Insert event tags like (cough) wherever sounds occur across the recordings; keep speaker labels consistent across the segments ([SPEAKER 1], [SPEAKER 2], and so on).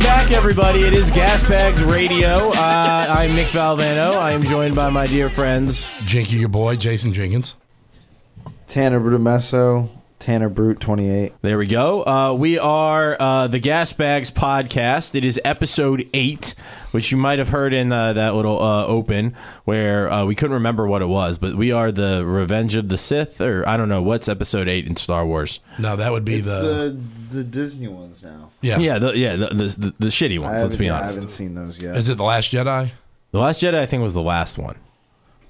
[SPEAKER 1] back, everybody. It is Gasbags Radio. Uh, I'm Nick Valvano. I am joined by my dear friends.
[SPEAKER 2] Jinky, your boy, Jason Jenkins.
[SPEAKER 3] Tanner Brutomesso, Tanner Brute 28.
[SPEAKER 1] There we go. Uh, we are uh, the Gasbags Podcast. It is episode eight, which you might have heard in uh, that little uh, open where uh, we couldn't remember what it was, but we are the Revenge of the Sith, or I don't know what's episode eight in Star Wars.
[SPEAKER 2] No, that would
[SPEAKER 1] Uh,
[SPEAKER 2] be
[SPEAKER 3] It's
[SPEAKER 2] the,
[SPEAKER 3] the the Disney ones now.
[SPEAKER 2] yeah.
[SPEAKER 1] Yeah, the, yeah, the, the, the, the shitty
[SPEAKER 3] I
[SPEAKER 1] ones. Let's
[SPEAKER 3] haven't-
[SPEAKER 1] be
[SPEAKER 3] I
[SPEAKER 1] honest.
[SPEAKER 3] haven't seen those yet.
[SPEAKER 2] Is it the Last Jedi?
[SPEAKER 1] The Last Jedi, I think, was the last one.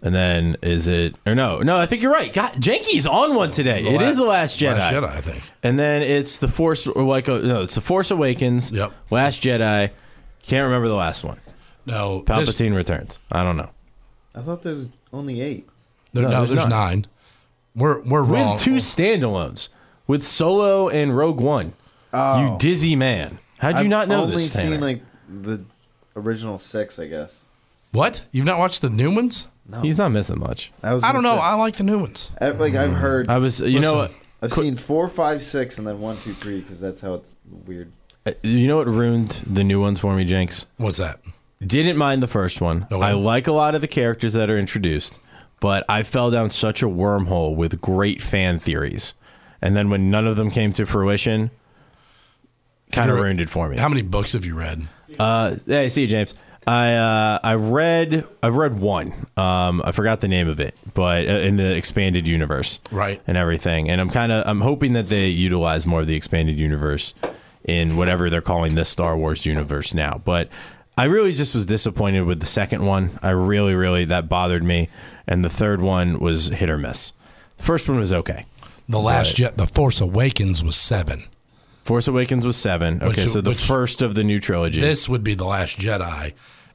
[SPEAKER 1] And then is it or no? No, I think you're right. God, Jenki's on one today. It is
[SPEAKER 2] la-
[SPEAKER 1] the Last Jedi.
[SPEAKER 2] Last Jedi, I think.
[SPEAKER 1] And then it's the Force, or like uh, no, it's the Force Awakens.
[SPEAKER 2] Yep.
[SPEAKER 1] Last Jedi. Can't remember the last one.
[SPEAKER 2] No, this-
[SPEAKER 1] Palpatine returns. I don't know.
[SPEAKER 3] I thought there's only eight.
[SPEAKER 2] there- no,
[SPEAKER 1] there's
[SPEAKER 2] there's,
[SPEAKER 1] not.
[SPEAKER 2] 9 We're we're
[SPEAKER 1] With
[SPEAKER 2] wrong.
[SPEAKER 1] two standalones, with Solo and Rogue One. You dizzy man! How'd you not know
[SPEAKER 3] Oh. only
[SPEAKER 1] this?
[SPEAKER 3] seen
[SPEAKER 1] Tanner?
[SPEAKER 3] like the original six, I guess.
[SPEAKER 2] what? You've not watched the new ones?
[SPEAKER 1] He's not missing much.
[SPEAKER 3] I, was
[SPEAKER 2] I don't know.
[SPEAKER 3] gonna
[SPEAKER 2] I like the new ones.
[SPEAKER 3] say- I, like I've heard,
[SPEAKER 1] Hmm. I
[SPEAKER 3] I've,
[SPEAKER 1] was, you know
[SPEAKER 2] Listen.
[SPEAKER 1] what?
[SPEAKER 3] seen four, five, six, and then one, two, three, because that's how it's weird.
[SPEAKER 1] You know what ruined the new ones for me, Jenks.
[SPEAKER 2] What's that?
[SPEAKER 1] Didn't mind the first one.
[SPEAKER 2] Okay.
[SPEAKER 1] I like a lot of the characters that are introduced, but I fell down such a wormhole with great fan theories. And then when none of them came to fruition, kind of
[SPEAKER 2] Drew,
[SPEAKER 1] ruined it for me.
[SPEAKER 2] How many books have you read?
[SPEAKER 1] Uh, hey, see you, James. I uh, I read I've read one. Um, I forgot the name of it, but uh, in the expanded universe,
[SPEAKER 2] Right.
[SPEAKER 1] and everything. And I'm kind of I'm hoping that they utilize more of the expanded universe in whatever they're calling this Star Wars universe now. But I really just was disappointed with the second one. I really really that bothered me, and the third one was hit or miss. The first one was okay.
[SPEAKER 2] The Last Jet, The Force Awakens was seven.
[SPEAKER 1] Force Awakens was seven. Okay,
[SPEAKER 2] Which-
[SPEAKER 1] so the
[SPEAKER 2] which-
[SPEAKER 1] first of the new trilogy.
[SPEAKER 2] This would be The Last Jedi,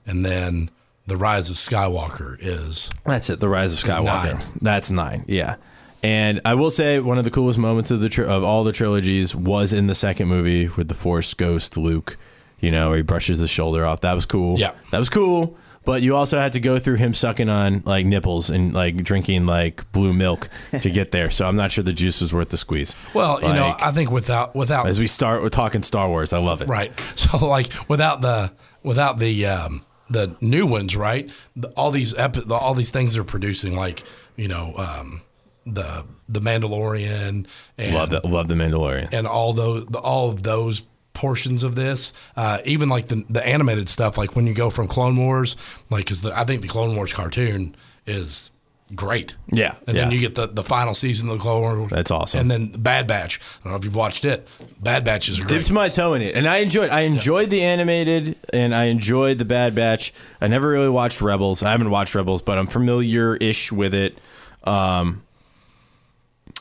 [SPEAKER 2] and then The Rise of Skywalker is
[SPEAKER 1] That's it. The Rise of Skywalker.
[SPEAKER 2] nine.
[SPEAKER 1] That's nine. Yeah. And I will say one of the coolest moments of the tri- of all the trilogies was in the second movie with the Force Ghost Luke. You know, where he brushes his shoulder off. That was cool.
[SPEAKER 2] Yeah.
[SPEAKER 1] that was cool. But you also had to go through him sucking on like nipples and like drinking like blue milk to get there. So I'm not sure the juice was worth the squeeze.
[SPEAKER 2] well, you know,
[SPEAKER 1] Like,
[SPEAKER 2] I think without without
[SPEAKER 1] as we start with talking Star Wars, I love it.
[SPEAKER 2] Right. (laughs) So like without the without the um, the new ones, right? The, all these epi- the, all these things they're producing, like you know um, the the Mandalorian and
[SPEAKER 1] Love that. Love the Mandalorian.
[SPEAKER 2] and all those the, all of those portions of this uh, even like the, the animated stuff like when you go from clone wars like because i think the clone wars cartoon is great
[SPEAKER 1] Yeah,
[SPEAKER 2] and then
[SPEAKER 1] yeah.
[SPEAKER 2] you get the, the final season of the clone wars
[SPEAKER 1] That's awesome.
[SPEAKER 2] and then bad batch i don't know if you've watched it bad batch is great
[SPEAKER 1] dipped my toe in it, and I enjoyed. I enjoyed the animated, and I enjoyed the Bad Batch. I never really watched Rebels. I haven't watched Rebels, but I'm familiar-ish with it. Um,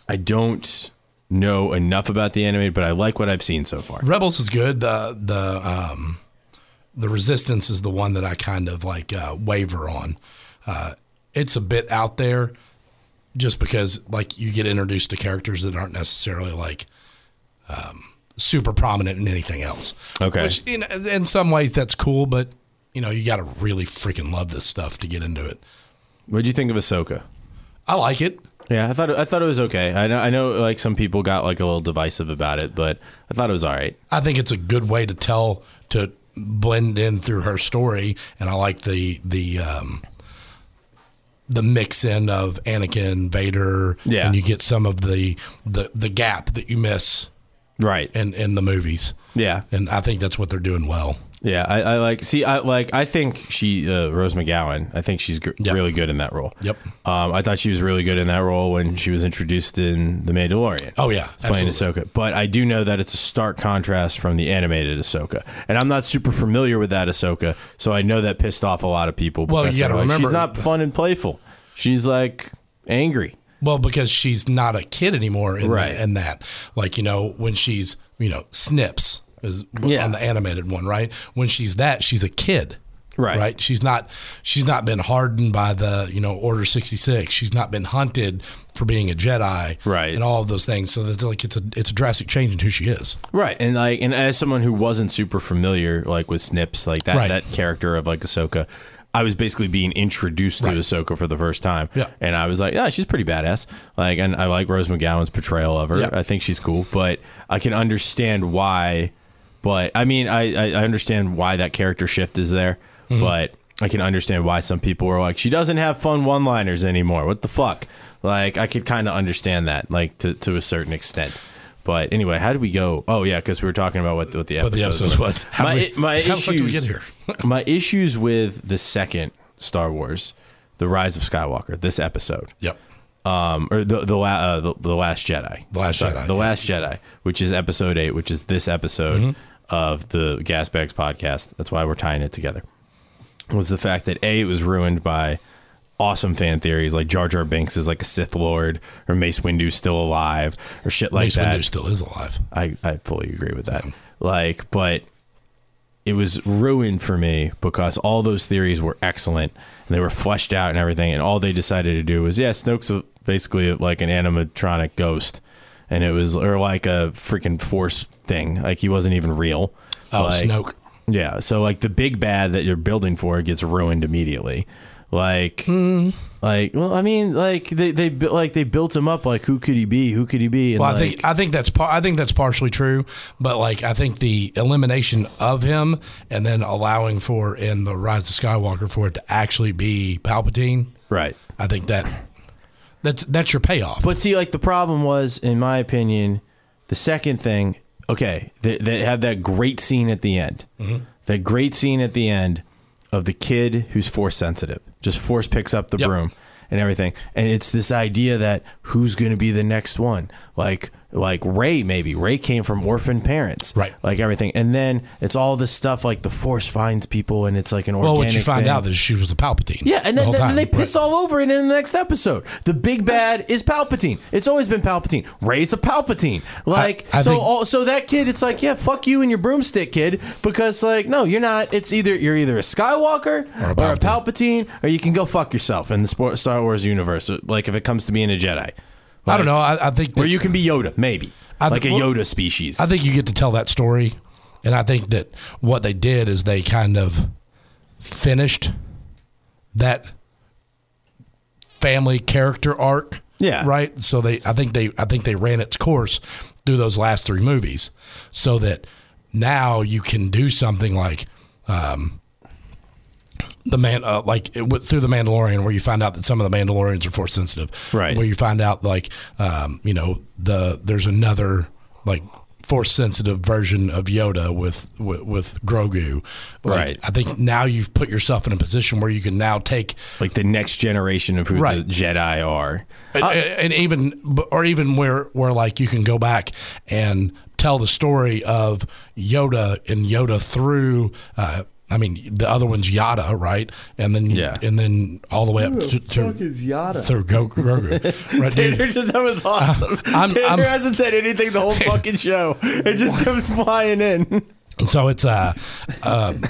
[SPEAKER 1] I don't know enough about the animated, but I like what I've seen so far.
[SPEAKER 2] Rebels is good. The the um, the Resistance is the one that I kind of like uh, waver on. Uh, it's a bit out there, just because like you get introduced to characters that aren't necessarily like um, super prominent in anything else.
[SPEAKER 1] Okay.
[SPEAKER 2] Which in, in some ways that's cool, but you know you got to really freaking love this stuff to get into it.
[SPEAKER 1] What do you think of Ahsoka?
[SPEAKER 2] I like it.
[SPEAKER 1] Yeah, I thought I thought it was okay. I know I know like some people got like a little divisive about it, but I thought it was all right.
[SPEAKER 2] I think it's a good way to tell to blend in through her story, and I like the the um, the mix in of Anakin, Vader,
[SPEAKER 1] Yeah.
[SPEAKER 2] and you get some of the the the gap that you miss
[SPEAKER 1] Right.
[SPEAKER 2] in in the movies,
[SPEAKER 1] Yeah.
[SPEAKER 2] and I think that's what they're doing well.
[SPEAKER 1] Yeah, I, I like see I like I think she uh, Rose McGowan. I think she's gr-
[SPEAKER 2] Yep.
[SPEAKER 1] really good in that role.
[SPEAKER 2] Yep.
[SPEAKER 1] Um, I thought she was really good in that role when she was introduced in The Mandalorian.
[SPEAKER 2] Oh yeah,
[SPEAKER 1] Playing
[SPEAKER 2] absolutely.
[SPEAKER 1] Ahsoka, but I do know that it's a stark contrast from the animated Ahsoka, and I'm not super familiar with that Ahsoka, so I know that pissed off a lot of people.
[SPEAKER 2] Well,
[SPEAKER 1] because
[SPEAKER 2] you gotta
[SPEAKER 1] they're like, she's
[SPEAKER 2] remember-
[SPEAKER 1] not fun and playful; she's like angry.
[SPEAKER 2] Well, because she's not a kid anymore, in
[SPEAKER 1] Right.
[SPEAKER 2] The, in that, like you know, when she's you know snips is
[SPEAKER 1] Yeah.
[SPEAKER 2] on the animated one, right? When she's that, she's a kid,
[SPEAKER 1] Right.
[SPEAKER 2] Right. She's not. She's not been hardened by the you know Order sixty six. She's not been hunted for being a Jedi,
[SPEAKER 1] Right.
[SPEAKER 2] And all of those things. So that's like it's a it's a drastic change in who she is.
[SPEAKER 1] Right, and like, and as someone who wasn't super familiar, like with Snips, like that
[SPEAKER 2] Right.
[SPEAKER 1] that character of like Ahsoka, I was basically being introduced to Ahsoka for the first time.
[SPEAKER 2] Yeah.
[SPEAKER 1] and I was like, yeah, she's pretty badass. Like, and I like Rose McGowan's portrayal of her.
[SPEAKER 2] Yeah.
[SPEAKER 1] I think she's cool, but I can understand why But I mean, I, I I understand why that character shift is there,
[SPEAKER 2] Mm-hmm.
[SPEAKER 1] but I can understand why some people were like, she doesn't have fun one liners anymore. What the fuck? Like, I could kind of understand that, like to, to a certain extent. But anyway, how did we go? Oh yeah, because we were talking about what, what the
[SPEAKER 2] What the
[SPEAKER 1] episodes
[SPEAKER 2] episode
[SPEAKER 1] were.
[SPEAKER 2] was. How
[SPEAKER 1] My,
[SPEAKER 2] we-
[SPEAKER 1] my
[SPEAKER 2] how the
[SPEAKER 1] issues.
[SPEAKER 2] fuck did we get here? (laughs)
[SPEAKER 1] my issues with the second Star Wars, the Rise of Skywalker, this episode,
[SPEAKER 2] Yep.
[SPEAKER 1] um, or the the, la- uh, the the Last Jedi,
[SPEAKER 2] The Last Jedi.
[SPEAKER 1] the Last Jedi, which is episode eight, which is this episode
[SPEAKER 2] Mm-hmm.
[SPEAKER 1] of the Gasbags podcast. That's why we're tying it together. Was the fact that a it was ruined by awesome fan theories like Jar Jar Binks is like a Sith Lord or Mace Windu's still alive or shit like
[SPEAKER 2] Mace
[SPEAKER 1] that.
[SPEAKER 2] Windu still is alive.
[SPEAKER 1] I, I fully agree with that. Like, but it was ruined for me because all those theories were excellent and they were fleshed out and everything. And all they decided to do was, yeah, Snoke's a, basically like an animatronic ghost. And it was, or like a freaking force thing. Like, he wasn't even real.
[SPEAKER 2] Oh,
[SPEAKER 1] Like,
[SPEAKER 2] Snoke.
[SPEAKER 1] yeah. So like the big bad that you're building for gets ruined immediately. Like,
[SPEAKER 2] Hmm.
[SPEAKER 1] like, well, I mean, like they they bu- like they built him up. Like, who could he be? Who could he be? And
[SPEAKER 2] Well, I
[SPEAKER 1] like,
[SPEAKER 2] think I think that's par- I think that's partially true, but like I think the elimination of him and then allowing for in the Rise of Skywalker for it to actually be Palpatine,
[SPEAKER 1] right.
[SPEAKER 2] I think that that's that's your payoff.
[SPEAKER 1] But see, like the problem was, in my opinion, the second thing. Okay, they, they have that great scene at the end.
[SPEAKER 2] Mm-hmm.
[SPEAKER 1] That great scene at the end of the kid who's force sensitive. Just force picks up the
[SPEAKER 2] Yep.
[SPEAKER 1] broom and everything. And it's this idea that who's going to be the next one? Like like Ray maybe. Ray came from orphan parents.
[SPEAKER 2] Right.
[SPEAKER 1] Like everything. And then it's all this stuff like the force finds people and it's like an
[SPEAKER 2] well,
[SPEAKER 1] organic
[SPEAKER 2] what you find
[SPEAKER 1] thing.
[SPEAKER 2] out is she was a Palpatine.
[SPEAKER 1] Yeah, and
[SPEAKER 2] the
[SPEAKER 1] then,
[SPEAKER 2] whole
[SPEAKER 1] then
[SPEAKER 2] time.
[SPEAKER 1] they piss
[SPEAKER 2] Right.
[SPEAKER 1] all over it in the next episode. The big bad is Palpatine. It's always been Palpatine. Ray's a Palpatine. Like
[SPEAKER 2] I
[SPEAKER 1] so,
[SPEAKER 2] think-
[SPEAKER 1] all, so that kid, it's like, yeah, fuck you and your broomstick, kid, because like, no, you're not. It's either you're either a Skywalker or
[SPEAKER 2] a
[SPEAKER 1] a Palpatine, or, you can go fuck yourself in the Spor- Star Wars universe. Like if it comes to being a Jedi,
[SPEAKER 2] I don't know. I, I think
[SPEAKER 1] or
[SPEAKER 2] that-
[SPEAKER 1] you can be Yoda, maybe
[SPEAKER 2] I
[SPEAKER 1] like a
[SPEAKER 2] think- well-
[SPEAKER 1] Yoda species.
[SPEAKER 2] I think you get to tell that story, and I think that what they did is they kind of finished that family character arc.
[SPEAKER 1] Yeah.
[SPEAKER 2] Right. So they, I think they, I think they ran its course through those last three movies, so that now you can do something like. Um, the man uh, like it went through the Mandalorian where you find out that some of the Mandalorians are force sensitive.
[SPEAKER 1] Right.
[SPEAKER 2] Where you find out like um, you know the there's another like force sensitive version of Yoda with with, with Grogu. Like,
[SPEAKER 1] Right.
[SPEAKER 2] I think now you've put yourself in a position where you can now take
[SPEAKER 1] like the next generation of who the
[SPEAKER 2] Right.
[SPEAKER 1] Jedi are.
[SPEAKER 2] and, and even or even where where like you can go back and tell the story of Yoda and Yoda through. Uh, I mean, the other one's Yada, right? And then
[SPEAKER 1] Yeah.
[SPEAKER 2] and then all the way up
[SPEAKER 3] Who
[SPEAKER 2] to,
[SPEAKER 3] the
[SPEAKER 2] to
[SPEAKER 3] fuck is Yada?
[SPEAKER 2] through Go- Grogu, right? dude?
[SPEAKER 1] Tater just that was awesome.
[SPEAKER 2] I'm-
[SPEAKER 1] Tater
[SPEAKER 2] I'm-
[SPEAKER 1] hasn't said anything (laughs) the whole fucking show. It just comes flying in.
[SPEAKER 2] So it's uh, um,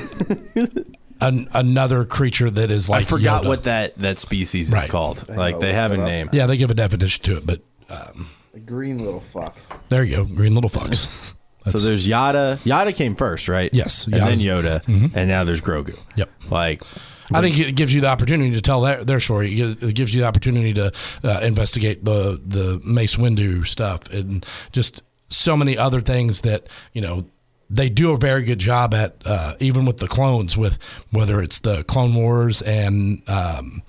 [SPEAKER 2] an, another creature that is like
[SPEAKER 1] Forgot
[SPEAKER 2] Yoda.
[SPEAKER 1] what that that species is
[SPEAKER 2] Right.
[SPEAKER 1] called. Like
[SPEAKER 3] I'll
[SPEAKER 1] they
[SPEAKER 3] look
[SPEAKER 1] have a
[SPEAKER 3] it up.
[SPEAKER 1] name.
[SPEAKER 2] Yeah, they give a definition to it, but
[SPEAKER 3] A green little fuck.
[SPEAKER 2] there you go, green little fox.
[SPEAKER 1] So there's Yada. Yada came first, right?
[SPEAKER 2] Yes,
[SPEAKER 1] And then
[SPEAKER 2] Yada's- Mm-hmm.
[SPEAKER 1] Yoda, and now there's Grogu.
[SPEAKER 2] Yep.
[SPEAKER 1] Like
[SPEAKER 2] I think it gives you the opportunity to tell their, their story. It gives you the opportunity to uh, investigate the the Mace Windu stuff and just so many other things that you know they do a very good job at, uh, even with the clones. With whether it's the Clone Wars and um,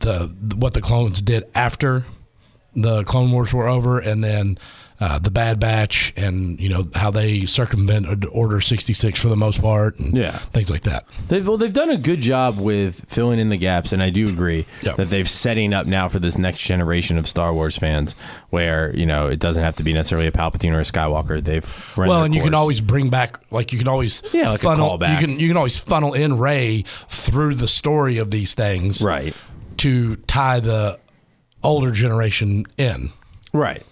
[SPEAKER 2] the what the clones did after the Clone Wars were over, and then. Uh, the Bad Batch, and you know how they circumvented Order sixty six for the most part, and
[SPEAKER 1] Yeah.
[SPEAKER 2] things like that.
[SPEAKER 1] They've well, they've done a good job with filling in the gaps, and I do agree
[SPEAKER 2] Yeah.
[SPEAKER 1] that they've setting up now for this next generation of Star Wars fans, where you know it doesn't have to be necessarily a Palpatine or a Skywalker. They've run
[SPEAKER 2] Well,
[SPEAKER 1] their
[SPEAKER 2] and you can
[SPEAKER 1] course.
[SPEAKER 2] always bring back, like you can always
[SPEAKER 1] Yeah, like a
[SPEAKER 2] funnel.
[SPEAKER 1] callback.
[SPEAKER 2] You can you can always funnel in Ray through the story of these things,
[SPEAKER 1] Right.
[SPEAKER 2] To tie the older generation in.
[SPEAKER 1] Right.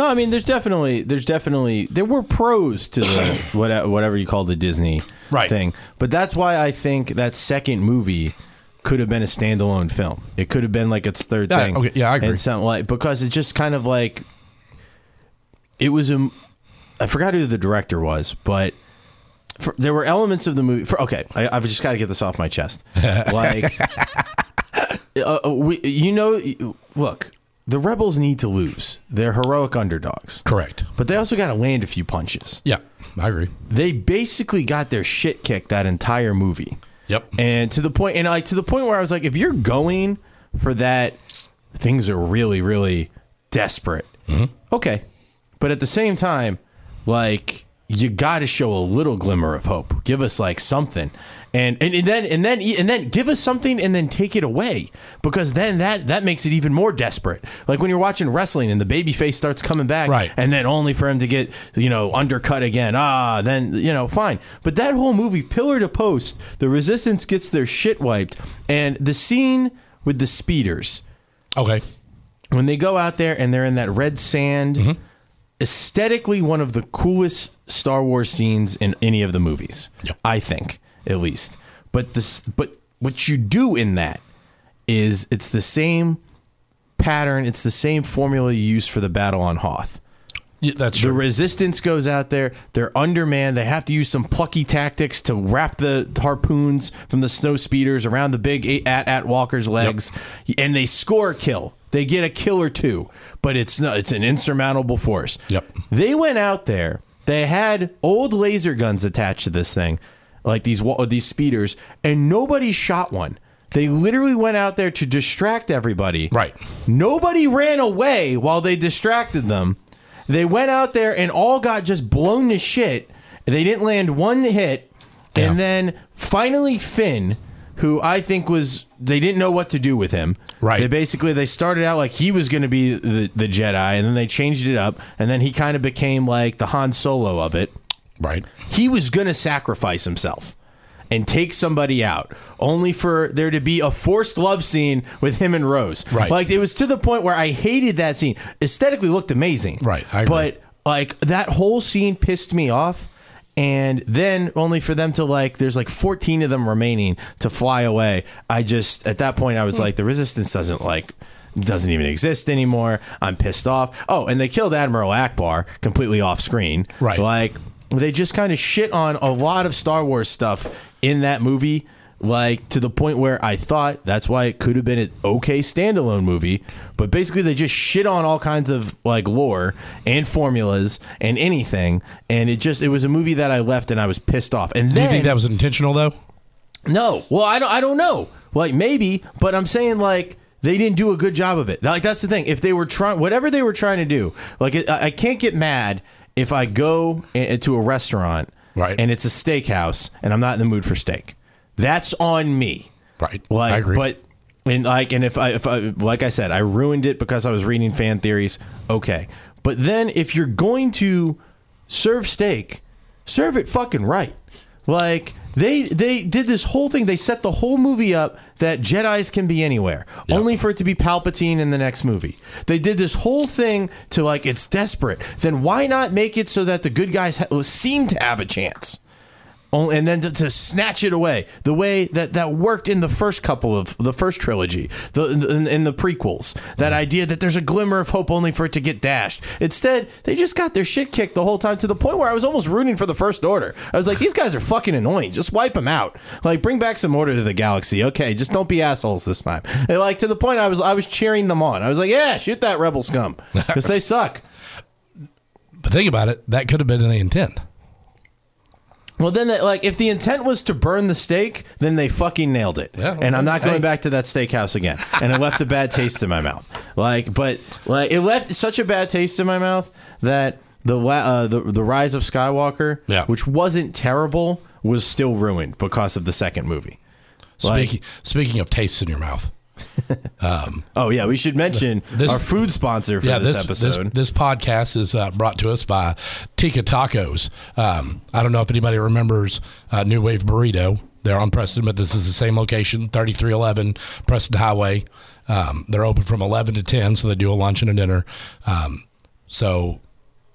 [SPEAKER 1] No, I mean, there's definitely, there's definitely, there were pros to the what- whatever you call the Disney
[SPEAKER 2] Right.
[SPEAKER 1] thing, but that's why I think that second movie could have been a standalone film. It could have been like its third
[SPEAKER 2] Yeah,
[SPEAKER 1] thing.
[SPEAKER 2] okay, yeah, I agree.
[SPEAKER 1] And something like because it just kind of like it was a, I forgot who the director was, but for, there were elements of the movie. For, okay, I, I've just got to get this off my
[SPEAKER 2] (laughs)
[SPEAKER 1] chest. Like, uh, uh, we, you know, look, the rebels need to lose. They're heroic underdogs,
[SPEAKER 2] Correct.
[SPEAKER 1] but they also got to land a few punches.
[SPEAKER 2] Yeah. I agree.
[SPEAKER 1] They basically got their shit kicked that entire movie.
[SPEAKER 2] Yep.
[SPEAKER 1] And to the point, and like to the point where I was like, if you're going for that, things are really, really desperate. Okay, but at the same time, like you got to show a little glimmer of hope. Give us like something, and, and and then and then and then give us something, and then take it away because then that that makes it even more desperate. Like when you're watching wrestling and the baby face starts coming back,
[SPEAKER 2] Right.
[SPEAKER 1] and then only for him to get you know undercut again. Ah, then you know fine. But that whole movie, pillar to post, the resistance gets their shit wiped, and the scene with the speeders
[SPEAKER 2] Okay.
[SPEAKER 1] when they go out there and they're in that red sand. Aesthetically, one of the coolest Star Wars scenes in any of the movies,
[SPEAKER 2] Yep.
[SPEAKER 1] I think, at least. But this, but what you do in that is it's the same pattern, it's the same formula you use for the battle on Hoth.
[SPEAKER 2] Yeah, that's
[SPEAKER 1] The
[SPEAKER 2] true.
[SPEAKER 1] resistance goes out there. They're undermanned. They have to use some plucky tactics to wrap the harpoons from the snow speeders around the big at at walker's legs, and they score a kill. They get a kill or two, but it's not. It's an insurmountable force.
[SPEAKER 2] Yep.
[SPEAKER 1] They went out there. They had old laser guns attached to this thing, like these wa- these speeders, and nobody shot one. They literally went out there to distract everybody.
[SPEAKER 2] Right.
[SPEAKER 1] Nobody ran away while they distracted them. They went out there and all got just blown to shit. They didn't land one hit.
[SPEAKER 2] Yeah.
[SPEAKER 1] And then finally Finn, who I think was they didn't know what to do with him.
[SPEAKER 2] Right.
[SPEAKER 1] They basically they started out like he was going to be the, the Jedi and then they changed it up and then he kind of became like the Han Solo of it
[SPEAKER 2] Right.
[SPEAKER 1] he was going to sacrifice himself and take somebody out only for there to be a forced love scene with him and Rose.
[SPEAKER 2] Right.
[SPEAKER 1] Like it was to the point where I hated that scene. Aesthetically looked amazing.
[SPEAKER 2] Right, I agree.
[SPEAKER 1] But like that whole scene pissed me off and then only for them to like there's like 14 of them remaining to fly away. I just at that point I
[SPEAKER 2] Hmm.
[SPEAKER 1] was like the resistance doesn't like doesn't even exist anymore. I'm pissed off. Oh, and they killed Admiral Akbar completely off screen.
[SPEAKER 2] Right.
[SPEAKER 1] Like they just kind of shit on a lot of Star Wars stuff in that movie. Like to the point where I thought that's why it could have been an okay standalone movie, but basically they just shit on all kinds of like lore and formulas and anything, and it just it was a movie that I left and I was pissed off. And
[SPEAKER 2] Do
[SPEAKER 1] then
[SPEAKER 2] you think that was intentional though?
[SPEAKER 1] no. Well, I don't. I don't know. Like maybe, but I'm saying like they didn't do a good job of it. Like that's the thing. If they were trying, whatever they were trying to do, like I, I can't get mad if I go i- to a restaurant,
[SPEAKER 2] Right.
[SPEAKER 1] and it's a steakhouse, and I'm not in the mood for steak. That's on me.
[SPEAKER 2] Right.
[SPEAKER 1] Like,
[SPEAKER 2] I agree.
[SPEAKER 1] but and like, and if I, if I, like I said, I ruined it because I was reading fan theories. Okay, but then if you're going to serve steak, serve it fucking right. Like they they did this whole thing. They set the whole movie up that Jedi's can be anywhere, only for it to be Palpatine in the next movie. They did this whole thing to like it's desperate. Then why not make it so that the good guys ha- seem to have a chance? Only, and then to, to snatch it away the way that that worked in the first couple of the first trilogy, the in, in the prequels. That idea that there's a glimmer of hope only for it to get dashed. Instead, they just got their shit kicked the whole time to the point where I was almost rooting for the First Order. I was like, these guys are fucking annoying. Just wipe them out. Like, bring back some order to the galaxy. Okay, just don't be assholes this time. And like to the point, I was I was cheering them on. I was like, yeah, shoot that rebel scum because they suck.
[SPEAKER 2] But think about it. That could have been the intent.
[SPEAKER 1] Well, then, that, like, if the intent was to burn the steak, then they fucking nailed it.
[SPEAKER 2] Yeah,
[SPEAKER 1] and I'm not going
[SPEAKER 2] hey.
[SPEAKER 1] back to that steakhouse again. And it left a bad taste in my mouth. Like, but like, it left such a bad taste in my mouth that the la- uh, the, the rise of Skywalker,
[SPEAKER 2] Yeah.
[SPEAKER 1] which wasn't terrible, was still ruined because of the second movie. Like-
[SPEAKER 2] Speaking speaking of tastes in your mouth.
[SPEAKER 1] Oh yeah, we should mention
[SPEAKER 2] This-
[SPEAKER 1] our food sponsor for
[SPEAKER 2] yeah,
[SPEAKER 1] this,
[SPEAKER 2] this,
[SPEAKER 1] episode.
[SPEAKER 2] This, this podcast is uh, brought to us by Tika Tacos. Um, I don't know if anybody remembers uh, New Wave Burrito. They're on Preston, but this is the same location, 3311 Preston Highway. Um, they're open from 11 to 10, so they do a lunch and a dinner. Um, so,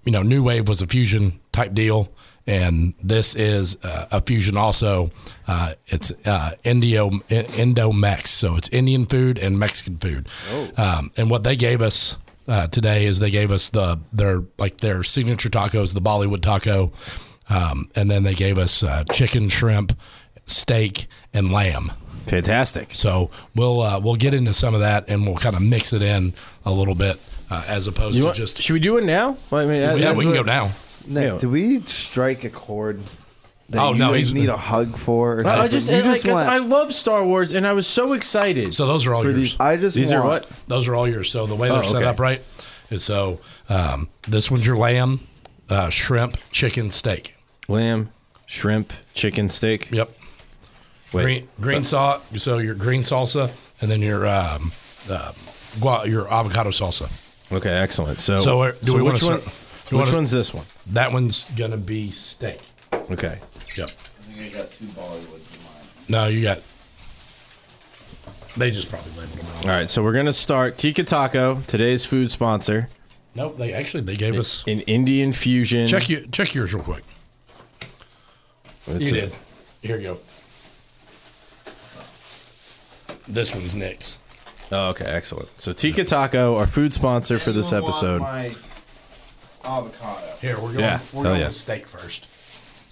[SPEAKER 2] you know, New Wave was a fusion type deal, and this is uh, a fusion also. Uh, it's uh, Indio Indo Mex, so it's Indian food and Mexican food.
[SPEAKER 1] Oh.
[SPEAKER 2] Um, and what they gave us uh, today is they gave us the their like their signature tacos, the Bollywood taco, um, and then they gave us uh, chicken, shrimp, steak, and lamb.
[SPEAKER 1] Fantastic.
[SPEAKER 2] So we'll uh, we'll get into some of that, and we'll kind of mix it in a little bit, uh, as opposed
[SPEAKER 1] You
[SPEAKER 2] to
[SPEAKER 1] want-
[SPEAKER 2] just
[SPEAKER 1] should we do it now? Well, I mean, that-
[SPEAKER 2] yeah,
[SPEAKER 1] that's
[SPEAKER 2] we can
[SPEAKER 1] what-
[SPEAKER 2] go now.
[SPEAKER 4] Nick,
[SPEAKER 1] Yeah.
[SPEAKER 4] did we strike a chord that
[SPEAKER 2] Oh,
[SPEAKER 4] you
[SPEAKER 2] no,
[SPEAKER 4] like,
[SPEAKER 2] he's-
[SPEAKER 4] need a hug for? Or
[SPEAKER 1] I, I
[SPEAKER 4] something?
[SPEAKER 1] just, uh,
[SPEAKER 4] You
[SPEAKER 1] like, 'cause
[SPEAKER 4] want-
[SPEAKER 1] I love Star Wars, and I was so excited.
[SPEAKER 2] So those are all
[SPEAKER 4] for
[SPEAKER 2] yours.
[SPEAKER 4] these- I just
[SPEAKER 1] These
[SPEAKER 4] want,
[SPEAKER 1] are what?
[SPEAKER 2] Those are all yours. So the way they're
[SPEAKER 1] Oh,
[SPEAKER 2] set
[SPEAKER 1] okay.
[SPEAKER 2] up, right? Is so um, this one's your lamb, uh, shrimp, chicken, steak.
[SPEAKER 1] Lamb, shrimp, chicken steak.
[SPEAKER 2] Yep.
[SPEAKER 1] Wait.
[SPEAKER 2] Green green sauce. So your green salsa, and then your um, uh, gua- your avocado salsa.
[SPEAKER 1] Okay, excellent. So,
[SPEAKER 2] So, uh, do we wanna
[SPEAKER 1] which,
[SPEAKER 2] start-
[SPEAKER 1] one,
[SPEAKER 2] do
[SPEAKER 1] which
[SPEAKER 2] we wanna-
[SPEAKER 1] one's this one?
[SPEAKER 2] That one's gonna be steak.
[SPEAKER 1] Okay.
[SPEAKER 2] Yep.
[SPEAKER 4] What
[SPEAKER 2] No, you got. They just probably labeled them. All.
[SPEAKER 1] All right, so we're gonna start Tika Taco, today's food sponsor,
[SPEAKER 2] Nope. They actually they gave us.
[SPEAKER 1] an Indian fusion.
[SPEAKER 2] Check you check yours real quick.
[SPEAKER 1] Let's
[SPEAKER 2] You
[SPEAKER 1] see.
[SPEAKER 2] did. Here you go. This one's next.
[SPEAKER 1] Oh, okay, excellent. So Tika Taco, our food sponsor for this episode.
[SPEAKER 4] avocado.
[SPEAKER 2] Here we're going.
[SPEAKER 1] Yeah. Hell
[SPEAKER 2] We're going
[SPEAKER 1] yeah.
[SPEAKER 2] with steak first.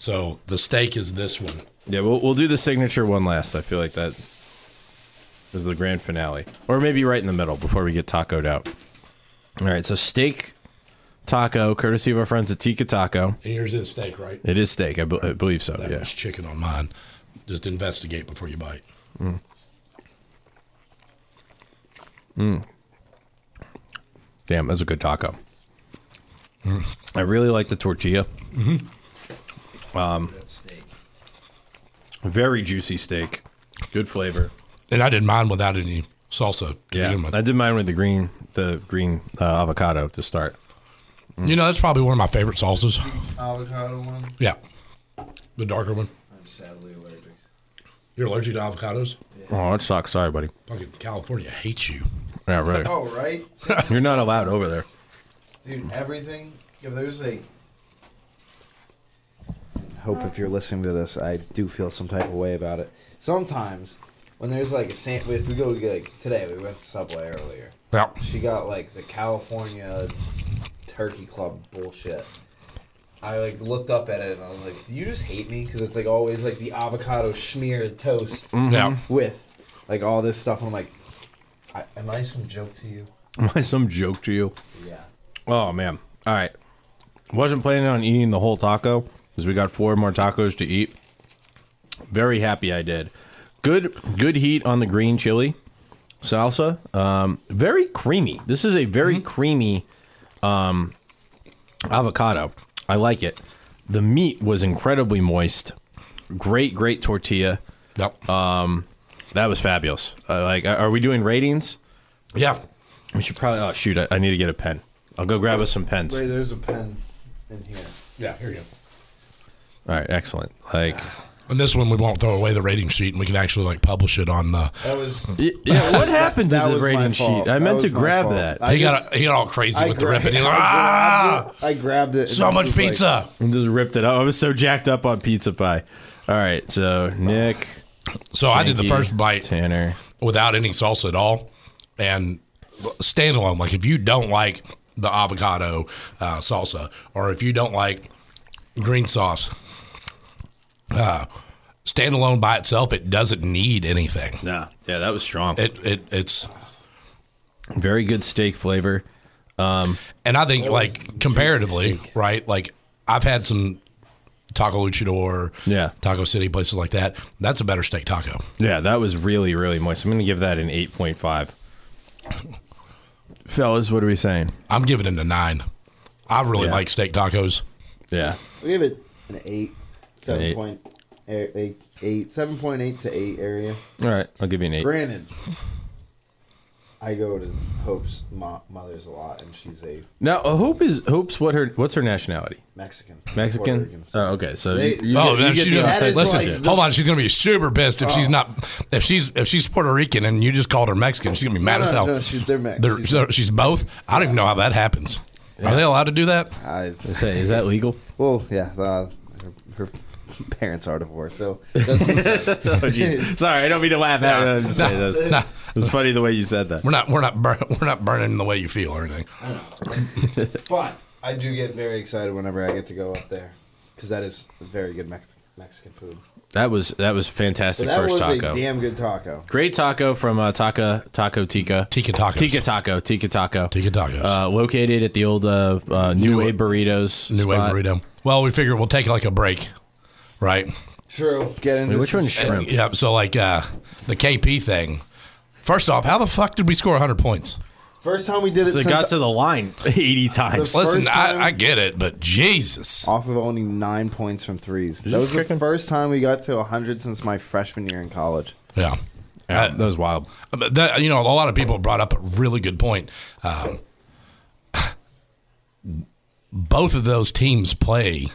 [SPEAKER 2] So the steak is this one.
[SPEAKER 1] Yeah, we'll, we'll do the signature one last. I feel like that is the grand finale, or maybe right in the middle before we get tacoed out. All right, so steak taco, courtesy of our friends at Tika Taco.
[SPEAKER 2] And yours is steak, right?
[SPEAKER 1] It is steak, I, be- I believe so.
[SPEAKER 2] That
[SPEAKER 1] yeah.
[SPEAKER 2] was chicken on mine. Just investigate before you bite.
[SPEAKER 1] Damn, that's a good taco. I really like the tortilla.
[SPEAKER 2] Mm-hmm.
[SPEAKER 1] Um, very juicy steak, good flavor.
[SPEAKER 2] And I did mine without any salsa to
[SPEAKER 1] Yeah,
[SPEAKER 2] begin with.
[SPEAKER 1] I did mine with the green, the green uh, avocado to start.
[SPEAKER 2] you know, that's probably one of my favorite salsas.
[SPEAKER 4] Avocado one.
[SPEAKER 2] Yeah. The darker one.
[SPEAKER 4] I'm sadly allergic.
[SPEAKER 2] You're allergic to avocados?
[SPEAKER 1] Oh, that sucks. Sorry, buddy.
[SPEAKER 2] Fucking California hates you.
[SPEAKER 1] Yeah,
[SPEAKER 2] (laughs)
[SPEAKER 1] right.
[SPEAKER 4] Oh right,
[SPEAKER 1] You're not allowed over there. (laughs)
[SPEAKER 4] dude. Everything. If there's a. Hope if you're listening to this, I do feel some type of way about it. Sometimes, when there's like a sample, if we go get like today, we went to Subway earlier.
[SPEAKER 2] Yeah.
[SPEAKER 4] She got like the California Turkey Club bullshit. I like looked up at it and I was like, "Do you just hate me?" Because it's like always like the avocado smeared toast
[SPEAKER 1] Mm-hmm.
[SPEAKER 2] Yeah.
[SPEAKER 4] with like all this stuff. And I'm like, I, "Am I some joke to you?"
[SPEAKER 1] Am I some joke to you?
[SPEAKER 4] Yeah.
[SPEAKER 1] Oh man. All right. Wasn't planning on eating the whole taco because we got four more tacos to eat. Very happy I did. Good good heat on the green chili salsa. Um, very creamy. This is a very creamy um, avocado. I like it. The meat was incredibly moist. Great great tortilla.
[SPEAKER 2] Yep.
[SPEAKER 1] Uh, That was fabulous. Uh, like, are we doing ratings?
[SPEAKER 2] yeah.
[SPEAKER 1] We should probably. Oh shoot! I, I need to get a pen. I'll go grab us some pens.
[SPEAKER 4] Wait, there's a pen in here.
[SPEAKER 2] Yeah. Here you go.
[SPEAKER 1] All right, excellent. Like,
[SPEAKER 2] And this one, we won't throw away the rating sheet and we can actually like publish it on the.
[SPEAKER 4] That was.
[SPEAKER 1] yeah, what happened
[SPEAKER 4] (laughs) that
[SPEAKER 1] to the
[SPEAKER 4] was my
[SPEAKER 1] rating sheet?
[SPEAKER 4] fault.
[SPEAKER 1] I
[SPEAKER 4] That
[SPEAKER 1] meant to
[SPEAKER 4] was my
[SPEAKER 1] grab
[SPEAKER 4] fault.
[SPEAKER 1] that.
[SPEAKER 4] I
[SPEAKER 2] he,
[SPEAKER 4] just-
[SPEAKER 2] got, he got all crazy
[SPEAKER 4] I
[SPEAKER 2] with the
[SPEAKER 4] gra-
[SPEAKER 2] ripping. He's like,
[SPEAKER 4] I
[SPEAKER 2] ah,
[SPEAKER 4] I grabbed it. and
[SPEAKER 2] so
[SPEAKER 4] it
[SPEAKER 2] much
[SPEAKER 4] was like-
[SPEAKER 2] pizza.
[SPEAKER 1] I just ripped it. Up. I was so jacked up on pizza pie. All right, so Nick,
[SPEAKER 2] so I did the
[SPEAKER 1] Yankee,
[SPEAKER 2] first bite.
[SPEAKER 1] Tanner.
[SPEAKER 2] without any salsa at all and standalone. Like if you don't like the avocado uh, salsa or if you don't like green sauce, uh, standalone by itself, it doesn't need anything.
[SPEAKER 1] Yeah, yeah, that was strong.
[SPEAKER 2] It, it it's
[SPEAKER 1] Very good steak flavor.
[SPEAKER 2] and I think like comparatively, right? Like I've had some taco luchador,
[SPEAKER 1] Yeah.
[SPEAKER 2] taco city places like that. That's a better steak taco.
[SPEAKER 1] Yeah, that was really really moist. I'm gonna give that an eight point five. Fellas, what are we saying?
[SPEAKER 2] I'm giving it a nine. I really
[SPEAKER 1] Yeah.
[SPEAKER 2] like steak tacos.
[SPEAKER 1] Yeah,
[SPEAKER 4] We gave it an eight, seven
[SPEAKER 1] eight.
[SPEAKER 4] point eight, eight, eight, seven point eight to eight area.
[SPEAKER 1] all right, I'll give you an eight.
[SPEAKER 4] Granted, I go to Hope's mo- mother's a lot, and she's a
[SPEAKER 1] Now, uh, Hope is Hope's what her what's her nationality?
[SPEAKER 4] Mexican. Puerto
[SPEAKER 1] Mexican.
[SPEAKER 4] Rican.
[SPEAKER 1] Oh, okay. So you,
[SPEAKER 4] They-
[SPEAKER 1] you
[SPEAKER 2] Oh,
[SPEAKER 1] get- you
[SPEAKER 2] then
[SPEAKER 1] get
[SPEAKER 2] she
[SPEAKER 1] the
[SPEAKER 2] doesn't-
[SPEAKER 4] That
[SPEAKER 1] authentic
[SPEAKER 4] is
[SPEAKER 2] listen.
[SPEAKER 1] shit.
[SPEAKER 4] like-
[SPEAKER 2] hold on, she's gonna be super pissed if she's not if she's if she's Puerto Rican and you just called her Mexican. She's gonna be mad
[SPEAKER 4] No,
[SPEAKER 2] as
[SPEAKER 4] no,
[SPEAKER 2] hell.
[SPEAKER 4] no, she's- they're Mex-
[SPEAKER 2] They're-
[SPEAKER 4] she's-
[SPEAKER 2] so she's both. I don't even know how that happens. Are they allowed to do that?
[SPEAKER 4] I,
[SPEAKER 1] Say, is that legal?
[SPEAKER 4] well, yeah, uh, her, her parents are divorced, so
[SPEAKER 1] (laughs)
[SPEAKER 4] that's makes sense.
[SPEAKER 1] Oh, jeez. Sorry, I don't mean to laugh at it. It's
[SPEAKER 2] Nah, nah.
[SPEAKER 1] funny the way you said that.
[SPEAKER 2] We're not we're not bur- (laughs) we're not burning the way you feel or anything.
[SPEAKER 4] But I do get very excited whenever I get to go up there because that is very good Mex- Mexican food.
[SPEAKER 1] That was that was fantastic
[SPEAKER 4] That
[SPEAKER 1] first
[SPEAKER 4] was
[SPEAKER 1] taco.
[SPEAKER 4] a damn good taco.
[SPEAKER 1] Great taco from uh, Taka Taco Tika.
[SPEAKER 2] Tika Tacos.
[SPEAKER 1] Tika Taco. Tika Taco.
[SPEAKER 2] Tika Tacos.
[SPEAKER 1] Uh, located at the old uh, uh, New, Way Burritos.
[SPEAKER 2] New Wave
[SPEAKER 1] spot.
[SPEAKER 2] burrito. Well, we figure we'll take like a break, right?
[SPEAKER 3] True.
[SPEAKER 4] Get into
[SPEAKER 1] Wait, which
[SPEAKER 4] some
[SPEAKER 1] one's shrimp?
[SPEAKER 2] Yep. So like uh, the KP thing. First off, how the fuck did we score 100 points?
[SPEAKER 4] First time we did it,
[SPEAKER 1] So
[SPEAKER 4] since
[SPEAKER 1] it got to the (laughs) line 80 times.
[SPEAKER 4] First
[SPEAKER 2] Listen,
[SPEAKER 4] time-
[SPEAKER 2] I, I get it, but Jesus.
[SPEAKER 4] off of only nine points from threes. That was the first time we got to 100 since my freshman year in college.
[SPEAKER 2] Yeah.
[SPEAKER 1] Yeah,
[SPEAKER 2] Uh,
[SPEAKER 1] that was wild.
[SPEAKER 2] But that, you know, a lot of people brought up a really good point. Um, both of those teams play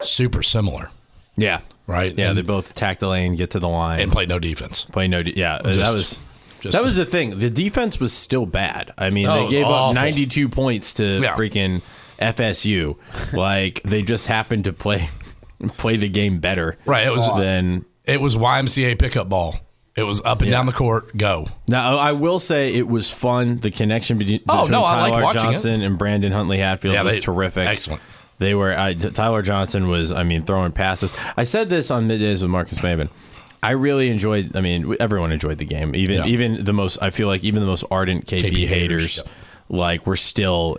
[SPEAKER 2] super similar,
[SPEAKER 1] Yeah.
[SPEAKER 2] right?
[SPEAKER 1] Yeah,
[SPEAKER 2] and,
[SPEAKER 1] they both attack the lane, get to the line,
[SPEAKER 2] and play no defense.
[SPEAKER 1] play no. De- yeah, uh,
[SPEAKER 2] Just-
[SPEAKER 1] that was
[SPEAKER 2] just-
[SPEAKER 1] that was the thing. The defense was still bad. I mean,
[SPEAKER 2] Oh, it
[SPEAKER 1] they
[SPEAKER 2] was
[SPEAKER 1] gave
[SPEAKER 2] awful.
[SPEAKER 1] up 92 points to
[SPEAKER 2] Yeah.
[SPEAKER 1] freaking
[SPEAKER 2] (laughs)
[SPEAKER 1] FSU. like they just happened to play (laughs) play the game better.
[SPEAKER 2] Right, it was-
[SPEAKER 1] than
[SPEAKER 2] It was YMCA pickup ball. It was up and down the court. Go.
[SPEAKER 1] Now, I will say it was fun. The connection between,
[SPEAKER 2] Oh,
[SPEAKER 1] between
[SPEAKER 2] no, I liked
[SPEAKER 1] Tyler
[SPEAKER 2] watching it.
[SPEAKER 1] Johnson and Brandon Huntley Hatfield
[SPEAKER 2] Yeah,
[SPEAKER 1] was
[SPEAKER 2] they-
[SPEAKER 1] terrific.
[SPEAKER 2] excellent.
[SPEAKER 1] They were. I, Tyler Johnson was. I mean, throwing passes. I said this on middays with Marcus Maven. I really enjoyed. I mean, everyone enjoyed the game. Even
[SPEAKER 2] Yeah.
[SPEAKER 1] even the most. I feel like even the most ardent KP,
[SPEAKER 2] KP haters,
[SPEAKER 1] haters, like, were still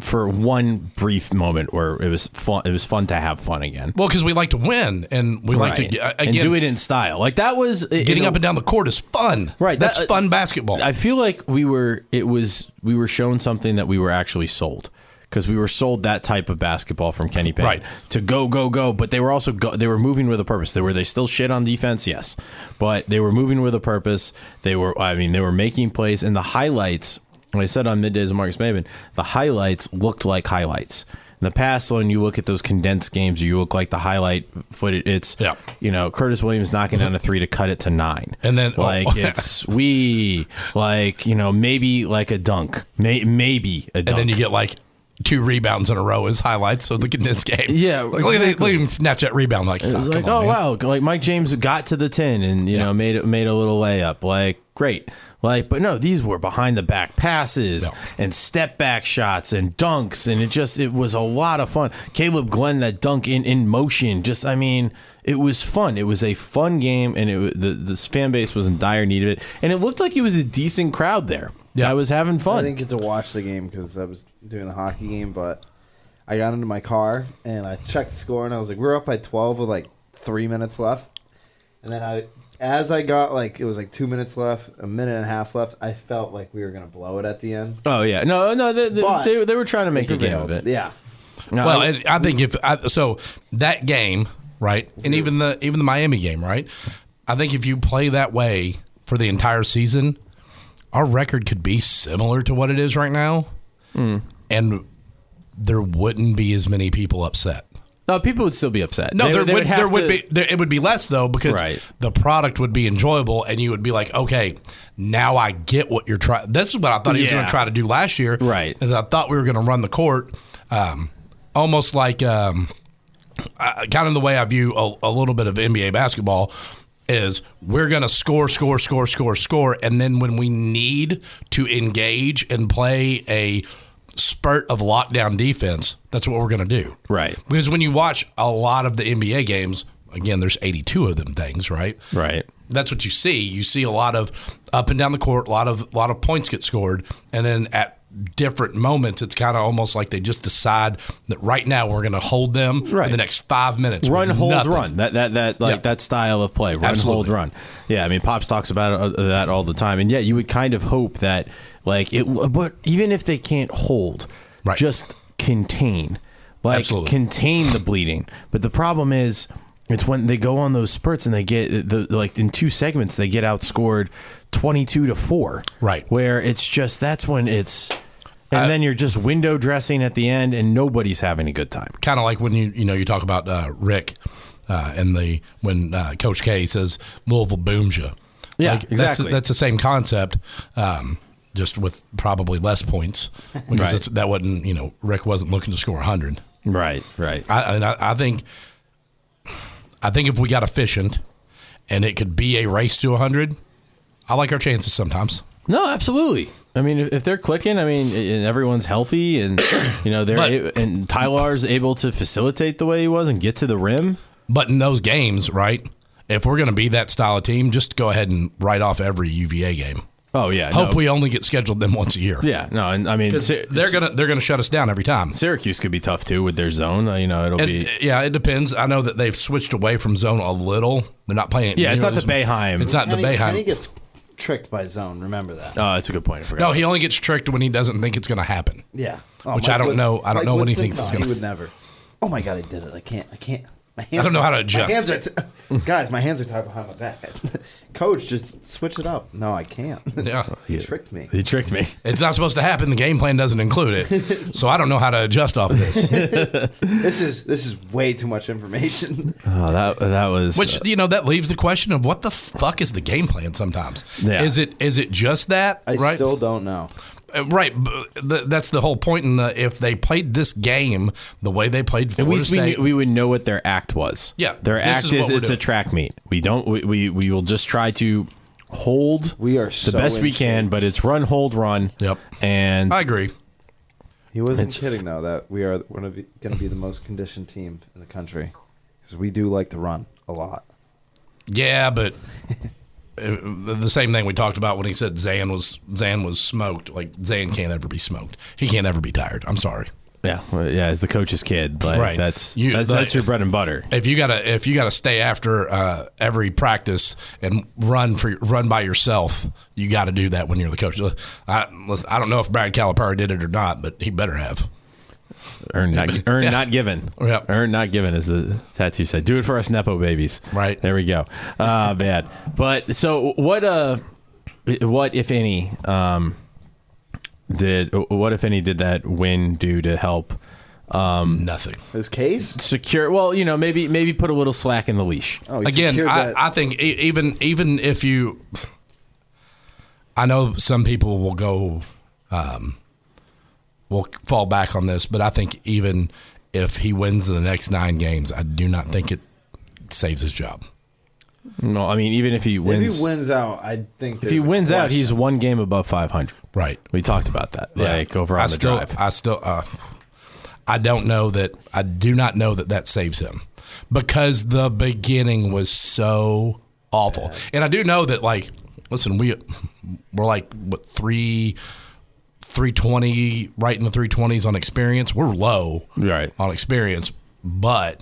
[SPEAKER 1] for one brief moment where it was fun. It was fun to have fun again.
[SPEAKER 2] Well, because we like to win, and we like to
[SPEAKER 1] Right.
[SPEAKER 2] get, again,
[SPEAKER 1] and do it in style. Like that was
[SPEAKER 2] getting
[SPEAKER 1] up
[SPEAKER 2] up and down the court is fun.
[SPEAKER 1] Right,
[SPEAKER 2] That's
[SPEAKER 1] that- uh,
[SPEAKER 2] fun basketball.
[SPEAKER 1] I feel like we were it was we were shown something that we were actually sold because we were sold that type of basketball from Kenny Payne
[SPEAKER 2] Right.
[SPEAKER 1] to go go go. But they were also go, they were moving with a purpose. They were they still shit on defense, yes, but they were moving with a purpose. They were I mean they were making plays and the highlights. When I said on middays with Marcus Maven, the highlights looked like highlights. In the past, when you look at those condensed games, you look like the highlight footage. It's
[SPEAKER 2] Yeah.
[SPEAKER 1] you know Curtis Williams knocking down a three to cut it to nine,
[SPEAKER 2] And then-
[SPEAKER 1] like
[SPEAKER 2] (laughs) oh.
[SPEAKER 1] it's we like you know maybe like a dunk May, maybe a
[SPEAKER 2] and
[SPEAKER 1] dunk
[SPEAKER 2] then you get like two rebounds in a row as highlights of the condensed game.
[SPEAKER 1] Yeah,
[SPEAKER 2] Like, look, at that- look at him snatch that rebound. Like, "Ah,
[SPEAKER 1] it was like oh wow like mike james got to the 10 and you know made it made a little layup like great like but no these were behind the back passes and step back shots and dunks and it just it was a lot of fun caleb glenn that dunk in in motion just i mean it was fun it was a fun game and it wa- the this fan base was in dire need of it and it looked like it was a decent crowd there
[SPEAKER 2] Yeah.
[SPEAKER 1] yeah i was having
[SPEAKER 4] I
[SPEAKER 1] fun
[SPEAKER 4] didn't get to watch the game because I was doing the hockey game, but I got into my car and I checked the score and I was like, we're up by 12 with like three minutes left. And then I, as I got like, it was like two minutes left, a minute and a half left, I felt like we were going to blow it at the end.
[SPEAKER 1] Oh yeah, no, no, they, they,
[SPEAKER 4] But-
[SPEAKER 1] they, they were trying to make a game of it.
[SPEAKER 4] Yeah.
[SPEAKER 1] No,
[SPEAKER 2] Well,
[SPEAKER 1] I-
[SPEAKER 2] and I think if I, so, that game, right, and even the even the Miami game, right. I think if you play that way for the entire season, our record could be similar to what it is right now,
[SPEAKER 1] Hmm.
[SPEAKER 2] and there wouldn't be as many people upset.
[SPEAKER 1] no, people would still be upset.
[SPEAKER 2] No,
[SPEAKER 1] They-
[SPEAKER 2] there
[SPEAKER 1] they
[SPEAKER 2] would,
[SPEAKER 1] have
[SPEAKER 2] there would
[SPEAKER 1] to-
[SPEAKER 2] be there, it would be less though because
[SPEAKER 1] Right.
[SPEAKER 2] the product would be enjoyable and you would be like, okay, now I get what you're trying. This is what I thought he was
[SPEAKER 1] Yeah.
[SPEAKER 2] going to try to do last year.
[SPEAKER 1] Right.
[SPEAKER 2] is I thought we were going to run the court, um, almost like um, I, kind of the way I view a, a little bit of NBA basketball is we're going to score, score, score, score, score, and then when we need to engage and play a spurt of lockdown defense, that's what we're going to do.
[SPEAKER 1] Right.
[SPEAKER 2] Because when you watch a lot of the NBA games, again, there's 82 of them things, right?
[SPEAKER 1] right.
[SPEAKER 2] That's what you see. You see a lot of up and down the court, a lot of lot of points get scored, and then at different moments, it's kind of almost like they just decide that right now we're going to hold them for
[SPEAKER 1] Right.
[SPEAKER 2] the next five minutes.
[SPEAKER 1] Run,
[SPEAKER 2] with
[SPEAKER 1] hold,
[SPEAKER 2] nothing.
[SPEAKER 1] run. That that that like
[SPEAKER 2] Yeah.
[SPEAKER 1] that style of play. Run,
[SPEAKER 2] Absolutely.
[SPEAKER 1] hold, run. Yeah, I mean, Pops talks about uh, that all the time, and yet you would kind of hope that like it. But even if they can't hold,
[SPEAKER 2] Right.
[SPEAKER 1] just contain, like
[SPEAKER 2] Absolutely.
[SPEAKER 1] contain the bleeding. But the problem is. It's when they go on those spurts and they get uh, the like in two segments they get outscored twenty two to four.
[SPEAKER 2] Right.
[SPEAKER 1] Where it's just that's when it's and then you're just window dressing at the end and nobody's having a good time.
[SPEAKER 2] kind of like when you you know you talk about uh, Rick uh, and the when uh, Coach K says Louisville booms you.
[SPEAKER 1] Yeah,
[SPEAKER 2] Like, that's-
[SPEAKER 1] exactly.
[SPEAKER 2] That's, the same concept, um, just with probably less
[SPEAKER 1] (laughs)
[SPEAKER 2] points because it's, that wasn't you know Rick wasn't looking to score hundred.
[SPEAKER 1] Right, right.
[SPEAKER 2] I, and I, I think, I think if we got efficient, and it could be a race to hundred, I like our chances sometimes.
[SPEAKER 1] No, absolutely. I mean, if- if they're clicking, I mean, and everyone's healthy, (coughs) and you know they're
[SPEAKER 2] But-
[SPEAKER 1] a- and Tyler's able to facilitate the way he was and get to the rim.
[SPEAKER 2] But in those games, right? if we're going to be that style of team, just go ahead and write off every UVA game.
[SPEAKER 1] Oh yeah.
[SPEAKER 2] Hope
[SPEAKER 1] no.
[SPEAKER 2] we only get scheduled them once a year.
[SPEAKER 1] Yeah. No. And I mean, Sy-
[SPEAKER 2] They're gonna they're gonna shut us down every time.
[SPEAKER 1] Syracuse could be tough too with their zone. Uh, You know, it'll
[SPEAKER 2] And,
[SPEAKER 1] be.
[SPEAKER 2] yeah, it depends. I know that they've switched away from zone a little. They're not playing. it
[SPEAKER 1] Yeah, it's
[SPEAKER 2] nearly
[SPEAKER 1] not the
[SPEAKER 2] as much.
[SPEAKER 1] Bayheim.
[SPEAKER 2] It's not the
[SPEAKER 4] Kenny, Kenny
[SPEAKER 2] Bayheim.
[SPEAKER 4] gets tricked by zone. Remember that.
[SPEAKER 1] Oh, that's a good point. I forgot.
[SPEAKER 2] No, he only gets tricked when he doesn't think it's going to happen.
[SPEAKER 4] Yeah. Oh,
[SPEAKER 2] Which
[SPEAKER 4] Mike
[SPEAKER 2] I don't
[SPEAKER 4] Wood-
[SPEAKER 2] know- I don't
[SPEAKER 4] Mike
[SPEAKER 2] know when he
[SPEAKER 4] Woodson?
[SPEAKER 2] thinks it's
[SPEAKER 4] No,
[SPEAKER 2] gonna-
[SPEAKER 4] He would never. Oh my god, I did it! I can't. I can't. My hands,
[SPEAKER 2] don't know how to
[SPEAKER 4] My
[SPEAKER 2] adjust.
[SPEAKER 4] hands are t- (laughs) guys, my hands are tied behind my back. (laughs) Coach, just switch it up. No, I can't. (laughs)
[SPEAKER 2] Yeah.
[SPEAKER 4] he tricked me.
[SPEAKER 1] He tricked me.
[SPEAKER 2] It's not supposed to happen. The game plan doesn't include
[SPEAKER 4] (laughs)
[SPEAKER 2] it. So I don't know how to adjust off
[SPEAKER 1] (laughs)
[SPEAKER 2] of this.
[SPEAKER 4] This is this is way too much information. (laughs)
[SPEAKER 1] Oh, that that was.
[SPEAKER 2] Which, you know, that leaves the question of what the fuck is the game plan sometimes?
[SPEAKER 1] Yeah.
[SPEAKER 2] Is it is it just that?
[SPEAKER 4] I
[SPEAKER 2] right?
[SPEAKER 4] still don't know.
[SPEAKER 2] Uh, right. b- th- That's the whole point in the if they played this game the way they played Florida
[SPEAKER 1] we, we,
[SPEAKER 2] State.
[SPEAKER 1] knew- we would know what their act was.
[SPEAKER 2] Yeah,
[SPEAKER 1] their
[SPEAKER 2] this
[SPEAKER 1] act
[SPEAKER 2] is
[SPEAKER 1] is,
[SPEAKER 2] what we're
[SPEAKER 1] it's a
[SPEAKER 2] doing.
[SPEAKER 1] track meet. We don't. We we, we will just try to hold.
[SPEAKER 4] We are
[SPEAKER 1] the
[SPEAKER 4] so
[SPEAKER 1] best we
[SPEAKER 4] in
[SPEAKER 1] can, but it's run, hold, run.
[SPEAKER 2] Yep.
[SPEAKER 1] And
[SPEAKER 2] I agree.
[SPEAKER 4] He wasn't kidding though that we are one of going to be the most conditioned team in the country because we do like to run a lot.
[SPEAKER 2] Yeah, but uh, the the same thing we talked about when he said Zan was Zan was smoked. Like Zan can't ever be smoked. He can't ever be tired. I'm sorry.
[SPEAKER 1] Yeah, well, yeah. As the coach's kid, but
[SPEAKER 2] Right.
[SPEAKER 1] that's
[SPEAKER 2] You-
[SPEAKER 1] that's,
[SPEAKER 2] like-
[SPEAKER 1] that's your bread and butter.
[SPEAKER 2] If you gotta if you gotta stay after uh, every practice and run for run by yourself, you got to do that when you're the coach. Uh, I listen, I don't know if Brad Calipari did it or not, but he better have.
[SPEAKER 1] Earn not earn not given.
[SPEAKER 2] Yep.
[SPEAKER 1] Earn not given, as the tattoo said. Do it for us, nepo babies.
[SPEAKER 2] Right.
[SPEAKER 1] there we go. Ah, (laughs) bad. But so what? Uh, what if any? Um, did what if any did that win do to help
[SPEAKER 2] Nothing.
[SPEAKER 4] His case
[SPEAKER 1] secure? Well, you know, maybe maybe put a little slack in the leash.
[SPEAKER 4] oh, he
[SPEAKER 2] Again,
[SPEAKER 4] secured
[SPEAKER 2] I,
[SPEAKER 4] that.
[SPEAKER 2] I think e- even even if you, I know some people will go, um, will fall back on this, but I think even if he wins the next nine games, I do not think it saves his job.
[SPEAKER 1] No, I mean, even if he
[SPEAKER 4] if
[SPEAKER 1] wins,
[SPEAKER 4] he wins out, I think
[SPEAKER 1] if he wins out, he's one game above five hundred.
[SPEAKER 2] Right.
[SPEAKER 1] We talked about that, like over on
[SPEAKER 2] I
[SPEAKER 1] the
[SPEAKER 2] still,
[SPEAKER 1] drive.
[SPEAKER 2] I still, uh, I don't know that. I do not know that that saves him because the beginning was so awful, and I do know that. Like, listen, we we're like what three. 320 right in the 320s on experience we're low
[SPEAKER 1] Right.
[SPEAKER 2] on experience but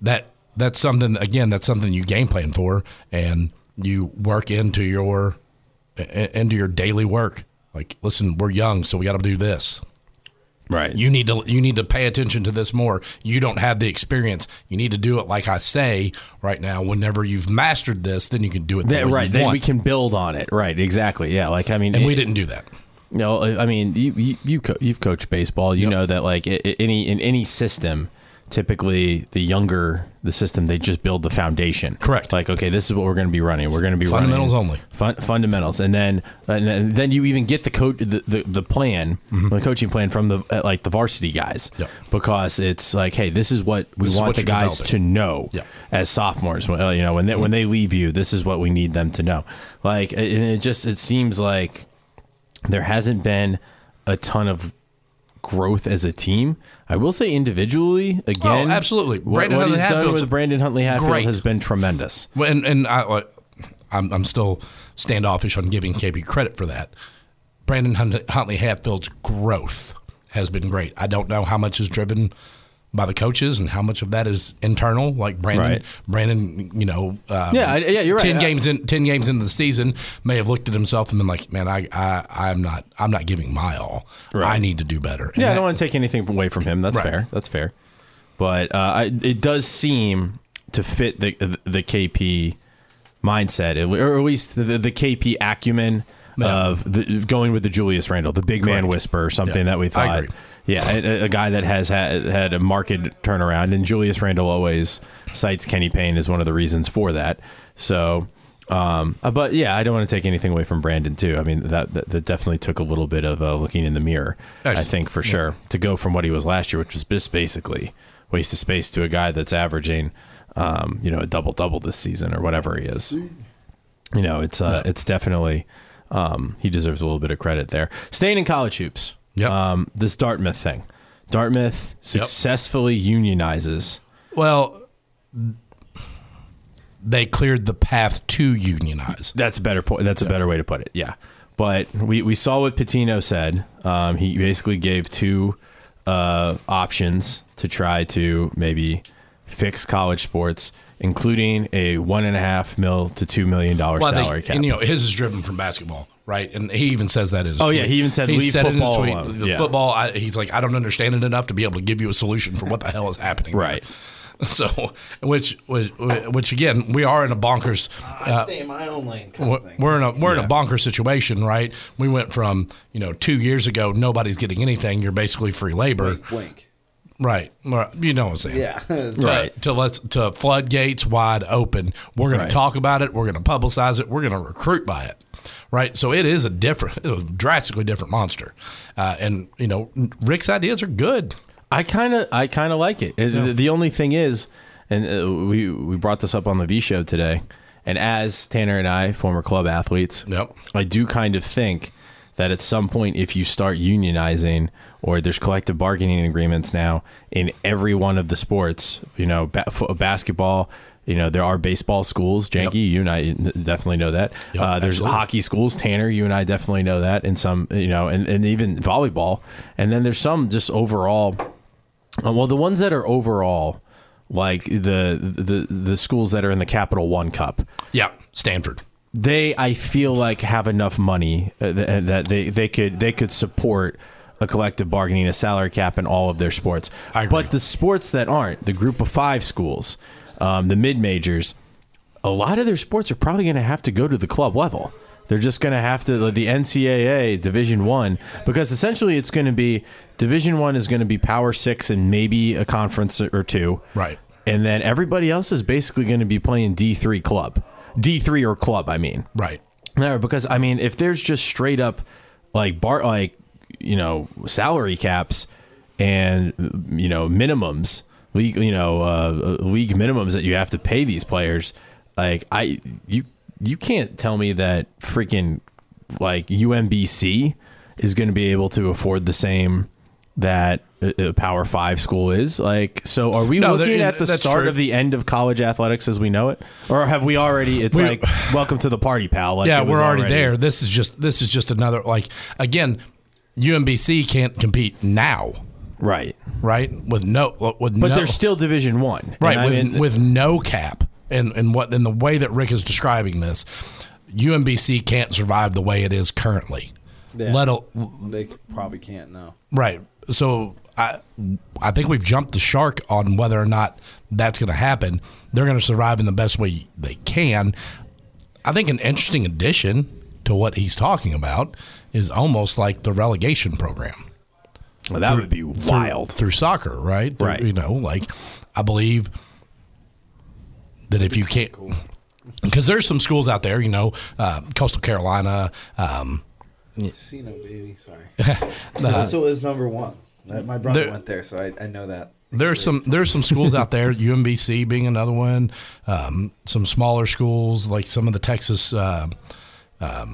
[SPEAKER 2] that that's something again that's something you game plan for and you work into your i- into your daily work like listen we're young so we got to do this
[SPEAKER 1] Right.
[SPEAKER 2] you need to you need to pay attention to this more you don't have the experience you need to do it like i say right now whenever you've mastered this then you can do it the
[SPEAKER 1] That-
[SPEAKER 2] way
[SPEAKER 1] right.
[SPEAKER 2] you
[SPEAKER 1] Then
[SPEAKER 2] want.
[SPEAKER 1] we can build on it. Right. Exactly. Yeah. Like I mean,
[SPEAKER 2] and we
[SPEAKER 1] it-
[SPEAKER 2] didn't do that
[SPEAKER 1] No, I I mean you you, you co- you've coached baseball. You know that like i- i- any in any system, typically the younger the system, they just build the foundation.
[SPEAKER 2] Correct.
[SPEAKER 1] Like okay, this is what we're going to be running. We're going to be running-
[SPEAKER 2] Fundamentals only.
[SPEAKER 1] Fun, fundamentals, and then and then- then you even get the coach the, the, the plan,
[SPEAKER 2] Mm-hmm.
[SPEAKER 1] the coaching plan from the uh, like the varsity guys.
[SPEAKER 2] Yep.
[SPEAKER 1] Because it's like, hey, this is what we
[SPEAKER 2] This is
[SPEAKER 1] want
[SPEAKER 2] what
[SPEAKER 1] the
[SPEAKER 2] you're
[SPEAKER 1] guys
[SPEAKER 2] developing.
[SPEAKER 1] to know
[SPEAKER 2] Yep.
[SPEAKER 1] as sophomores. Well, you know when they, when
[SPEAKER 2] Mm-hmm.
[SPEAKER 1] they leave you, this is what we need them to know. Like and it just it seems like there hasn't been a ton of growth as a team. I will say individually again.
[SPEAKER 2] Oh, absolutely.
[SPEAKER 1] what-
[SPEAKER 2] Brandon
[SPEAKER 1] what
[SPEAKER 2] Huntley
[SPEAKER 1] he's done
[SPEAKER 2] Hatfield's
[SPEAKER 1] with Brandon Huntley Hatfield
[SPEAKER 2] great.
[SPEAKER 1] has been tremendous.
[SPEAKER 2] Well, and and I, like, I'm I'm still standoffish on giving KB credit for that. Brandon Hunt- Huntley Hatfield's growth has been great. I don't know how much is driven by the coaches and how much of that is internal. Like Brandon,
[SPEAKER 1] Right.
[SPEAKER 2] Brandon, you know, um,
[SPEAKER 1] Yeah, I- yeah, you're right.
[SPEAKER 2] Ten
[SPEAKER 1] I-
[SPEAKER 2] games in, ten games into the season, may have looked at himself and been like, "Man, I, I I'm not, I'm not giving my all. I need to do better." And
[SPEAKER 1] Yeah, I
[SPEAKER 2] that-
[SPEAKER 1] don't want to take anything away from him. That's
[SPEAKER 2] Right.
[SPEAKER 1] fair. That's fair. But uh, I, it does seem to fit the the KP mindset, at le- or at least the, the KP acumen of the, going with the Julius Randle, the big man whisper, something
[SPEAKER 2] Yeah,
[SPEAKER 1] that we
[SPEAKER 2] I
[SPEAKER 1] thought.
[SPEAKER 2] agree.
[SPEAKER 1] Yeah, a, a guy that has had, had a marked turnaround, and Julius Randle always cites Kenny Payne as one of the reasons for that. So, um, uh, but yeah, I don't want to take anything away from Brandon too. I mean, that that, that definitely took a little bit of uh, looking in the mirror. I
[SPEAKER 2] Excellent.
[SPEAKER 1] think for sure to go from what he was last year, which was just basically waste of space, to a guy that's averaging, um, you know, a double double this season or whatever he is. You know, it's uh, it's definitely um, he deserves a little bit of credit there. Staying in college hoops,
[SPEAKER 2] Yep.
[SPEAKER 1] um, this Dartmouth thing. Dartmouth successfully unionizes.
[SPEAKER 2] Well, they cleared the path to unionize.
[SPEAKER 1] That's a better point. That's a better way to put it. Yeah. But we, we saw what Patino said. Um, he basically gave two uh, options to try to maybe fix college sports, including a one and a half mil to two million dollar
[SPEAKER 2] Well, I
[SPEAKER 1] salary
[SPEAKER 2] think-
[SPEAKER 1] cap.
[SPEAKER 2] And you know, his is driven from basketball, right? And he even says that as
[SPEAKER 1] Oh, yeah, he even said, "Leave football alone."
[SPEAKER 2] The
[SPEAKER 1] Yeah.
[SPEAKER 2] football, I, he's like, I don't understand it enough to be able to give you a solution for what the hell is happening, there."
[SPEAKER 1] Right.
[SPEAKER 2] (laughs) So, which, which, which again, we are in a bonkers.
[SPEAKER 4] I stay in my own lane. Kind
[SPEAKER 2] We're
[SPEAKER 4] of thing.
[SPEAKER 2] we're in a we're in a bonker situation, right? We went from you know two years ago, nobody's getting anything. You're basically free labor,
[SPEAKER 4] Wink.
[SPEAKER 2] right? Well, You know what I'm saying?
[SPEAKER 4] Yeah.
[SPEAKER 2] (laughs) to,
[SPEAKER 1] Right.
[SPEAKER 2] to let's to floodgates wide open. We're going
[SPEAKER 1] Right.
[SPEAKER 2] to talk about it. We're going to publicize it. We're going to recruit by it, right? So it is a different, a drastically different monster, uh, and you know Rick's ideas are good.
[SPEAKER 1] I kind of I kind of like it. Uh, the- The only thing is, and uh, we we brought this up on the V show today, and as Tanner and I, former club athletes,
[SPEAKER 2] Yep.
[SPEAKER 1] I do kind of think that at some point, if you start unionizing or there's collective bargaining agreements now in every one of the sports, you know, ba- fo- basketball. You know there are baseball schools. Janky, you and I definitely know that. uh, there's
[SPEAKER 2] absolutely.
[SPEAKER 1] hockey schools. Tanner, you and I definitely know that. And some, you know, and, and even volleyball. And then there's some just overall uh, Well, the ones that are overall, like the the the schools that are in the Capital One Cup,
[SPEAKER 2] Yeah, Stanford.
[SPEAKER 1] they I feel like have enough money uh, th- that they they could they could support a collective bargaining, a salary cap, in all of their sports.
[SPEAKER 2] I agree.
[SPEAKER 1] But the sports that aren't, the Group of Five schools, um, the mid majors, a lot of their sports are probably going to have to go to the club level. They're just going to have to like, the NCAA Division One because essentially it's going to be Division One is going to be Power Six and maybe a conference or two,
[SPEAKER 2] Right.
[SPEAKER 1] And then everybody else is basically going to be playing D three club, D three or club. I mean,
[SPEAKER 2] Right.
[SPEAKER 1] no, because I mean, if there's just straight up like bar, like you know, salary caps and you know minimums, league, you know, uh, league minimums that you have to pay these players, like I, you, you can't tell me that freaking like UMBC is going to be able to afford the same that a a Power Five school is. Like, so are we
[SPEAKER 2] No,
[SPEAKER 1] looking
[SPEAKER 2] that-
[SPEAKER 1] at the
[SPEAKER 2] that's
[SPEAKER 1] start
[SPEAKER 2] true.
[SPEAKER 1] of the end of college athletics as we know it, or have we already? It's
[SPEAKER 2] We-
[SPEAKER 1] like welcome to the party, pal. Like,
[SPEAKER 2] Yeah,
[SPEAKER 1] it was
[SPEAKER 2] we're already, there. This is just this is just another like again, UMBC can't compete now,
[SPEAKER 1] right?
[SPEAKER 2] right? With no with
[SPEAKER 1] But
[SPEAKER 2] no,
[SPEAKER 1] they're still Division One,
[SPEAKER 2] right
[SPEAKER 1] And I
[SPEAKER 2] with,
[SPEAKER 1] mean,
[SPEAKER 2] with no cap and and what and the way that Rick is describing this, UMBC can't survive the way it is currently.
[SPEAKER 4] Yeah.
[SPEAKER 2] Let a,
[SPEAKER 4] They probably can't know.
[SPEAKER 2] right, so I I think we've jumped the shark on whether or not that's going to happen. They're going to survive in the best way they can. I think an interesting addition to what he's talking about is almost like the relegation program.
[SPEAKER 1] well, that would be wild.
[SPEAKER 2] through soccer, right? Through-
[SPEAKER 1] Right.
[SPEAKER 2] You know, like I believe that if you can't, because there's some schools out there, you know, uh, Coastal Carolina. Um,
[SPEAKER 4] Casino, baby. Sorry.
[SPEAKER 1] (laughs)
[SPEAKER 4] Russell is number one. That- My brother
[SPEAKER 2] There-
[SPEAKER 4] went there, so I, I know that.
[SPEAKER 2] there's some there's some schools out there, (laughs) UMBC being another one. Um, some smaller schools like some of the Texas. Uh, um,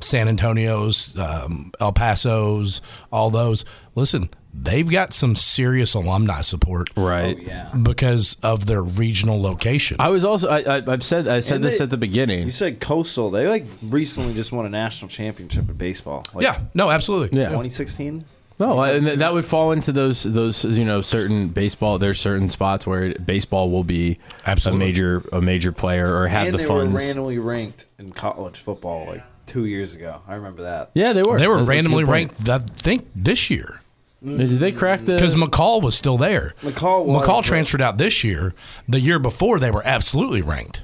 [SPEAKER 2] San Antonio's, um, El Paso's, all those. Listen, they've got some serious alumni support,
[SPEAKER 1] right.
[SPEAKER 4] Yeah.
[SPEAKER 2] Because of their regional location.
[SPEAKER 1] I was also I, I I've said I said
[SPEAKER 4] And
[SPEAKER 1] this
[SPEAKER 4] they-
[SPEAKER 1] at the beginning.
[SPEAKER 4] You said Coastal. They like recently just won a national championship in baseball. Like
[SPEAKER 2] yeah, no, absolutely.
[SPEAKER 1] Yeah.
[SPEAKER 4] 2016.
[SPEAKER 1] No, I- and th- that would fall into those those you know certain baseball. There's certain spots where baseball will be
[SPEAKER 2] Absolutely.
[SPEAKER 1] a major a major player or have
[SPEAKER 4] and
[SPEAKER 1] the
[SPEAKER 4] they were
[SPEAKER 1] funds.
[SPEAKER 4] randomly ranked in college football like two years ago. I remember that.
[SPEAKER 1] yeah, they were.
[SPEAKER 2] They
[SPEAKER 1] That's- that's a
[SPEAKER 2] were
[SPEAKER 1] good
[SPEAKER 2] randomly
[SPEAKER 1] point.
[SPEAKER 2] ranked, I think, this year
[SPEAKER 1] Did they crack the?
[SPEAKER 2] because McCall was still there.
[SPEAKER 4] McCall was,
[SPEAKER 2] McCall
[SPEAKER 4] but-
[SPEAKER 2] transferred out this year. The year before, they were absolutely ranked.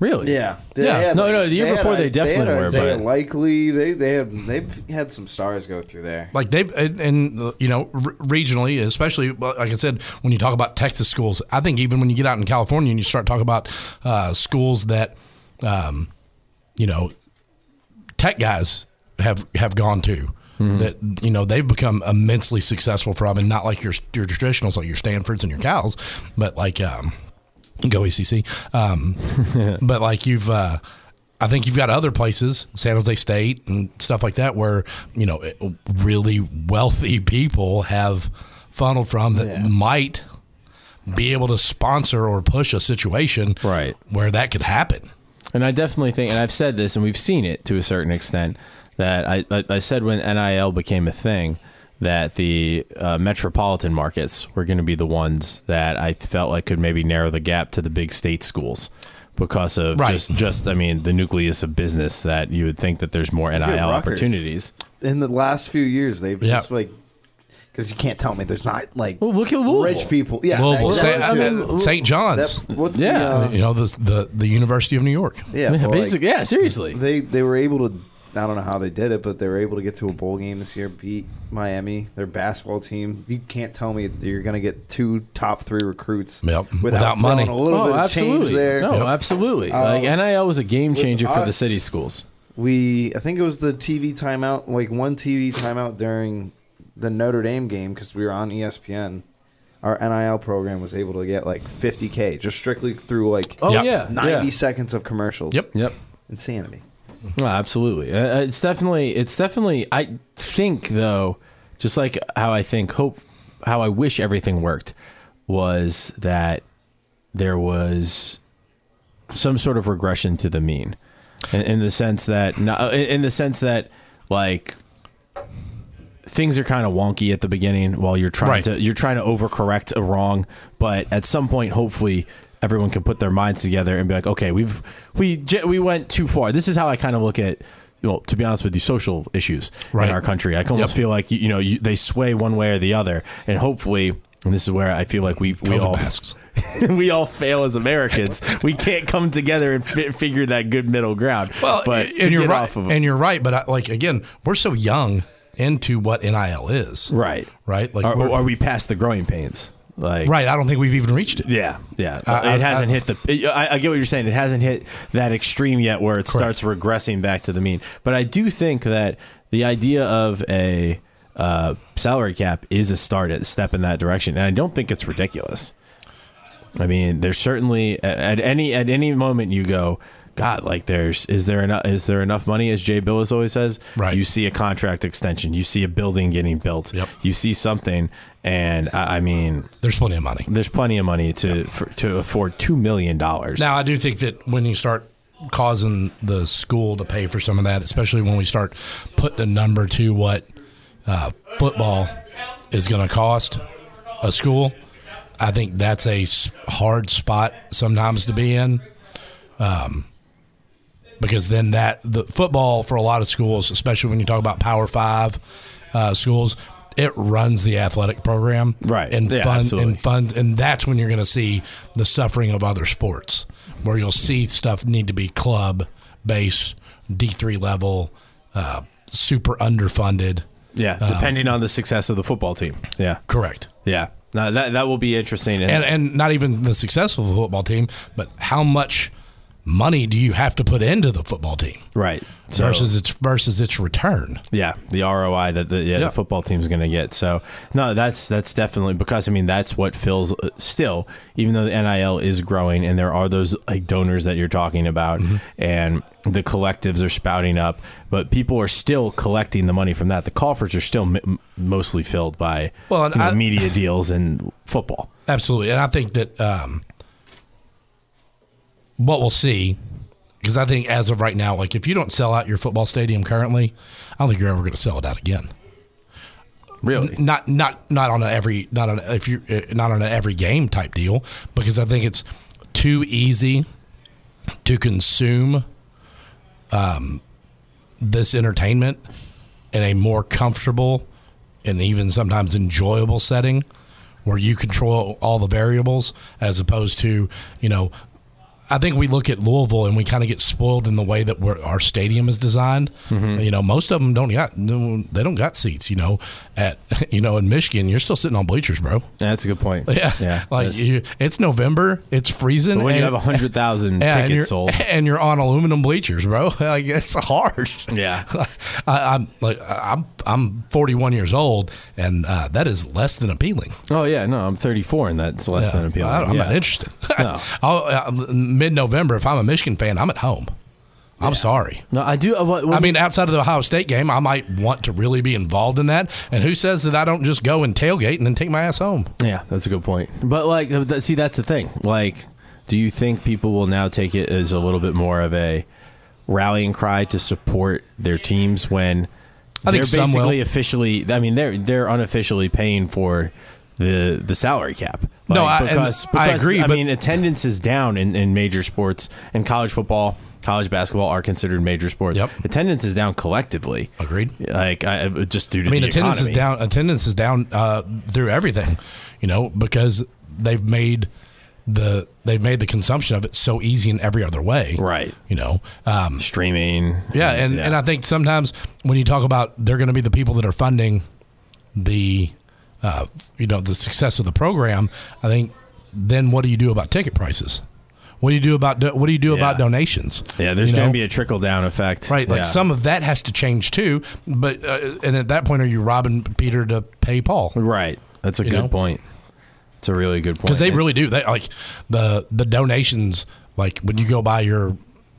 [SPEAKER 1] really?
[SPEAKER 4] Yeah. They
[SPEAKER 2] Yeah.
[SPEAKER 1] No, no, the year
[SPEAKER 4] had
[SPEAKER 1] before
[SPEAKER 4] I-
[SPEAKER 1] they definitely
[SPEAKER 4] had
[SPEAKER 1] were,
[SPEAKER 4] Isaiah
[SPEAKER 1] but-
[SPEAKER 4] likely they they have they've had some stars go through there.
[SPEAKER 2] Like they've and, and uh, you know re- regionally, especially well, like I said, when you talk about Texas schools, I think even when you get out in California and you start talking about uh, schools that, um, you know, tech guys have have gone to. That you know they've become immensely successful from, and not like your your traditionals like your Stanfords and your Cals, but like um, go ECC. Um, but like you've, uh, I think you've got other places, San Jose State and stuff like that, where you know it- (laughs) really wealthy people have funneled from that might be able to sponsor or push a situation
[SPEAKER 1] Right.
[SPEAKER 2] where that could happen.
[SPEAKER 1] And I definitely think, and I've said this, and we've seen it to a certain extent, that I, I, I said when NIL became a thing that the uh, metropolitan markets were going to be the ones that I felt like could maybe narrow the gap to the big state schools because of
[SPEAKER 2] Right.
[SPEAKER 1] just, just, I mean, the nucleus of business that you would think that there's more NIL
[SPEAKER 4] at Rutgers.
[SPEAKER 1] opportunities.
[SPEAKER 4] in the last few years they've
[SPEAKER 2] Yeah.
[SPEAKER 4] just like because you can't tell me there's not like
[SPEAKER 1] Well, look at Louisville.
[SPEAKER 4] rich people yeah
[SPEAKER 2] Louisville,
[SPEAKER 4] that-
[SPEAKER 2] St. I
[SPEAKER 4] that-
[SPEAKER 2] mean,
[SPEAKER 4] that-
[SPEAKER 2] St. John's.
[SPEAKER 4] that- what's
[SPEAKER 1] Yeah.
[SPEAKER 4] the, uh,
[SPEAKER 2] you know, the, the the University of New York.
[SPEAKER 4] yeah well,
[SPEAKER 1] Yeah,
[SPEAKER 4] like,
[SPEAKER 1] basically, yeah, seriously.
[SPEAKER 4] they they were able to I don't know how they did it but they were able to get to a bowl game this year beat Miami their basketball team you can't tell me that you're gonna get two top three recruits
[SPEAKER 2] Yep.
[SPEAKER 4] without,
[SPEAKER 2] Without
[SPEAKER 4] throwing
[SPEAKER 2] money.
[SPEAKER 4] a little bit of change there
[SPEAKER 1] Oh,
[SPEAKER 4] Um,
[SPEAKER 1] No, absolutely. like NIL was a game changer for the
[SPEAKER 4] us-
[SPEAKER 1] city schools.
[SPEAKER 4] we I think it was the TV timeout, like one TV timeout during the Notre Dame game because we were on E ESPN. Our NIL program was able to get like 50k just strictly through like
[SPEAKER 1] Oh
[SPEAKER 2] Yep.
[SPEAKER 1] yeah,
[SPEAKER 4] 90
[SPEAKER 1] yeah.
[SPEAKER 4] seconds of commercials.
[SPEAKER 2] Yep.
[SPEAKER 1] Yep.
[SPEAKER 4] insanity.
[SPEAKER 1] No, absolutely. Uh, uh, It's definitely. It's definitely. I think though, just like how I think hope, how I wish everything worked, was that there was some sort of regression to the mean, in, in the sense that no, uh, in- in the sense that like things are kind of wonky at the beginning while you're trying
[SPEAKER 2] Right.
[SPEAKER 1] to you're trying to overcorrect a wrong, but at some point, hopefully, everyone can put their minds together and be like, okay, we've we j- we went too far. This is how I kind of look at. You know, to be honest with you, social issues
[SPEAKER 2] Right.
[SPEAKER 1] in our country. I can almost
[SPEAKER 2] Yep.
[SPEAKER 1] feel like you, you know you, they sway one way or the other, and hopefully, and this is where I feel like we we
[SPEAKER 2] COVID
[SPEAKER 1] all
[SPEAKER 2] masks.
[SPEAKER 1] (laughs) we all fail as Americans. We can't come together and fi- figure that good middle ground.
[SPEAKER 2] Well,
[SPEAKER 1] but
[SPEAKER 2] and you're
[SPEAKER 1] get
[SPEAKER 2] right.
[SPEAKER 1] off of 'em.
[SPEAKER 2] and you're right. But I, like again, we're so young into what NIL is.
[SPEAKER 1] right,
[SPEAKER 2] Right. Like
[SPEAKER 1] Are,
[SPEAKER 2] we're-
[SPEAKER 1] are we past the growing pains? Like,
[SPEAKER 2] right. I don't think we've even reached it.
[SPEAKER 1] Yeah, yeah.
[SPEAKER 2] I-
[SPEAKER 1] it hasn't
[SPEAKER 2] I-
[SPEAKER 1] hit the. It, I, I get what you're saying. It hasn't hit that extreme yet, where it starts regressing back to the mean. But I do think that the idea of a uh, salary cap is a start, a step in that direction, and I don't think it's ridiculous. I mean, there's certainly at- at any at any moment you go, God, like there's is there enough is there enough money as Jay Billis always says.
[SPEAKER 2] Right.
[SPEAKER 1] You see a contract extension, you see a building getting built,
[SPEAKER 2] Yep.
[SPEAKER 1] you see something, and I, I mean,
[SPEAKER 2] There's plenty of money.
[SPEAKER 1] there's plenty of money to for, to afford two million dollars.
[SPEAKER 2] Now, I do think that when you start causing the school to pay for some of that, especially when we start putting a number to what uh, football is going to cost a school, I think that's a s- hard spot sometimes to be in. Um, because then that the football for a lot of schools, especially when you talk about Power Five uh, schools, it runs the athletic program,
[SPEAKER 1] Right.
[SPEAKER 2] And
[SPEAKER 1] Yeah,
[SPEAKER 2] fund
[SPEAKER 1] absolutely.
[SPEAKER 2] and fund, and that's when you're going to see the suffering of other sports, where you'll see stuff need to be club based, D three level, uh, super underfunded.
[SPEAKER 1] yeah,
[SPEAKER 2] um,
[SPEAKER 1] depending on the success of the football team. Yeah,
[SPEAKER 2] Correct.
[SPEAKER 1] yeah. Now that that will be interesting. And,
[SPEAKER 2] and and not even the successful football team, but how much money do you have to put into the football team
[SPEAKER 1] right. So,
[SPEAKER 2] versus its versus its return?
[SPEAKER 1] yeah, the ROI that the, yeah,
[SPEAKER 2] Yeah.
[SPEAKER 1] the football team's going to get. So no, that's that's definitely because I mean that's what fills uh, still. Even though the NIL is growing and there are those like donors that you're talking about,
[SPEAKER 2] Mm-hmm.
[SPEAKER 1] and the collectives are spouting up, but people are still collecting the money from that. The coffers are still m- mostly filled by
[SPEAKER 2] Well, and
[SPEAKER 1] you know,
[SPEAKER 2] I-
[SPEAKER 1] media deals and football.
[SPEAKER 2] Absolutely, and I think that um, what we'll see, because I think as of right now, like if you don't sell out your football stadium currently, I don't think you're ever going to sell it out again.
[SPEAKER 1] Really?
[SPEAKER 2] Not not not on a every not on a, if you uh, not on a every game type deal because I think it's too easy to consume um, this entertainment in a more comfortable and even sometimes enjoyable setting where you control all the variables as opposed to you know I think we look at Louisville and we kind of get spoiled in the way that we're, our stadium is designed.
[SPEAKER 1] Mm-hmm.
[SPEAKER 2] You know, most of them don't got no, they don't got seats. You know, at (laughs) you know in Michigan, you're still sitting on bleachers, bro. (laughs)
[SPEAKER 1] That's a good point.
[SPEAKER 2] Yeah,
[SPEAKER 1] yeah.
[SPEAKER 2] Like
[SPEAKER 1] that's-
[SPEAKER 2] you, it's November, it's freezing.
[SPEAKER 1] when you
[SPEAKER 2] and-
[SPEAKER 1] have hundred thousand
[SPEAKER 2] (laughs) yeah, and you're,
[SPEAKER 1] tickets sold.
[SPEAKER 2] and you're on aluminum bleachers, bro. (laughs) Like it's hard.
[SPEAKER 1] Yeah.
[SPEAKER 2] (laughs) I, I'm like I'm I'm 41 years old, and uh, that is less than appealing.
[SPEAKER 1] Oh yeah, no, I'm 34, and that's less than appealing.
[SPEAKER 2] I, am
[SPEAKER 1] yeah.
[SPEAKER 2] (laughs) not interested. I'll- uh, Mid November, if I'm a Michigan fan, I'm at home. I'm sorry.
[SPEAKER 1] No, I do. Uh, what, what
[SPEAKER 2] I mean, outside of the Ohio State game, I might want to really be involved in that. And who says that I don't just go and tailgate and then take my ass home?
[SPEAKER 1] Yeah, that's a good point. But like, th- see, that's the thing. Like, do you think people will now take it as a little bit more of a rallying cry to support their teams when
[SPEAKER 2] I
[SPEAKER 1] they're
[SPEAKER 2] think some will.
[SPEAKER 1] basically officially? I mean, they're they're unofficially paying for the the salary cap.
[SPEAKER 2] No, I- and
[SPEAKER 1] because,
[SPEAKER 2] I
[SPEAKER 1] because,
[SPEAKER 2] agree,
[SPEAKER 1] I
[SPEAKER 2] but-
[SPEAKER 1] mean, attendance is down in, in major sports and college football, college basketball are considered major sports.
[SPEAKER 2] Yep.
[SPEAKER 1] Attendance is down collectively.
[SPEAKER 2] Agreed.
[SPEAKER 1] Like, I, just due to
[SPEAKER 2] I mean,
[SPEAKER 1] the
[SPEAKER 2] attendance
[SPEAKER 1] economy.
[SPEAKER 2] is down. Attendance is down uh, through everything, you know, because they've made the they've made the consumption of it so easy in every other way,
[SPEAKER 1] Right.
[SPEAKER 2] You know, um,
[SPEAKER 1] Streaming.
[SPEAKER 2] yeah, and and I think sometimes when you talk about they're going to be the people that are funding the uh, you know the success of the program, I think then what do you do about ticket prices? What do you do about do- what do you do about donations?
[SPEAKER 1] Yeah, there's
[SPEAKER 2] You
[SPEAKER 1] going
[SPEAKER 2] know?
[SPEAKER 1] to be a trickle down effect.
[SPEAKER 2] Right, like
[SPEAKER 1] Yeah.
[SPEAKER 2] some of that has to change too, but uh, and at that point, are you robbing Peter to pay Paul?
[SPEAKER 1] Right. That's a good
[SPEAKER 2] know?
[SPEAKER 1] point. It's a really good point.
[SPEAKER 2] because they really do. They like the the donations. Like when you go buy your,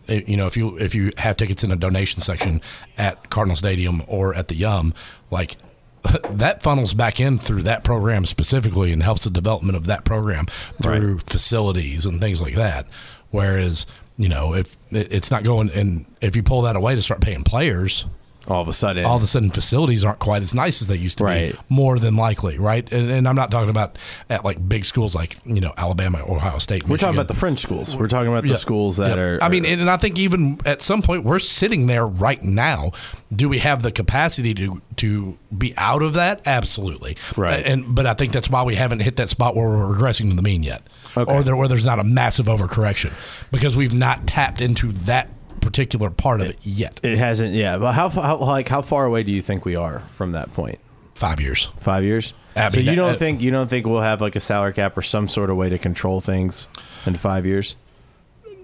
[SPEAKER 2] eh, you know, if you if you have tickets in a donation section at Cardinal Stadium or at the Yum, like (laughs) that funnels back in through that program specifically and helps the development of that program through facilities and things like that. Whereas you know if it- it's not going and if you pull that away to start paying players,
[SPEAKER 1] all of a sudden.
[SPEAKER 2] all of a sudden facilities aren't quite as nice as they used to
[SPEAKER 1] Right.
[SPEAKER 2] be more than likely right and, and i'm not talking about at like big schools like you know alabama or ohio state
[SPEAKER 1] we're talking about the French schools. We're talking about the schools that are.
[SPEAKER 2] i mean and, and i think even at some point we're sitting there right now do we have the capacity to to be out of that absolutely
[SPEAKER 1] Right.
[SPEAKER 2] and but i think that's why we haven't hit that spot where we're regressing to the mean yet
[SPEAKER 1] Okay.
[SPEAKER 2] or there, where there's not a massive overcorrection because we've not tapped into that particular part of it yet
[SPEAKER 1] it hasn't. Yeah, but how, how like how far away do you think we are from that point?
[SPEAKER 2] five years
[SPEAKER 1] Five years.
[SPEAKER 2] I
[SPEAKER 1] so
[SPEAKER 2] mean,
[SPEAKER 1] you don't
[SPEAKER 2] uh,
[SPEAKER 1] think you don't think we'll have like a salary cap or some sort of way to control things in five years?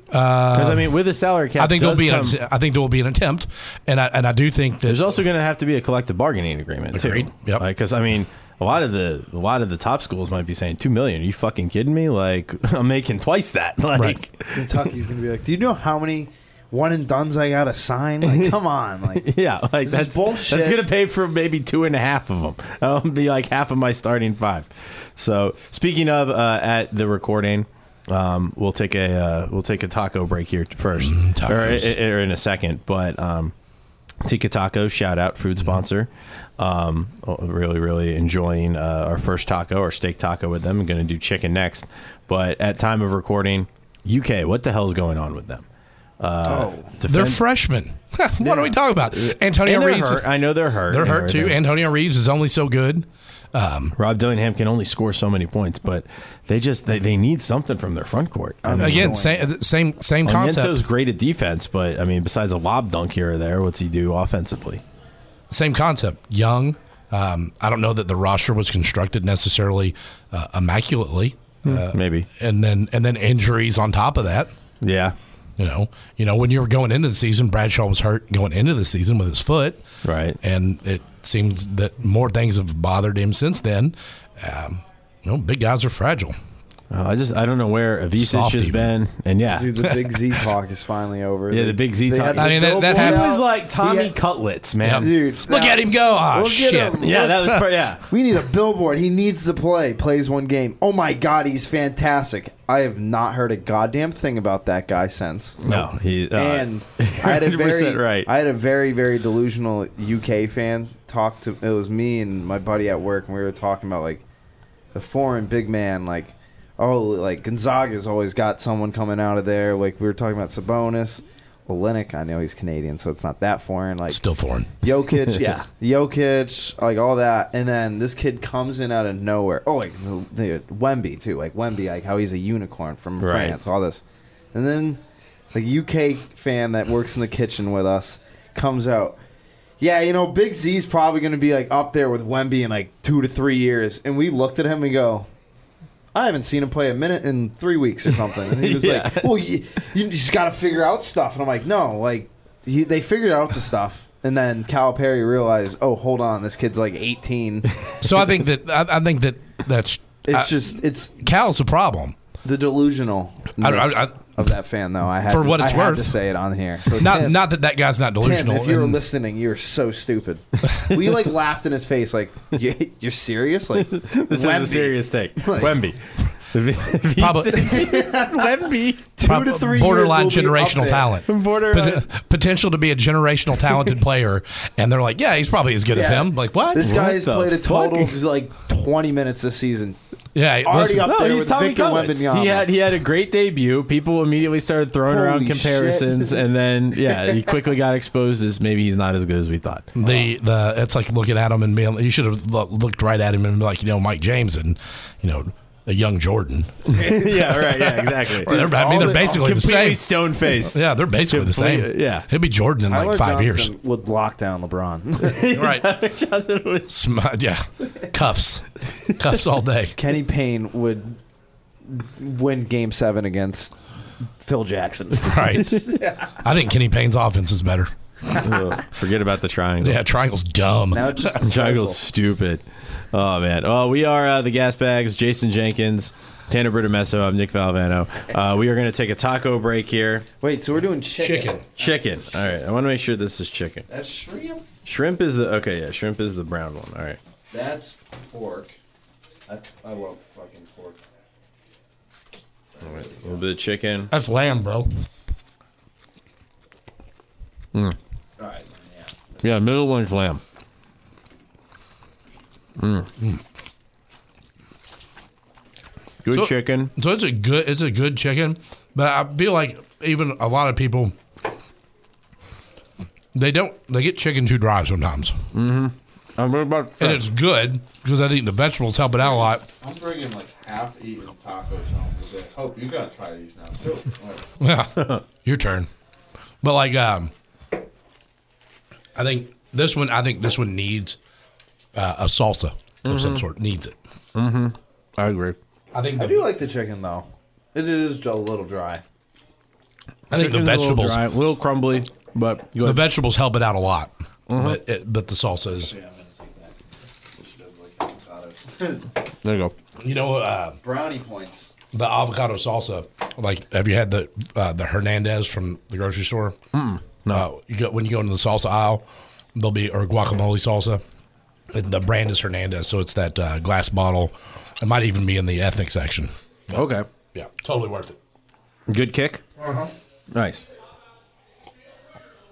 [SPEAKER 1] Because I mean, with a salary cap,
[SPEAKER 2] Uh, I think
[SPEAKER 1] does
[SPEAKER 2] there'll be
[SPEAKER 1] come,
[SPEAKER 2] an, I think there will be an attempt, and I and I do think
[SPEAKER 1] There's
[SPEAKER 2] that
[SPEAKER 1] also going to have to be a collective bargaining agreement
[SPEAKER 2] Agreed.
[SPEAKER 1] too.
[SPEAKER 2] Yep.
[SPEAKER 1] Because I mean, a lot of the a lot of the top schools might be saying two million. Are you fucking kidding me? Like (laughs) I'm making twice that. (laughs) Like
[SPEAKER 2] Right.
[SPEAKER 4] Kentucky's gonna be like, do you know how many one and duns I got to
[SPEAKER 1] (laughs)
[SPEAKER 4] sign? Like, come on, like
[SPEAKER 1] yeah, like
[SPEAKER 4] is
[SPEAKER 1] that's
[SPEAKER 4] bullshit.
[SPEAKER 1] That's gonna pay for maybe two and a half (laughs) of them. That'll be like half of my starting five. So speaking of uh, at the recording. Um, we'll take a uh, we'll take a taco break here first, or,
[SPEAKER 2] Mm-hmm, tacos.
[SPEAKER 1] or in a second. But um, Tika Taco, shout out, food
[SPEAKER 2] Mm-hmm.
[SPEAKER 1] sponsor. Um, really, really enjoying uh, our first taco or steak taco with them. I'm going to do chicken next. But at time of recording, UK, what the hell's going on with them?
[SPEAKER 4] oh.
[SPEAKER 1] Uh, defend-
[SPEAKER 2] they're freshmen. (laughs) what are we talking about? Antonio
[SPEAKER 1] and they're
[SPEAKER 2] Reeves.
[SPEAKER 1] hurt. I know they're hurt.
[SPEAKER 2] They're
[SPEAKER 1] and
[SPEAKER 2] hurt too.
[SPEAKER 1] everything.
[SPEAKER 2] Antonio Reeves is only so good.
[SPEAKER 1] Rob Dillingham can only score so many points, but they just they, they need something from their front court. I mean,
[SPEAKER 2] Again, same same same
[SPEAKER 1] and
[SPEAKER 2] concept.
[SPEAKER 1] Yenso's great at defense, but I mean, besides a lob dunk here or there, what's he do offensively?
[SPEAKER 2] same concept. Young. Um, I don't know that the roster was constructed necessarily uh, immaculately, uh,
[SPEAKER 1] Maybe,
[SPEAKER 2] and then and then injuries on top of that.
[SPEAKER 1] yeah,
[SPEAKER 2] You know, you know when you were going into the season, Bradshaw was hurt going into the season with his foot.
[SPEAKER 1] right.
[SPEAKER 2] and it seems that more things have bothered him since then. Um, you know, big guys are fragile.
[SPEAKER 1] Uh, I just I don't know where Avicic
[SPEAKER 2] Soft
[SPEAKER 1] has
[SPEAKER 2] even.
[SPEAKER 1] been, and yeah,
[SPEAKER 4] dude, the big Z talk is finally over.
[SPEAKER 1] Yeah, the big Z talk. I
[SPEAKER 2] mean, that- that
[SPEAKER 1] He
[SPEAKER 2] happened.
[SPEAKER 1] was like Tommy
[SPEAKER 4] Yeah.
[SPEAKER 1] Cutlets, man.
[SPEAKER 4] Dude,
[SPEAKER 2] Look
[SPEAKER 4] now-
[SPEAKER 2] at him go! Oh
[SPEAKER 4] Look at
[SPEAKER 2] shit!
[SPEAKER 4] him.
[SPEAKER 1] Yeah, that was pretty,
[SPEAKER 2] (laughs)
[SPEAKER 1] yeah.
[SPEAKER 4] We need a billboard. He needs to play. Plays one game. Oh my god, he's fantastic. I have not heard a goddamn thing about that guy since.
[SPEAKER 1] No, he uh,
[SPEAKER 4] and I
[SPEAKER 1] (laughs)
[SPEAKER 4] had a
[SPEAKER 1] 100%
[SPEAKER 4] very
[SPEAKER 1] right.
[SPEAKER 4] I had a very very delusional UK fan talk to it was me and my buddy at work and we were talking about like the foreign big man like oh like Gonzaga's always got someone coming out of there like we were talking about Sabonis Olenek I know he's Canadian so it's not that foreign like
[SPEAKER 2] Still foreign.
[SPEAKER 4] Jokic, yeah, Jokic, like all that, and then this kid comes in out of nowhere. Oh, like the, the Wemby too, like Wemby, like how he's a unicorn from
[SPEAKER 1] Right.
[SPEAKER 4] France, all this, and then the UK fan that works in the kitchen with us comes out. Yeah, you know, Big Z's probably going to be like up there with Wemby in like two to three years, and we looked at him and go. I haven't seen him play a minute in three weeks or something. And
[SPEAKER 2] (laughs)
[SPEAKER 4] he was
[SPEAKER 1] Yeah.
[SPEAKER 4] like, "Well, you, you just got to figure out stuff." And I'm like, "No, like he, they figured out the stuff." And then Calipari realized, "Oh, hold on, this kid's
[SPEAKER 2] (laughs)
[SPEAKER 4] like 18."
[SPEAKER 2] So I think that I, I think that that's
[SPEAKER 4] (laughs) It's
[SPEAKER 2] I-
[SPEAKER 4] just it's
[SPEAKER 2] Cal's the problem.
[SPEAKER 4] the delusional.
[SPEAKER 2] I, I, I,
[SPEAKER 4] of that fan, though. I had
[SPEAKER 2] For what
[SPEAKER 4] to,
[SPEAKER 2] it's
[SPEAKER 4] I had
[SPEAKER 2] worth.
[SPEAKER 4] to say it on here. So
[SPEAKER 2] Not
[SPEAKER 4] Tim,
[SPEAKER 2] not that that guy's not
[SPEAKER 4] Tim,
[SPEAKER 2] delusional.
[SPEAKER 4] if you were
[SPEAKER 2] and-
[SPEAKER 4] listening, you're so stupid.
[SPEAKER 2] (laughs)
[SPEAKER 4] we like laughed in his face, like you, you're
[SPEAKER 2] (laughs)
[SPEAKER 4] serious. Like
[SPEAKER 1] This
[SPEAKER 4] Wemby,
[SPEAKER 1] is a serious take.
[SPEAKER 4] (laughs) Like-
[SPEAKER 1] Wemby. If he- if he
[SPEAKER 2] Probably-
[SPEAKER 1] says it's (laughs) Wemby.
[SPEAKER 4] two
[SPEAKER 2] prob-
[SPEAKER 4] to three years
[SPEAKER 2] borderline
[SPEAKER 4] will be up
[SPEAKER 2] generational
[SPEAKER 4] there. (laughs)
[SPEAKER 2] talent.
[SPEAKER 1] Borderline.
[SPEAKER 2] Pot- potential to be a generational talented player, and they're like, yeah, he's probably as good as
[SPEAKER 4] Yeah.
[SPEAKER 2] him. Like what?
[SPEAKER 4] This guy
[SPEAKER 1] What
[SPEAKER 4] has
[SPEAKER 1] the
[SPEAKER 4] played a total
[SPEAKER 1] fuck?
[SPEAKER 4] of like 20 minutes this season.
[SPEAKER 2] yeah,
[SPEAKER 4] Already
[SPEAKER 2] listen,
[SPEAKER 4] up
[SPEAKER 1] No,
[SPEAKER 4] there
[SPEAKER 1] he's
[SPEAKER 4] with
[SPEAKER 1] Tommy
[SPEAKER 4] Victor
[SPEAKER 1] Cummins.
[SPEAKER 4] Wembanyama.
[SPEAKER 1] He had he had a great debut. People immediately started throwing around
[SPEAKER 4] Holy
[SPEAKER 1] comparisons, and then (laughs) yeah, he quickly got exposed as maybe he's not as good as we thought.
[SPEAKER 2] the the it's like looking at him and being you should have lo- looked right at him and been like you know Mike James and you know a young Jordan.
[SPEAKER 1] (laughs) yeah, right. Yeah, exactly.
[SPEAKER 2] They're- I mean, they're basically the
[SPEAKER 1] completely
[SPEAKER 2] same.
[SPEAKER 1] stone faced.
[SPEAKER 2] Yeah, they're basically the
[SPEAKER 1] Complete-
[SPEAKER 2] same.
[SPEAKER 1] yeah.
[SPEAKER 2] he'll be Jordan in like
[SPEAKER 4] Tyler
[SPEAKER 2] five
[SPEAKER 4] Johnson would lock
[SPEAKER 1] (laughs)
[SPEAKER 4] down LeBron.
[SPEAKER 2] years. Right?
[SPEAKER 1] Johnson was-
[SPEAKER 2] Sm- yeah, cuffs, cuffs all day.
[SPEAKER 4] Kenny Payne would win Game Seven against Phil Jackson.
[SPEAKER 2] Right. I think Kenny Payne's offense is better.
[SPEAKER 1] Ugh, Forget about the triangle.
[SPEAKER 2] Yeah, triangle's dumb.
[SPEAKER 4] now
[SPEAKER 1] (laughs)
[SPEAKER 4] it's just a
[SPEAKER 1] The triangle's
[SPEAKER 4] circle.
[SPEAKER 1] stupid. Oh man. Well, we are uh, the Gas Bags. Jason Jenkins, Tanner Bertomesso. I'm Nick Valvano. Uh, we are going to take a taco break here.
[SPEAKER 4] Wait, so we're doing chicken.
[SPEAKER 2] Chicken.
[SPEAKER 1] Chicken. All right. I want to make sure this is chicken.
[SPEAKER 3] That's shrimp.
[SPEAKER 1] Shrimp is the okay. Yeah, shrimp is the brown one. All right.
[SPEAKER 3] That's pork. I, I love fucking pork.
[SPEAKER 1] A little bit of chicken.
[SPEAKER 2] That's lamb, bro.
[SPEAKER 3] All right, yeah.
[SPEAKER 1] Yeah, middle one's lamb. Mm. Good
[SPEAKER 2] So-
[SPEAKER 1] chicken.
[SPEAKER 2] So it's a good it's a good chicken, but I feel like even a lot of people they don't they get chicken too dry sometimes,
[SPEAKER 1] I'm about
[SPEAKER 2] and it's good because I think the vegetables help it out a lot.
[SPEAKER 5] I'm bringing like half-eaten tacos home today. Hope you gotta try these now too. Like,
[SPEAKER 2] Yeah, (laughs) your turn. But like, um, I think this one I think this one needs uh, a salsa of some sort. Needs it.
[SPEAKER 1] I agree.
[SPEAKER 2] I think
[SPEAKER 4] I do
[SPEAKER 2] the,
[SPEAKER 4] like the chicken though. It is a little dry.
[SPEAKER 2] I think
[SPEAKER 1] Chicken's a
[SPEAKER 2] the
[SPEAKER 1] little,
[SPEAKER 2] vegetables
[SPEAKER 1] dry, a little crumbly, but go
[SPEAKER 2] the
[SPEAKER 1] ahead.
[SPEAKER 2] vegetables help it out a lot. But it, but the salsa is
[SPEAKER 3] Yeah, I'm gonna take that. She does like avocados.
[SPEAKER 1] there you go.
[SPEAKER 2] you know. Uh,
[SPEAKER 3] Brownie points.
[SPEAKER 2] the avocado salsa. Like, have you had the uh, the Hernandez from the grocery store? Mm, no. you go, when you go into the salsa aisle, there'll be or guacamole salsa. And The brand is Hernandez, so it's that uh, glass bottle. It might even be in the ethnic section.
[SPEAKER 1] Okay.
[SPEAKER 2] Yeah, totally worth it.
[SPEAKER 1] Good kick. Uh-huh. Nice.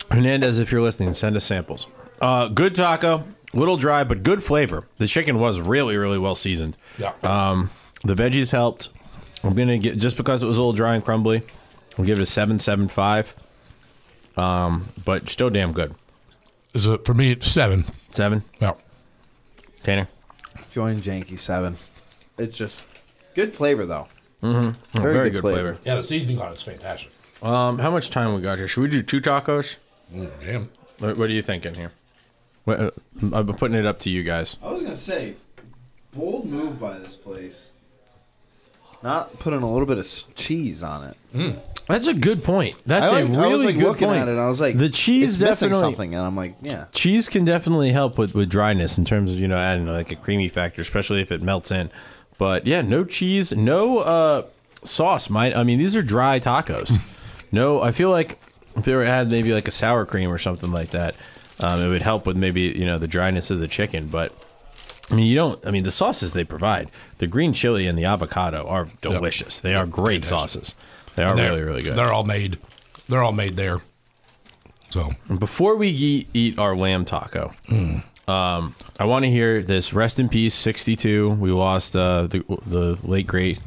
[SPEAKER 1] Hernandez, if you're listening, send us samples. Uh, good taco, little dry, but good flavor. The chicken was really, really well seasoned.
[SPEAKER 2] Yeah,
[SPEAKER 1] Um, the veggies helped. I'm gonna get just because it was a little dry and crumbly. I'll give it a seven seven five. Um, but still damn good.
[SPEAKER 2] is it for me? It's seven.
[SPEAKER 1] Seven,
[SPEAKER 2] Yeah,
[SPEAKER 1] Tanner.
[SPEAKER 4] Join Janky Seven. It's just good flavor though. Mm-hmm.
[SPEAKER 1] Oh, Very, good flavor.
[SPEAKER 2] yeah. The seasoning on it's fantastic.
[SPEAKER 1] Um, how much time we got here? Should we do two tacos?
[SPEAKER 2] Mm, damn.
[SPEAKER 1] What, what are you thinking here? What, uh, I'm putting it up to you guys.
[SPEAKER 5] I was gonna say, bold move by this place.
[SPEAKER 4] Not putting a little bit of s- cheese on it.
[SPEAKER 1] That's a good point. That's
[SPEAKER 4] I,
[SPEAKER 1] a
[SPEAKER 4] like-
[SPEAKER 1] really
[SPEAKER 4] I was like
[SPEAKER 1] good
[SPEAKER 4] looking
[SPEAKER 1] point.
[SPEAKER 4] at it. And I was like,
[SPEAKER 1] the cheese
[SPEAKER 4] it's missing
[SPEAKER 1] definitely
[SPEAKER 4] something, and I'm like, yeah.
[SPEAKER 1] cheese can definitely help with with dryness in terms of you know adding like a creamy factor, especially if it melts in. But yeah, no cheese, no uh, sauce. Might I mean these are dry
[SPEAKER 4] (laughs)
[SPEAKER 1] tacos. no, I feel like if they were had maybe like a sour cream or something like that, um, it would help with maybe you know the dryness of the chicken, but. I mean, you don't. I mean, the sauces they provide, the green chili and the avocado are delicious. They are great sauces. They are
[SPEAKER 2] They're-
[SPEAKER 1] really, really good.
[SPEAKER 2] They're all made. They're all made there. So
[SPEAKER 1] Before we eat, eat our lamb taco, um, I want to hear this. Rest in peace, 62. We lost uh, the, the late, great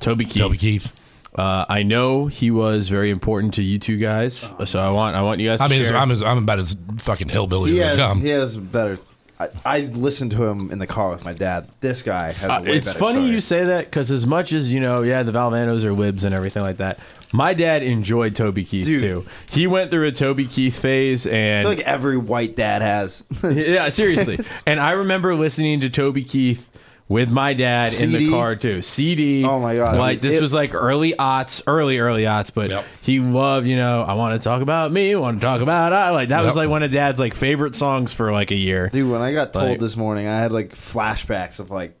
[SPEAKER 1] Toby Keith.
[SPEAKER 2] Toby Keith.
[SPEAKER 1] Uh, I know he was very important to you two guys, so I want I want you guys
[SPEAKER 2] I
[SPEAKER 1] to
[SPEAKER 2] mean,
[SPEAKER 1] share.
[SPEAKER 2] I'm, I'm about as fucking hillbilly as
[SPEAKER 4] He
[SPEAKER 2] I
[SPEAKER 4] has,
[SPEAKER 2] come.
[SPEAKER 4] he has better. I, I listened to him in the car with my dad. This guy has.
[SPEAKER 1] Uh,
[SPEAKER 4] a way
[SPEAKER 1] it's
[SPEAKER 4] better
[SPEAKER 1] funny
[SPEAKER 4] story.
[SPEAKER 1] you say that because as much as you know, yeah, the Valvanos are libs and everything like that. My dad enjoyed Toby Keith
[SPEAKER 4] Dude.
[SPEAKER 1] too. He went through a Toby Keith phase, and
[SPEAKER 4] I feel like every white dad has. (laughs)
[SPEAKER 1] yeah, seriously. and I remember listening to Toby Keith with my dad in the
[SPEAKER 4] CD.
[SPEAKER 1] car too. CD.
[SPEAKER 4] Oh my God.
[SPEAKER 1] Like this
[SPEAKER 4] It-
[SPEAKER 1] was like early aughts, early early aughts, but
[SPEAKER 2] Yep.
[SPEAKER 1] he loved. You know, I want to talk about me. I want to talk about I. Like that was
[SPEAKER 2] Yep.
[SPEAKER 1] like one of dad's like favorite songs for like a year.
[SPEAKER 4] Dude, when I got told
[SPEAKER 1] Like-
[SPEAKER 4] this morning, I had like flashbacks of like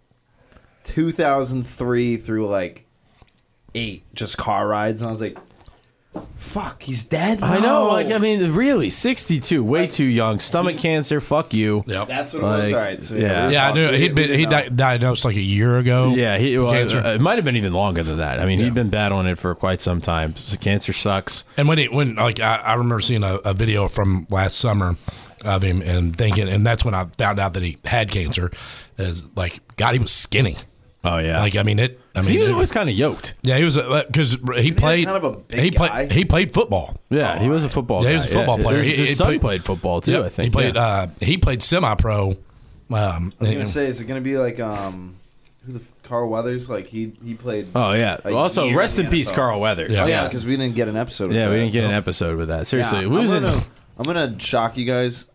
[SPEAKER 4] 2003 through like eight, just car rides, and I was like, Fuck, he's dead.
[SPEAKER 1] I
[SPEAKER 4] No.
[SPEAKER 1] know. Like, I mean, really, 62, way too young. Stomach cancer, fuck you.
[SPEAKER 2] Yep.
[SPEAKER 3] That's what it was.
[SPEAKER 1] Like,
[SPEAKER 3] All right. So
[SPEAKER 1] yeah.
[SPEAKER 2] yeah, I knew he'd been he di- diagnosed like a year ago.
[SPEAKER 1] Yeah, he, well,
[SPEAKER 2] Cancer.
[SPEAKER 1] uh, it might have been even longer than that. I mean,
[SPEAKER 2] Yeah.
[SPEAKER 1] he'd been battling it for quite some time. So cancer sucks.
[SPEAKER 2] And when he when like I, I remember seeing a, a video from last summer of him and thinking, and that's when I found out that he had cancer. Is like God, he was skinny.
[SPEAKER 1] Oh yeah,
[SPEAKER 2] Like I mean it. I mean,
[SPEAKER 1] he was
[SPEAKER 2] it-
[SPEAKER 1] always kind of yoked.
[SPEAKER 2] yeah, he was because he played
[SPEAKER 4] kind of a big
[SPEAKER 2] he played
[SPEAKER 4] guy?
[SPEAKER 2] he played football.
[SPEAKER 1] Yeah, he was a football.
[SPEAKER 2] Yeah,
[SPEAKER 1] guy.
[SPEAKER 2] he was a football player.
[SPEAKER 1] His,
[SPEAKER 2] He-
[SPEAKER 1] his
[SPEAKER 2] he
[SPEAKER 1] son
[SPEAKER 2] played-
[SPEAKER 1] played, football too.
[SPEAKER 2] Yep.
[SPEAKER 1] I think
[SPEAKER 2] he played
[SPEAKER 1] yeah.
[SPEAKER 2] uh, he played semi pro. Um,
[SPEAKER 4] I was gonna say, is it gonna be like um, who the f- Carl Weathers? Like he he played.
[SPEAKER 1] oh yeah.
[SPEAKER 4] like,
[SPEAKER 1] also,
[SPEAKER 4] years
[SPEAKER 1] rest in
[SPEAKER 4] in
[SPEAKER 1] peace,
[SPEAKER 4] NFL.
[SPEAKER 1] Carl Weathers.
[SPEAKER 2] Yeah.
[SPEAKER 4] oh, yeah,
[SPEAKER 1] yeah.
[SPEAKER 4] because we didn't get an episode.
[SPEAKER 1] Yeah,
[SPEAKER 4] of
[SPEAKER 1] we
[SPEAKER 4] that.
[SPEAKER 1] didn't get an episode with that. Seriously,
[SPEAKER 4] Yeah,
[SPEAKER 1] who's
[SPEAKER 4] I'm
[SPEAKER 1] in?
[SPEAKER 4] gonna, I'm gonna shock you guys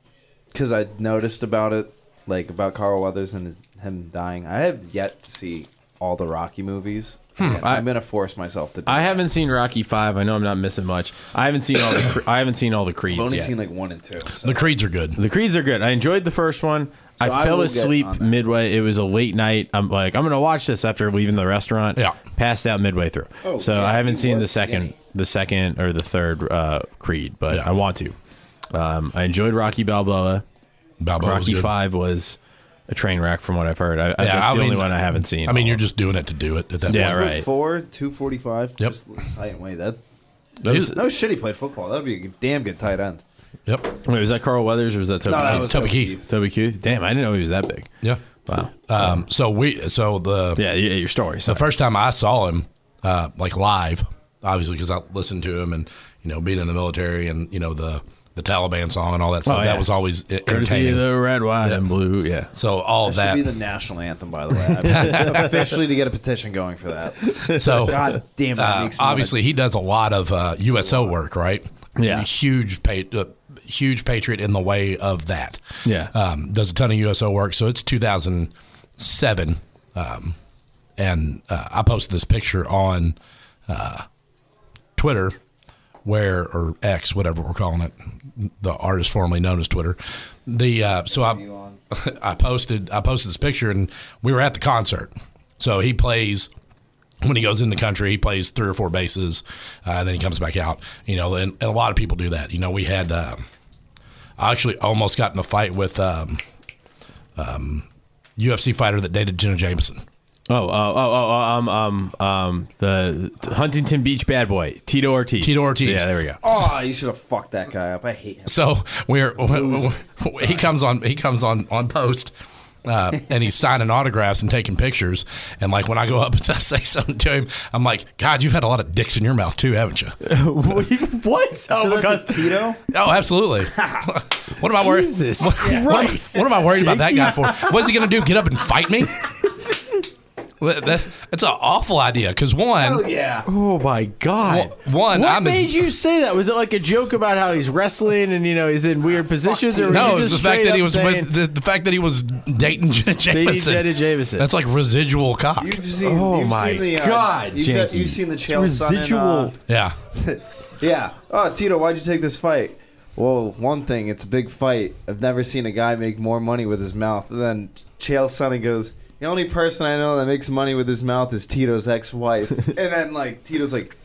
[SPEAKER 4] because I noticed about it, like about Carl Weathers and his, him dying. I have yet to see all the Rocky movies. And
[SPEAKER 1] Hmm, I-
[SPEAKER 4] I'm gonna force myself to. Do
[SPEAKER 1] I
[SPEAKER 4] that.
[SPEAKER 1] haven't seen Rocky Five. I know I'm not missing much. I haven't seen all the. Cre- I haven't seen all the creeds
[SPEAKER 4] I've only
[SPEAKER 1] yet.
[SPEAKER 4] seen like one and two. So.
[SPEAKER 2] the creeds are good.
[SPEAKER 1] The creeds are good. I enjoyed the first one. I
[SPEAKER 4] I
[SPEAKER 1] fell
[SPEAKER 4] will get
[SPEAKER 1] asleep
[SPEAKER 4] on that.
[SPEAKER 1] midway. It was a late night. I'm like, I'm gonna watch this after leaving the restaurant.
[SPEAKER 2] Yeah.
[SPEAKER 1] passed out midway through.
[SPEAKER 4] Oh,
[SPEAKER 1] so
[SPEAKER 4] yeah,
[SPEAKER 1] I
[SPEAKER 4] he
[SPEAKER 1] haven't seen the
[SPEAKER 4] was
[SPEAKER 1] second,
[SPEAKER 4] skinny.
[SPEAKER 1] the second or the third uh, Creed, but
[SPEAKER 2] Yeah.
[SPEAKER 1] I want to. Um, I enjoyed Rocky Balboa.
[SPEAKER 2] Balboa was
[SPEAKER 1] Rocky
[SPEAKER 2] good.
[SPEAKER 1] Five was a train wreck from what I've heard. I, I,
[SPEAKER 2] Yeah,
[SPEAKER 1] that's
[SPEAKER 2] I
[SPEAKER 1] the only
[SPEAKER 2] mean-
[SPEAKER 1] one I haven't seen.
[SPEAKER 2] I mean, you're just doing it to do it at that
[SPEAKER 1] Yeah,
[SPEAKER 2] point.
[SPEAKER 1] right.
[SPEAKER 4] Four two forty five.
[SPEAKER 2] Yep.
[SPEAKER 4] Just silent way that.
[SPEAKER 2] He's-
[SPEAKER 4] No shit, he played football. That'd be a damn good tight end.
[SPEAKER 2] Yep.
[SPEAKER 1] Wait, was that Carl Weathers or was that Toby?
[SPEAKER 4] No, that
[SPEAKER 1] Keith?
[SPEAKER 4] was
[SPEAKER 2] Toby Keith.
[SPEAKER 1] Toby Keith. Damn, I didn't know he was that big.
[SPEAKER 2] Yeah.
[SPEAKER 1] Wow.
[SPEAKER 2] Um, so we so the
[SPEAKER 1] Yeah, yeah, your story. So
[SPEAKER 2] the first time I saw him, uh, like live, obviously because I listened to him and you know being in the military and you know the the Taliban song and all that stuff.
[SPEAKER 1] Oh, yeah.
[SPEAKER 2] That was always e-
[SPEAKER 1] courtesy of
[SPEAKER 2] entertaining.
[SPEAKER 1] the red, white, and blue. Yeah.
[SPEAKER 2] So all of
[SPEAKER 4] Should be
[SPEAKER 2] that.
[SPEAKER 4] the national anthem, by the way.
[SPEAKER 1] (laughs)
[SPEAKER 4] I'm officially to get a petition going for that.
[SPEAKER 2] So
[SPEAKER 4] God damn it!
[SPEAKER 2] uh,
[SPEAKER 4] makes me wanna-
[SPEAKER 2] obviously he does a lot of uh, USO work, right?
[SPEAKER 1] Yeah.
[SPEAKER 2] Huge pa- uh, huge patriot in the way of that.
[SPEAKER 1] Yeah.
[SPEAKER 2] Um, does a ton of USO work. So it's 2007, um, and uh, I posted this picture on uh, Twitter, where or X, whatever we're calling it, the artist formerly known as Twitter. The uh, so I (laughs) I posted I posted this picture, and we were at the concert. So he plays when he goes in the country, he plays three or four bases, uh, and then he comes back out. You know, and, and a lot of people do that. You know, we had um, I actually almost got in a fight with um, um, UFC fighter that dated Jenna Jameson.
[SPEAKER 1] Oh, oh, oh, oh, oh, um, um, um, the Huntington Beach bad boy, Tito Ortiz.
[SPEAKER 2] Tito Ortiz.
[SPEAKER 1] Yeah, there we go.
[SPEAKER 4] Oh, you should have fucked that guy up. I hate him.
[SPEAKER 2] So we're (laughs) he comes on he comes on on post. Uh, and he's signing autographs and taking pictures. And like when I go up (laughs) and I say something to him, I'm like, God, you've had a lot of dicks in your mouth too, haven't you?
[SPEAKER 1] what?
[SPEAKER 4] So
[SPEAKER 1] Oh,
[SPEAKER 4] that's
[SPEAKER 1] because
[SPEAKER 4] a Tito.
[SPEAKER 2] Oh, absolutely. (laughs) what am I worried?
[SPEAKER 1] Jesus
[SPEAKER 2] what, what-
[SPEAKER 1] Christ,
[SPEAKER 2] what am I worried about that guy for? What's he going to do? Get up and
[SPEAKER 1] (laughs)
[SPEAKER 2] fight me? Well, that- that's an awful idea. Because one,
[SPEAKER 4] Yeah.
[SPEAKER 1] oh my God.
[SPEAKER 2] Wha- one,
[SPEAKER 1] what
[SPEAKER 2] I'm as-
[SPEAKER 1] made you say that? Was it like a joke about how he's wrestling and you know he's in weird positions, or was
[SPEAKER 2] no, it's
[SPEAKER 1] you
[SPEAKER 2] the
[SPEAKER 1] just
[SPEAKER 2] fact
[SPEAKER 1] straight
[SPEAKER 2] that he
[SPEAKER 1] up
[SPEAKER 2] was
[SPEAKER 1] saying,
[SPEAKER 2] with the, the fact that he was dating Jenna
[SPEAKER 1] "Lady
[SPEAKER 2] Jameson.
[SPEAKER 1] Jetta Jameson"?
[SPEAKER 2] That's like residual cock.
[SPEAKER 4] You've seen.
[SPEAKER 1] Oh
[SPEAKER 4] you've
[SPEAKER 1] my
[SPEAKER 4] seen the, uh,
[SPEAKER 1] God,
[SPEAKER 4] You've, got-
[SPEAKER 1] Janky.
[SPEAKER 4] you've seen the
[SPEAKER 1] It's
[SPEAKER 4] Chael
[SPEAKER 1] residual.
[SPEAKER 4] Sonnen, uh,
[SPEAKER 2] yeah,
[SPEAKER 4] yeah. Oh, Tito, why'd you take this fight? Well, one thing, it's a big fight. I've never seen a guy make more money with his mouth. And then Chael Sonnen goes, "The only person I know that makes money with his mouth is
[SPEAKER 1] (laughs)
[SPEAKER 4] Tito's ex-wife." and then like Tito's like.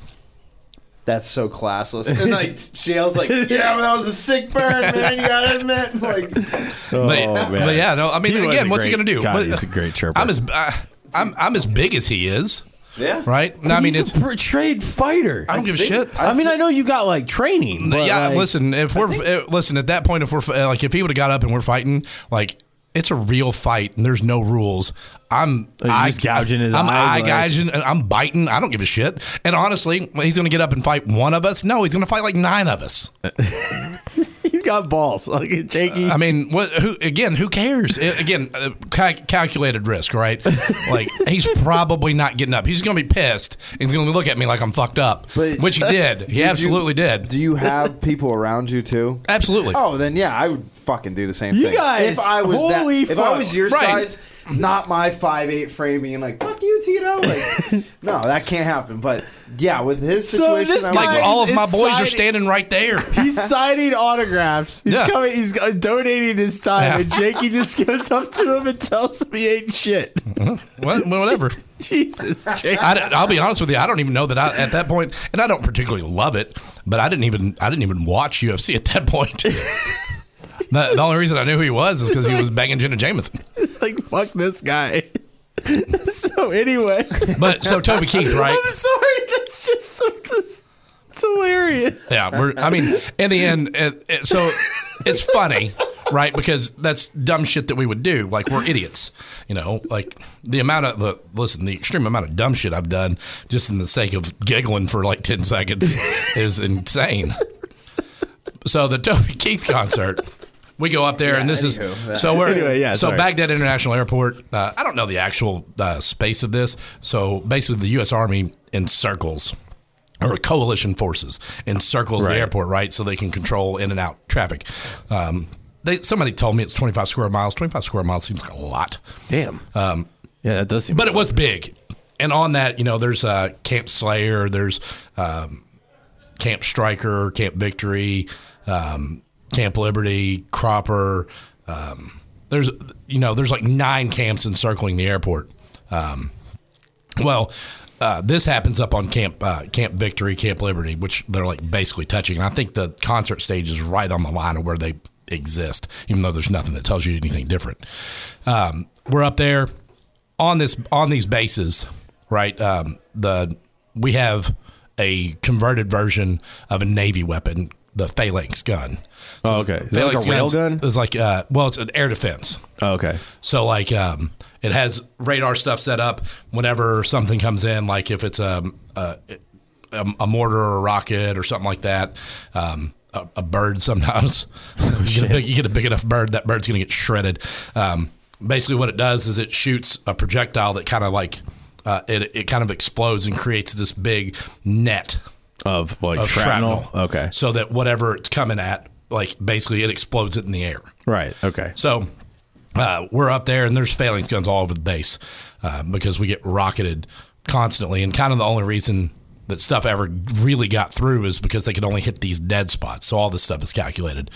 [SPEAKER 4] That's so classless. And like Chael's like, yeah, but that was a sick burn, man. You gotta
[SPEAKER 1] (laughs)
[SPEAKER 4] admit, like,
[SPEAKER 1] oh,
[SPEAKER 2] but, but yeah, no. I mean,
[SPEAKER 1] He was
[SPEAKER 2] again,
[SPEAKER 1] a
[SPEAKER 2] what's he
[SPEAKER 1] great-
[SPEAKER 2] going to do?
[SPEAKER 1] God,
[SPEAKER 2] What-
[SPEAKER 1] he's a great chirper.
[SPEAKER 2] I'm as I, I'm I'm as big as he is,
[SPEAKER 4] yeah,
[SPEAKER 2] right? No, I mean,
[SPEAKER 1] he's
[SPEAKER 2] it's
[SPEAKER 1] a portrayed fighter.
[SPEAKER 2] I don't give a shit.
[SPEAKER 1] I mean, I know you got like training. But,
[SPEAKER 2] yeah,
[SPEAKER 1] like,
[SPEAKER 2] listen. If we're eh, listen at that point, if we're eh, like, if he would have got up and we're fighting, like it's a real fight and there's no rules. I'm
[SPEAKER 1] you're just gouging his
[SPEAKER 2] I'm
[SPEAKER 1] eyes,
[SPEAKER 2] eye
[SPEAKER 1] like-
[SPEAKER 2] gouging. and I'm biting. I don't give a shit. And honestly, he's gonna get up and fight one of us. No, he's gonna fight like nine of us.
[SPEAKER 1] (laughs) you got balls, (laughs) like Jakey.
[SPEAKER 2] I mean, what? Who again? Who cares? Eh, again, uh, cal- calculated risk, right? Like he's probably not getting up. He's gonna be pissed. He's gonna look at me like I'm fucked up,
[SPEAKER 4] But-
[SPEAKER 2] which he did. He absolutely did.
[SPEAKER 4] Do you have people around you too?
[SPEAKER 2] Absolutely.
[SPEAKER 4] Oh, then yeah, I would fucking do the same
[SPEAKER 1] You
[SPEAKER 4] thing.
[SPEAKER 1] guys,
[SPEAKER 4] if I was
[SPEAKER 1] holy
[SPEAKER 4] that, if I
[SPEAKER 1] fuck.
[SPEAKER 4] was your
[SPEAKER 2] Right.
[SPEAKER 4] size, Not my five eight frame being like, fuck you, Tito.
[SPEAKER 1] (laughs)
[SPEAKER 4] Like, no, that can't happen. But yeah, with his
[SPEAKER 1] So
[SPEAKER 4] situation,
[SPEAKER 1] this
[SPEAKER 4] I'm
[SPEAKER 1] guy-
[SPEAKER 2] Like all of
[SPEAKER 1] It's
[SPEAKER 2] my boys
[SPEAKER 1] siding-
[SPEAKER 2] are standing right there.
[SPEAKER 1] He's signing autographs. He's
[SPEAKER 2] Yeah.
[SPEAKER 1] coming. He's uh, donating his time,
[SPEAKER 2] Yeah.
[SPEAKER 1] and Jakey
[SPEAKER 2] (laughs)
[SPEAKER 1] just goes up to him and tells him he ain't shit. (laughs)
[SPEAKER 2] Well, whatever.
[SPEAKER 1] Jesus,
[SPEAKER 2] (laughs)
[SPEAKER 1] Jakey.
[SPEAKER 2] I, will be honest with you. I don't even know that I at that point, and I don't particularly love it. But I didn't even I didn't even watch UFC at that point. (laughs) the, the only reason I knew who he was is because he was banging Jenna Jameson.
[SPEAKER 1] It's like fuck this guy. (laughs) so anyway,
[SPEAKER 2] But so Toby Keith, right?
[SPEAKER 1] I'm sorry. That's just so. That's, it's hilarious.
[SPEAKER 2] Yeah, we're, I mean, in the end, it, it- so it's funny, right? Because that's dumb shit that we would do. Like we're idiots, you know. Like the amount of the listen, the extreme amount of dumb shit I've done just in the sake of giggling for like ten seconds (laughs) is insane. So the (laughs) Toby Keith concert. We go up there, and this
[SPEAKER 4] anywho.
[SPEAKER 2] is so we're
[SPEAKER 1] Anyway, yeah,
[SPEAKER 2] so
[SPEAKER 1] sorry.
[SPEAKER 2] Baghdad International Airport. Uh, I don't know the actual uh, space of this. So basically, the U.S. Army encircles or coalition forces encircles
[SPEAKER 1] Right.
[SPEAKER 2] the airport, right? So they can control in and out traffic. Um, they, somebody told me it's 25 square miles. 25 square miles seems like a lot,
[SPEAKER 1] Damn. Um. Yeah, that does seem.
[SPEAKER 2] but it was big. And on that, you know, there's uh, Camp Slayer, there's um, Camp Striker, Camp Victory, um, Camp Liberty, Cropper. Um, there's, you know, there's like nine camps encircling the airport. Well, uh, this happens up on Camp uh, Camp Victory, Camp Liberty, which they're like basically touching. And I think the concert stage is right on the line of where they exist, even though there's nothing that tells you anything different. Um, we're up there on this on these bases, right? Um, the we have a converted version of a Navy weapon, the Phalanx gun.
[SPEAKER 1] Oh, okay. Is that like
[SPEAKER 2] Phalanx
[SPEAKER 1] a rail
[SPEAKER 2] guns
[SPEAKER 1] gun?
[SPEAKER 2] is like uh, well, it's an air defense.
[SPEAKER 1] Oh, okay.
[SPEAKER 2] So like um, it has radar stuff set up whenever something comes in, like if it's a a, a, a mortar or a rocket or something like that. Um, a, a bird sometimes. (laughs) you, get a big, you get a big enough bird, that bird's going to get shredded. Um, basically, what it does is it shoots a projectile that kind of like uh, it, it kind of explodes and creates this big net
[SPEAKER 1] Of like
[SPEAKER 2] of
[SPEAKER 1] shrapnel.
[SPEAKER 2] shrapnel.
[SPEAKER 1] Okay.
[SPEAKER 2] So that whatever it's coming at, like basically it explodes it in the air.
[SPEAKER 1] Right. Okay.
[SPEAKER 2] So uh, we're up there, and there's phalanx guns all over the base uh, because we get rocketed constantly. And kind of the only reason that stuff ever really got through is because they could only hit these dead spots. So all this stuff is calculated.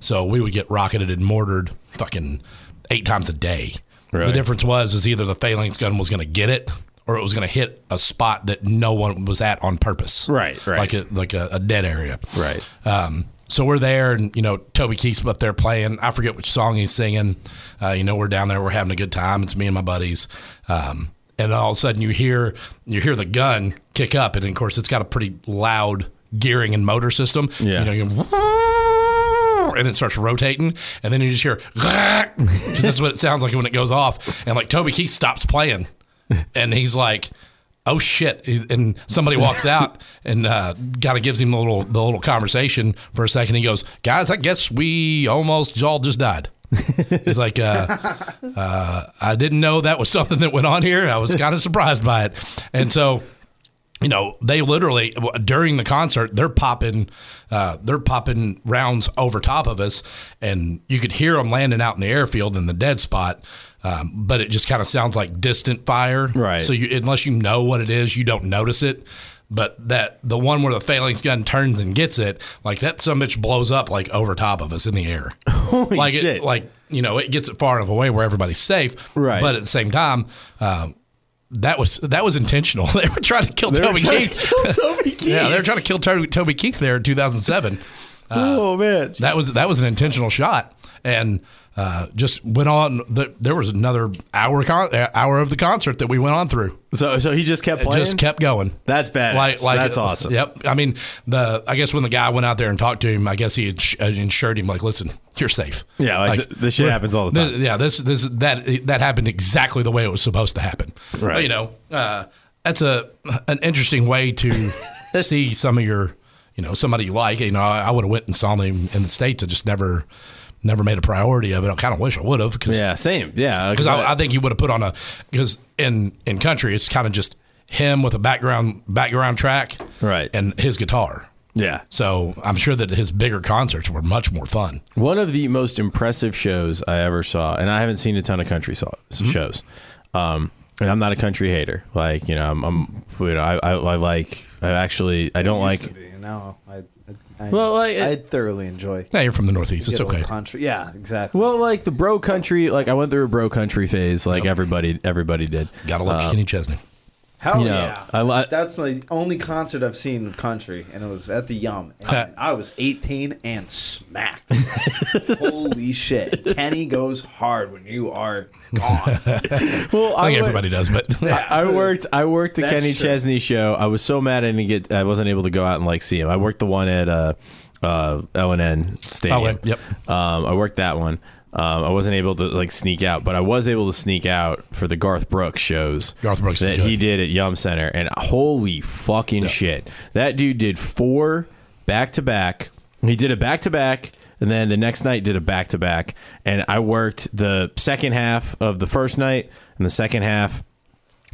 [SPEAKER 2] So we would get rocketed and mortared fucking eight times a day.
[SPEAKER 1] Really?
[SPEAKER 2] The difference was is either the phalanx gun was going to get it or it was going to hit a spot that no one was at on purpose.
[SPEAKER 1] Right, right.
[SPEAKER 2] Like a, like a, a dead area.
[SPEAKER 1] Right.
[SPEAKER 2] Um, so we're there, and you know Toby Keith's up there playing. I forget which song he's singing. Uh, you know we're down there, we're having a good time. It's me and my buddies, um, and then all of a sudden you hear you hear the gun kick up, and of course it's got a pretty loud gearing and motor system.
[SPEAKER 1] Yeah.
[SPEAKER 2] You know, you- and it starts rotating, and then you just hear because that's what it sounds like when it goes off. And like Toby Keith stops playing, and he's like, "Oh shit!" He's- And somebody walks out and uh, kind of gives him the little the little conversation for a second. He goes, "Guys, I guess we almost all just died." He's like, uh, uh, "I didn't know that was something that went on here. I was kind of surprised by it." And so you know, they literally during the concert they're popping, uh, they're popping rounds over top of us, and you could hear them landing out in the airfield in the dead spot. Um, but it just kind of sounds like distant fire,
[SPEAKER 1] Right.
[SPEAKER 2] So you, unless you know what it is, you don't notice it. But that the one where the phalanx gun turns and gets it, like that, some bitch blows up like over top of us in the air. (laughs) Holy like it-
[SPEAKER 1] shit.
[SPEAKER 2] like you know, it gets it far enough away where everybody's safe,
[SPEAKER 1] Right.
[SPEAKER 2] But at the same time. Um, that was that was intentional. (laughs) They were trying to kill Toby Keith. (laughs)
[SPEAKER 1] (laughs) Toby Keith.
[SPEAKER 2] Yeah, they were trying to kill Toby, Toby Keith there in 2007.
[SPEAKER 1] oh man.
[SPEAKER 2] That was that was an intentional shot, and uh, just went on. The, there was another hour con- uh, hour of the concert that we went on through.
[SPEAKER 1] So so he just kept
[SPEAKER 2] It
[SPEAKER 1] playing.
[SPEAKER 2] just kept going.
[SPEAKER 1] That's bad.
[SPEAKER 2] Like, like
[SPEAKER 1] that's awesome.
[SPEAKER 2] Yep. I mean, the I guess when the guy went out there and talked to him, I guess he had sh- uh, insured him. Like, listen, you're safe.
[SPEAKER 1] Yeah, like, th- this shit
[SPEAKER 2] we're-
[SPEAKER 1] happens all the
[SPEAKER 2] thi- yeah, this this that that happened exactly the way it was supposed to happen.
[SPEAKER 1] Right.
[SPEAKER 2] You know, uh, that's a an interesting
[SPEAKER 1] (laughs)
[SPEAKER 2] way to see some of your, you know, somebody you like. You know, I, I would have went and saw them in the states. I just never never made a priority of it. I kind of wish I would have because
[SPEAKER 1] Yeah, same. Yeah,
[SPEAKER 2] because I, I think he would have put on a because in in country it's kind of just him with a background background track
[SPEAKER 1] Right.
[SPEAKER 2] and his guitar
[SPEAKER 1] Yeah.
[SPEAKER 2] So I'm sure that his bigger concerts were much more fun.
[SPEAKER 1] One of the most impressive shows I ever saw, and I haven't seen a ton of country so-
[SPEAKER 2] Mm-hmm.
[SPEAKER 1] shows. Um, and I'm not a country hater. Like you know, I'm, I'm you know, I, I, I like. I actually, I don't like.
[SPEAKER 4] No, I, I,
[SPEAKER 1] Well,
[SPEAKER 4] I,
[SPEAKER 1] like, it-
[SPEAKER 4] I thoroughly enjoy.
[SPEAKER 2] Yeah, you're from the Northeast. It's
[SPEAKER 4] Get a little
[SPEAKER 2] okay.
[SPEAKER 4] Country. Yeah, exactly.
[SPEAKER 1] Well, like the bro country. Like I went through a bro country phase. Like everybody, everybody did.
[SPEAKER 2] Gotta love Kenny Chesney.
[SPEAKER 4] Hell
[SPEAKER 1] you know,
[SPEAKER 4] yeah.
[SPEAKER 1] I li-
[SPEAKER 4] That's the only concert I've seen in country, and it was at the Yum. And I was 18 and smacked. Holy shit. Kenny goes hard when you are gone.
[SPEAKER 1] Well,
[SPEAKER 2] I think
[SPEAKER 1] went-
[SPEAKER 2] everybody does, (laughs) but
[SPEAKER 1] I I worked. I worked the
[SPEAKER 4] That's
[SPEAKER 1] Kenny
[SPEAKER 4] true.
[SPEAKER 1] Chesney show. I was so mad I didn't get. I wasn't able to go out and like see him. I worked the one at uh, uh, LNN Stadium.
[SPEAKER 2] Oh, yep.
[SPEAKER 1] Um, I worked that one. Um, I wasn't able to like sneak out, but I was able to sneak out for the Garth Brooks shows.
[SPEAKER 2] Garth Brooks is
[SPEAKER 1] that
[SPEAKER 2] good.
[SPEAKER 1] he did at Yum Center, and holy fucking shit, that dude did four back to back. He did a back to back. And then the next night did a back to back, and I worked the second half of the first night and the second half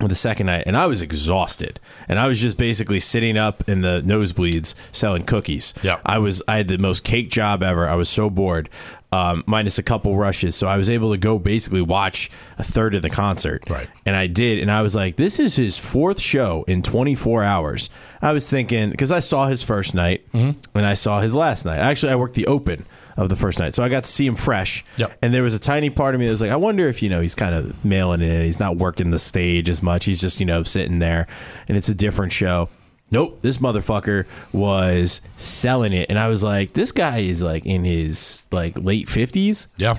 [SPEAKER 1] with the second night and I was exhausted and I was just basically sitting up in the nosebleeds selling cookies.
[SPEAKER 2] Yeah.
[SPEAKER 1] I was I had the most cake job ever. I was so bored. Um, minus a couple rushes. So I was able to go basically watch a third of the concert.
[SPEAKER 2] Right.
[SPEAKER 1] And I did and I was like this is his fourth show in 24 hours. I was thinking cuz I saw his first night and I saw his last night. Actually I worked the open of the first night. So I got to see him fresh.
[SPEAKER 2] Yep.
[SPEAKER 1] And there was a tiny part of me that was like, I wonder if, you know, he's kind of mailing it in. He's not working the stage as much. He's just, you know, sitting there and it's a different show. Nope. This motherfucker was selling it. And I was like, this guy is like in his like late 50s
[SPEAKER 2] yeah.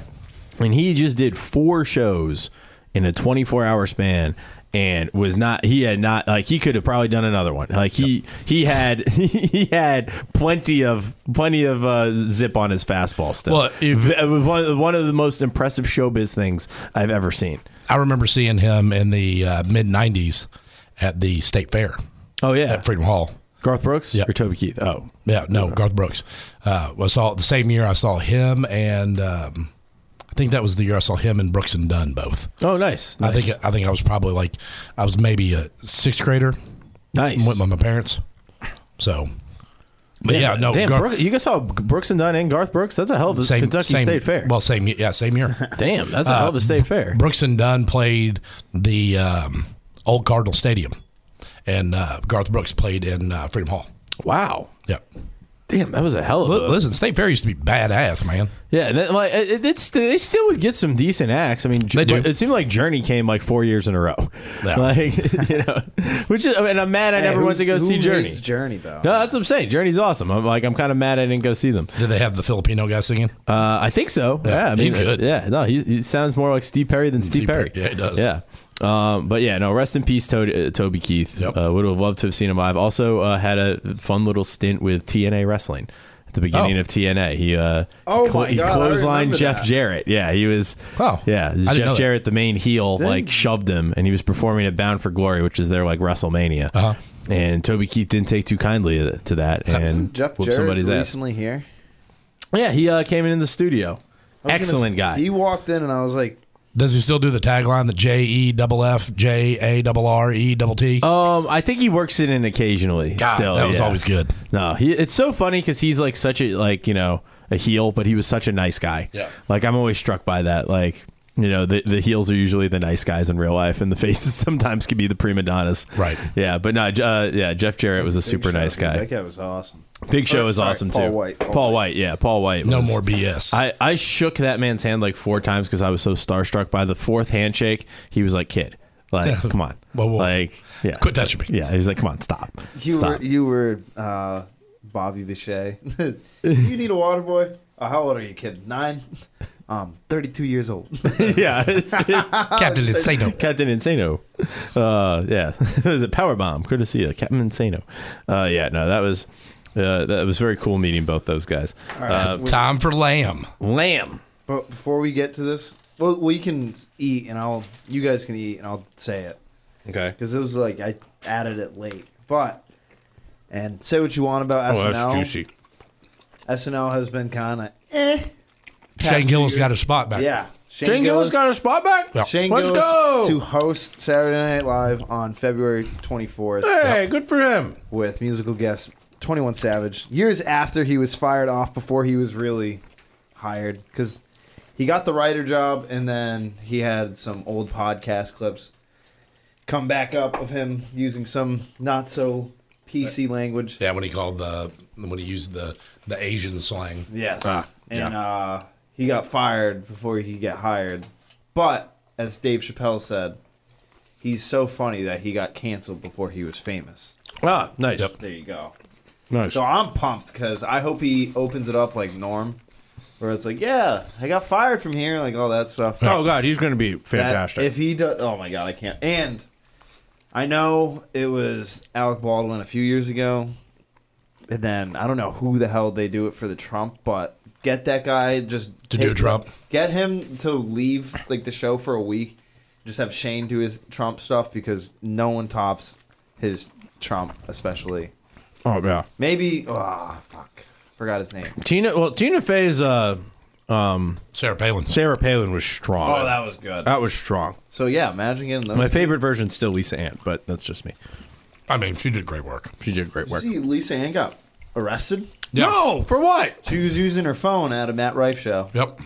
[SPEAKER 1] and he just did four shows in a 24 hour span and was not he had not like he could have probably done another one like he he had (laughs) he had plenty of plenty of uh, zip on his fastball still
[SPEAKER 2] Well, if-
[SPEAKER 1] it was one, one of the most impressive showbiz things i've ever seen
[SPEAKER 2] I remember seeing him in the uh, mid 90s at the state fair
[SPEAKER 1] oh yeah
[SPEAKER 2] at Freedom Hall.
[SPEAKER 1] garth brooks
[SPEAKER 2] Yeah.
[SPEAKER 1] or toby keith oh
[SPEAKER 2] Yeah, no, Garth Brooks. Uh, I saw the same year I saw him and um, I think that was the year I saw him and Brooks and Dunn both.
[SPEAKER 1] oh nice,
[SPEAKER 2] I
[SPEAKER 1] nice.
[SPEAKER 2] think I think I was probably like I was maybe a sixth grader
[SPEAKER 1] nice
[SPEAKER 2] went with my parents. So, but yeah, no,
[SPEAKER 1] damn
[SPEAKER 2] Garth-
[SPEAKER 1] Brooks, you guys saw brooks and dunn and garth brooks that's a hell of a kentucky
[SPEAKER 2] same-
[SPEAKER 1] state fair
[SPEAKER 2] Well, same yeah, same year. (laughs)
[SPEAKER 1] damn that's a hell of a state fair
[SPEAKER 2] Brooks and Dunn played the um, old Cardinal Stadium, and uh, Garth Brooks played in uh, Freedom Hall.
[SPEAKER 1] wow
[SPEAKER 2] Yep. Uh,
[SPEAKER 1] damn that was a hell of a
[SPEAKER 2] L- listen, State Fair used to be badass, man.
[SPEAKER 1] Yeah, and then, like it, it- it's they still would get some decent acts. I mean,
[SPEAKER 2] They do.
[SPEAKER 1] but It seemed like Journey came like four years in a row, (laughs)
[SPEAKER 2] Yeah.
[SPEAKER 1] like you know, which is. I mean, I'm mad I never went to go
[SPEAKER 4] Who's-
[SPEAKER 1] see
[SPEAKER 4] who
[SPEAKER 1] Journey.
[SPEAKER 4] hates Journey, though.
[SPEAKER 1] no, that's what I'm saying. Journey's awesome. I'm like, I'm kind of mad I didn't go see them.
[SPEAKER 2] Did they have the Filipino guy singing?
[SPEAKER 1] Uh, I think so. Yeah, I mean, uh,
[SPEAKER 2] he's good.
[SPEAKER 1] Yeah, no, he, he sounds more like Steve Perry than Steve,
[SPEAKER 2] Steve
[SPEAKER 1] Perry.
[SPEAKER 2] Perry. Yeah, he does.
[SPEAKER 1] Yeah. Um, but yeah, no. Rest in peace, Toby, uh, Toby Keith.
[SPEAKER 2] Yep.
[SPEAKER 1] Uh, would have loved to have seen him live. Also, uh, had a fun little stint with TNA wrestling at the beginning
[SPEAKER 2] Oh.
[SPEAKER 1] of TNA. He uh,
[SPEAKER 4] Oh
[SPEAKER 1] he, clo-
[SPEAKER 4] my
[SPEAKER 1] he
[SPEAKER 4] God, I
[SPEAKER 1] clotheslined
[SPEAKER 4] remember
[SPEAKER 1] Jeff
[SPEAKER 4] that.
[SPEAKER 1] Jarrett. Yeah, he was.
[SPEAKER 2] Oh.
[SPEAKER 1] yeah, it was
[SPEAKER 2] I didn't know
[SPEAKER 1] Jeff
[SPEAKER 2] that.
[SPEAKER 1] Jarrett, the main heel, like shoved him, and he was performing at Bound for Glory, which is their like WrestleMania.
[SPEAKER 2] Uh-huh.
[SPEAKER 1] And Toby Keith didn't take too kindly uh, to that, and
[SPEAKER 4] Jeff
[SPEAKER 1] whooped
[SPEAKER 4] Jarrett
[SPEAKER 1] somebody's ass.
[SPEAKER 4] recently here.
[SPEAKER 1] Yeah, he uh, came in in the studio.
[SPEAKER 4] I was gonna-
[SPEAKER 1] Excellent guy.
[SPEAKER 4] He walked in, and I was like,
[SPEAKER 2] Does he still do the tagline that J E double F J A double R E double T?
[SPEAKER 1] Um, I think he works it in occasionally.
[SPEAKER 2] God,
[SPEAKER 1] still,
[SPEAKER 2] that was
[SPEAKER 1] yeah.
[SPEAKER 2] always good.
[SPEAKER 1] No, he, it's so funny because he's like such a like you know a heel, but he was such a nice guy.
[SPEAKER 2] Yeah.
[SPEAKER 1] like I'm always struck by that. Like you know the the heels are usually the nice guys in real life, and the faces (laughs) sometimes can be the prima donnas.
[SPEAKER 2] Right.
[SPEAKER 1] Yeah, but no, uh, yeah, Jeff Jarrett was a super
[SPEAKER 4] Shut
[SPEAKER 1] nice
[SPEAKER 4] up, dude,
[SPEAKER 1] guy.
[SPEAKER 4] That guy was awesome.
[SPEAKER 1] Big Show
[SPEAKER 4] Oh,
[SPEAKER 1] is
[SPEAKER 4] sorry,
[SPEAKER 1] awesome
[SPEAKER 4] Paul
[SPEAKER 1] too.
[SPEAKER 4] White, Paul
[SPEAKER 1] Paul White. Yeah, Paul White.
[SPEAKER 2] No
[SPEAKER 1] was-
[SPEAKER 2] more BS.
[SPEAKER 1] I, I shook that man's hand like four times because I was so starstruck by the fourth handshake. He was like, "Kid,
[SPEAKER 2] (laughs)
[SPEAKER 1] like, come on,
[SPEAKER 2] Whoa, whoa.
[SPEAKER 1] like, yeah,
[SPEAKER 2] Quit touching me.
[SPEAKER 1] Yeah, he's like, "Come on, stop."
[SPEAKER 4] You
[SPEAKER 1] stop.
[SPEAKER 4] were you were uh, Bobby Bichet. (laughs) you need a water boy. Oh, how old are you,
[SPEAKER 1] (laughs)
[SPEAKER 4] kid? Nine. Um, thirty-two years old. (laughs)
[SPEAKER 1] yeah, (laughs) it's-
[SPEAKER 2] Captain Insano.
[SPEAKER 1] Captain Insano. Uh, yeah, (laughs) it was a power bomb. Courtesy of Captain Insano. Uh, yeah, no, that was uh, that was very cool meeting both those guys. Uh,
[SPEAKER 2] (laughs) Time for lamb.
[SPEAKER 1] Lamb.
[SPEAKER 4] But before we get to this, well, we can eat, and I'll you guys can eat, and I'll say it
[SPEAKER 1] Okay.
[SPEAKER 4] because it was like I added it late. But and say what you want
[SPEAKER 1] Oh,
[SPEAKER 4] about SNL.
[SPEAKER 5] Um,
[SPEAKER 4] SNL has been kind of eh.
[SPEAKER 2] Shane Gillis got a spot back.
[SPEAKER 4] Yeah, Shane,
[SPEAKER 1] a spot back.
[SPEAKER 2] Yeah.
[SPEAKER 4] Shane
[SPEAKER 1] Oh. Let's
[SPEAKER 4] Gillis
[SPEAKER 1] go!
[SPEAKER 4] to host Saturday Night Live on February twenty fourth.
[SPEAKER 1] Hey, good for him.
[SPEAKER 4] with musical guest Twenty One Savage. Years after he was fired off, before he was really hired, because he got the writer job, and then he had some old podcast clips come back up of him using some not so PC language.
[SPEAKER 2] Yeah, when he called the when he used the the Asian slang.
[SPEAKER 4] Yes.
[SPEAKER 2] Ah,
[SPEAKER 4] and uh, he got fired before he could get hired. But as Dave Chappelle said, he's so funny that he got canceled before he was famous.
[SPEAKER 1] Ah, nice.
[SPEAKER 2] Yep.
[SPEAKER 4] There you go.
[SPEAKER 1] Nice.
[SPEAKER 4] So I'm pumped because I hope he opens it up like Norm, where it's like, yeah, I got fired from here, like all that stuff.
[SPEAKER 1] oh god, he's going to be
[SPEAKER 4] That-
[SPEAKER 1] fantastic.
[SPEAKER 4] If he does, oh my god, I can't. And I know it was Alec Baldwin a few years ago, and then I don't know who the hell they do it for the Trump, but get that guy just
[SPEAKER 2] To do
[SPEAKER 4] take-
[SPEAKER 2] Trump.
[SPEAKER 4] Get him to leave like the show for a week. Just have Shane do his Trump stuff because no one tops his Trump, especially
[SPEAKER 1] oh yeah.
[SPEAKER 4] maybe. Ah, fuck, forgot his name.
[SPEAKER 1] Tina well Tina Fey's uh
[SPEAKER 2] Sarah Palin.
[SPEAKER 1] Sarah Palin was strong.
[SPEAKER 2] Oh,
[SPEAKER 4] was good.
[SPEAKER 1] That was strong.
[SPEAKER 4] So yeah, imagine getting those.
[SPEAKER 1] My favorite version's still Lisa Ann, but that's just me.
[SPEAKER 2] I mean, she did great work.
[SPEAKER 1] She did great work.
[SPEAKER 4] See, Lisa Ann got arrested.
[SPEAKER 2] Yeah.
[SPEAKER 1] No, for what?
[SPEAKER 4] She was using her phone at a Matt Rife show.
[SPEAKER 2] Yep.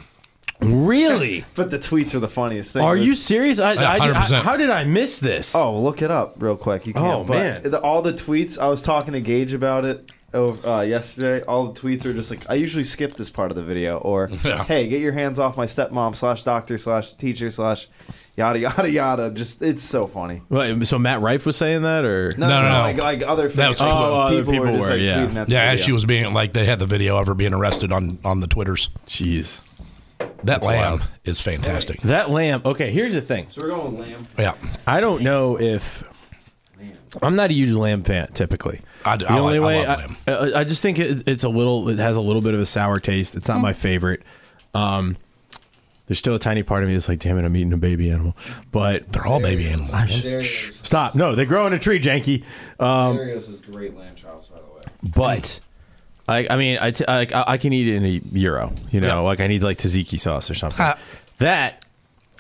[SPEAKER 1] Really?
[SPEAKER 4] But the tweets are the funniest thing.
[SPEAKER 1] Are
[SPEAKER 4] There's-
[SPEAKER 1] you serious? I, I, I,
[SPEAKER 2] 100%.
[SPEAKER 1] how did I miss this?
[SPEAKER 4] Oh, look it up real quick. You can
[SPEAKER 1] Oh, man.
[SPEAKER 4] the, all the tweets. I was talking to Gage about it over, uh, yesterday. All the tweets are just like, I usually skip this part of the video, or
[SPEAKER 2] Yeah.
[SPEAKER 4] Hey, get your hands off my stepmom slash doctor slash teacher slash yada yada yada. Just it's so funny.
[SPEAKER 1] Wait, so Matt Rife was saying that, or
[SPEAKER 2] No, no, no.
[SPEAKER 4] Like, like other
[SPEAKER 2] That was
[SPEAKER 4] famous
[SPEAKER 2] just what-
[SPEAKER 1] Oh, other people
[SPEAKER 4] just,
[SPEAKER 1] were, yeah.
[SPEAKER 4] tweeting at the
[SPEAKER 2] Yeah, as
[SPEAKER 4] video.
[SPEAKER 2] she was being like they had the video of her being arrested on on the twitters.
[SPEAKER 1] Jeez,
[SPEAKER 2] That lamb is fantastic.
[SPEAKER 1] that lamb. Okay, here's the thing.
[SPEAKER 4] So we're going with lamb.
[SPEAKER 2] Yeah,
[SPEAKER 1] I don't know if I'm not a huge lamb fan typically.
[SPEAKER 2] I do-
[SPEAKER 1] the
[SPEAKER 2] I like-
[SPEAKER 1] only
[SPEAKER 2] I
[SPEAKER 1] way
[SPEAKER 2] love lamb.
[SPEAKER 1] I, I, I just think it, it's a little. It has a little bit of a sour taste. It's not
[SPEAKER 2] Mm.
[SPEAKER 1] my favorite. Um, there's still a tiny part of me that's like, damn it, I'm eating a baby animal. But
[SPEAKER 2] they're all baby animals.
[SPEAKER 3] Darius,
[SPEAKER 1] stop. No, they grow in a tree, janky. Um,
[SPEAKER 3] Darius is great lamb chops, by the way.
[SPEAKER 1] but I, I mean, I, t- I, I can eat it in a euro. You know,
[SPEAKER 2] Yeah.
[SPEAKER 1] like I need like tzatziki sauce or something.
[SPEAKER 2] Ha.
[SPEAKER 1] that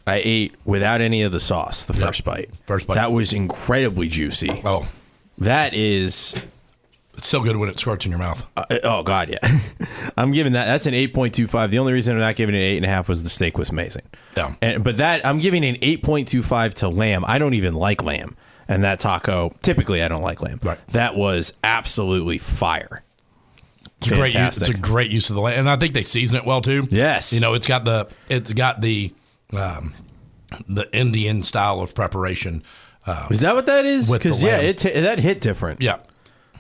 [SPEAKER 1] I ate without any of the sauce. The first bite.
[SPEAKER 2] First bite.
[SPEAKER 1] That was incredibly juicy.
[SPEAKER 2] Oh,
[SPEAKER 1] That is.
[SPEAKER 2] it's so good when it squirts in your mouth.
[SPEAKER 1] Uh, oh God, yeah. (laughs) I'm giving that. That's an 8.25. The only reason I'm not giving it an eight and a half was the steak was amazing.
[SPEAKER 2] Yeah.
[SPEAKER 1] And, but that I'm giving an 8.25 to lamb. I don't even like lamb, and that taco. Typically, I don't like lamb.
[SPEAKER 2] Right.
[SPEAKER 1] That was absolutely fire.
[SPEAKER 2] It's a great. Use, it's
[SPEAKER 1] Fantastic.
[SPEAKER 2] a great use of the lamb, and I think they season it well too.
[SPEAKER 1] Yes.
[SPEAKER 2] you know it's got the it's got the um, the Indian style of preparation.
[SPEAKER 1] Is that what that is?
[SPEAKER 2] Oh. With the
[SPEAKER 1] Because yeah,
[SPEAKER 2] lamb.
[SPEAKER 1] it t- that hit different.
[SPEAKER 2] Yeah,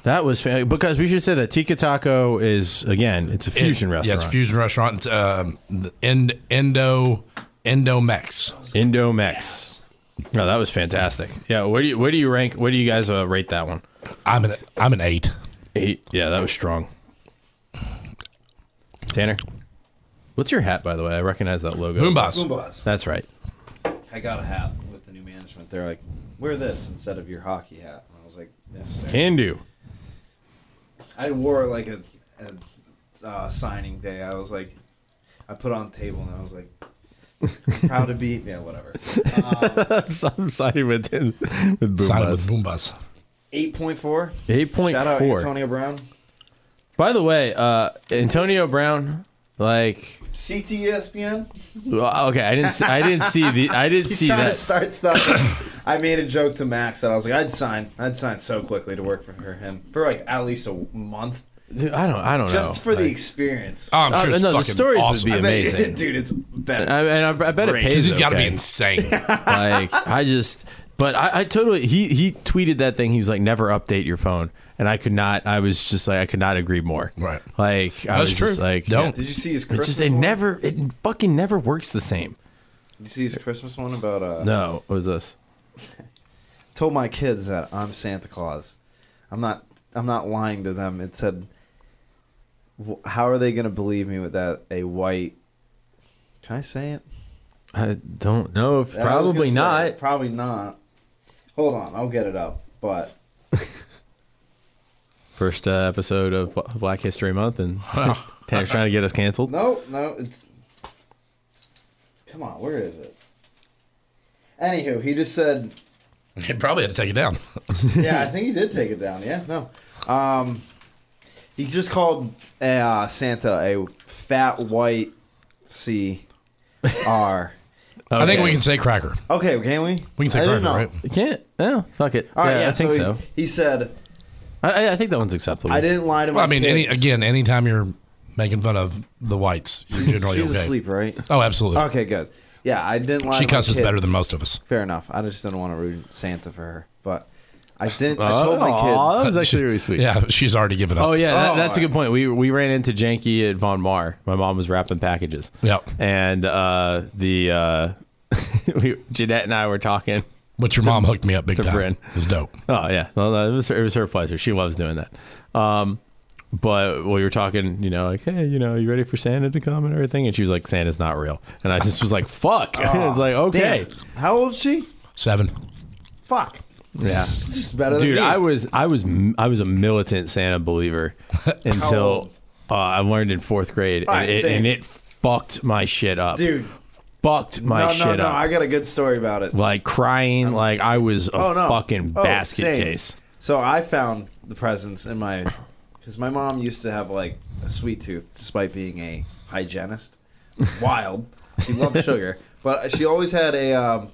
[SPEAKER 1] That was fa- because we should say that Tika Taco is again, it's a fusion
[SPEAKER 2] It- Yeah,
[SPEAKER 1] restaurant.
[SPEAKER 2] it's a fusion restaurant. It's um, the Ind, Indo Indo Mex.
[SPEAKER 1] Indo Mex. No, that was fantastic. Yeah, where do you where do you rank? Where do you guys uh, rate that one?
[SPEAKER 2] I'm an I'm an eight.
[SPEAKER 1] Eight. Yeah, that was strong. Tanner, what's your hat by the way? I recognize that logo.
[SPEAKER 2] Boomba's.
[SPEAKER 1] That's right.
[SPEAKER 4] I got a hat with the new management. They're like, wear this instead of your hockey hat. And I was like, yes, sir.
[SPEAKER 1] Can do.
[SPEAKER 4] I wore it like a, a uh, signing day. I was like, I put it on the table and I was
[SPEAKER 1] (laughs)
[SPEAKER 4] like, proud to be. Yeah, whatever.
[SPEAKER 1] (laughs) I'm siding with with
[SPEAKER 2] Sided
[SPEAKER 1] Boomba's.
[SPEAKER 2] with Boomba's.
[SPEAKER 4] 8.4.
[SPEAKER 1] Eight point
[SPEAKER 4] Shout out
[SPEAKER 1] four.
[SPEAKER 4] Antonio Brown.
[SPEAKER 1] By the way, uh, Antonio Brown, like
[SPEAKER 4] E CTESPN.
[SPEAKER 1] Well, okay, I didn't. See, I didn't see the. I
[SPEAKER 4] (laughs)
[SPEAKER 1] didn't
[SPEAKER 4] He's
[SPEAKER 1] see
[SPEAKER 4] trying to
[SPEAKER 1] that. (coughs)
[SPEAKER 4] start stuff. I made a joke to Max that I was like, I'd sign. I'd sign so quickly to work for her, him for like at least a month.
[SPEAKER 1] Dude, I don't. I don't know.
[SPEAKER 4] Just for the
[SPEAKER 1] Like,
[SPEAKER 4] experience.
[SPEAKER 2] Oh, I'm
[SPEAKER 1] Uh,
[SPEAKER 2] sure it's
[SPEAKER 1] no, the
[SPEAKER 2] fucking
[SPEAKER 1] stories would
[SPEAKER 2] awesome.
[SPEAKER 1] be
[SPEAKER 4] I bet-
[SPEAKER 1] amazing.
[SPEAKER 4] (laughs) Dude, it's better.
[SPEAKER 1] I, and I, I bet
[SPEAKER 4] Great.
[SPEAKER 1] it pays.
[SPEAKER 2] Because he's
[SPEAKER 1] okay.
[SPEAKER 2] got to be insane.
[SPEAKER 1] (laughs) Like I just. But I, I totally. He he tweeted that thing. He was like, "Never update your phone," and I could not. I was just like, I could not agree more.
[SPEAKER 2] Right.
[SPEAKER 1] Like I
[SPEAKER 2] That's
[SPEAKER 1] was just
[SPEAKER 2] true.
[SPEAKER 1] like,
[SPEAKER 2] Don't.
[SPEAKER 1] yeah.
[SPEAKER 4] Did you see his
[SPEAKER 1] It
[SPEAKER 4] Christmas
[SPEAKER 1] just it
[SPEAKER 4] one?
[SPEAKER 1] never. It fucking never works the same.
[SPEAKER 4] Did you see his Christmas one about uh
[SPEAKER 1] No, what was this?
[SPEAKER 4] told my kids that I'm Santa Claus. I'm not. I'm not lying to them. It said, wh- "How are they going to believe me with that a white?" Can I say it?
[SPEAKER 1] I don't know. If
[SPEAKER 4] I was gonna
[SPEAKER 1] probably
[SPEAKER 4] say
[SPEAKER 1] not.
[SPEAKER 4] it. Probably not. Hold on, I'll get it up. But
[SPEAKER 1] First uh, episode of Bla- Black History Month,
[SPEAKER 2] (laughs)
[SPEAKER 1] and Tanner's trying to get us canceled.
[SPEAKER 4] no, no, it's. Come on, where is it? Anywho, he just said,
[SPEAKER 2] he probably had to take it down.
[SPEAKER 4] (laughs) "Yeah, I think he did take it down." Yeah, no. Um, He just called uh, Santa a fat white C
[SPEAKER 2] (laughs)
[SPEAKER 4] R.
[SPEAKER 2] I think we
[SPEAKER 1] Okay.
[SPEAKER 2] can say cracker.
[SPEAKER 4] Okay, can we?
[SPEAKER 2] We can say
[SPEAKER 4] I
[SPEAKER 2] cracker,
[SPEAKER 4] didn't know.
[SPEAKER 2] right?
[SPEAKER 1] You can't. Oh, fuck it.
[SPEAKER 4] All right,
[SPEAKER 1] yeah, I think
[SPEAKER 4] he-
[SPEAKER 1] so.
[SPEAKER 4] He, said,
[SPEAKER 1] I, I- I think that one's acceptable.
[SPEAKER 4] "I didn't lie to my."
[SPEAKER 2] Well, I mean, any,
[SPEAKER 4] kids."
[SPEAKER 2] again, anytime you're making fun of the whites, you're
[SPEAKER 4] (laughs)
[SPEAKER 2] generally
[SPEAKER 4] She's
[SPEAKER 2] okay.
[SPEAKER 4] asleep, right?
[SPEAKER 2] Oh, absolutely.
[SPEAKER 4] Okay, good. Yeah, I didn't lie.
[SPEAKER 2] She
[SPEAKER 4] to my
[SPEAKER 2] cusses
[SPEAKER 4] kids.
[SPEAKER 2] better than most of us.
[SPEAKER 4] Fair enough. I just didn't want to ruin Santa for her, but I didn't. I
[SPEAKER 1] Oh,
[SPEAKER 4] told my
[SPEAKER 1] that was
[SPEAKER 4] kids.
[SPEAKER 1] actually really sweet.
[SPEAKER 2] Yeah, (laughs) she's already given up.
[SPEAKER 1] Oh yeah, that,
[SPEAKER 4] Oh,
[SPEAKER 1] that's a
[SPEAKER 4] all
[SPEAKER 1] good point. We we ran into Janky at Von Mar. My mom was wrapping packages.
[SPEAKER 2] Yep.
[SPEAKER 1] And uh, the uh, (laughs) we, Jeanette and I were talking.
[SPEAKER 2] But your mom hooked me up big time.
[SPEAKER 1] Bryn.
[SPEAKER 2] It was dope.
[SPEAKER 1] Oh yeah, well, that- it was her, it was her pleasure. She loves doing that. Um, but we were talking, you know, like, hey, you know, you ready for Santa to come and everything? And she was like, Santa's not real. And I just was like, fuck. (laughs) I was like, okay,
[SPEAKER 4] Damn. How old is she?
[SPEAKER 2] Seven.
[SPEAKER 4] Fuck.
[SPEAKER 1] yeah.
[SPEAKER 4] She's better
[SPEAKER 1] Dude,
[SPEAKER 4] than me.
[SPEAKER 1] I was I was I was a militant Santa
[SPEAKER 4] (laughs)
[SPEAKER 1] believer until uh, I learned in fourth grade,
[SPEAKER 4] All
[SPEAKER 1] and,
[SPEAKER 4] right,
[SPEAKER 1] it,
[SPEAKER 4] same.
[SPEAKER 1] and it fucked my shit up.
[SPEAKER 4] Dude.
[SPEAKER 1] fucked my
[SPEAKER 4] no, no,
[SPEAKER 1] shit
[SPEAKER 4] no.
[SPEAKER 1] up.
[SPEAKER 4] I got a good story about it.
[SPEAKER 1] like crying, like I was a
[SPEAKER 4] Oh no!
[SPEAKER 1] fucking
[SPEAKER 4] Oh,
[SPEAKER 1] basket
[SPEAKER 4] same.
[SPEAKER 1] case.
[SPEAKER 4] So I found the presents in my, because my mom used to have like a sweet tooth, despite being a hygienist. Wild.
[SPEAKER 1] (laughs)
[SPEAKER 4] she loved sugar, but she always had a um,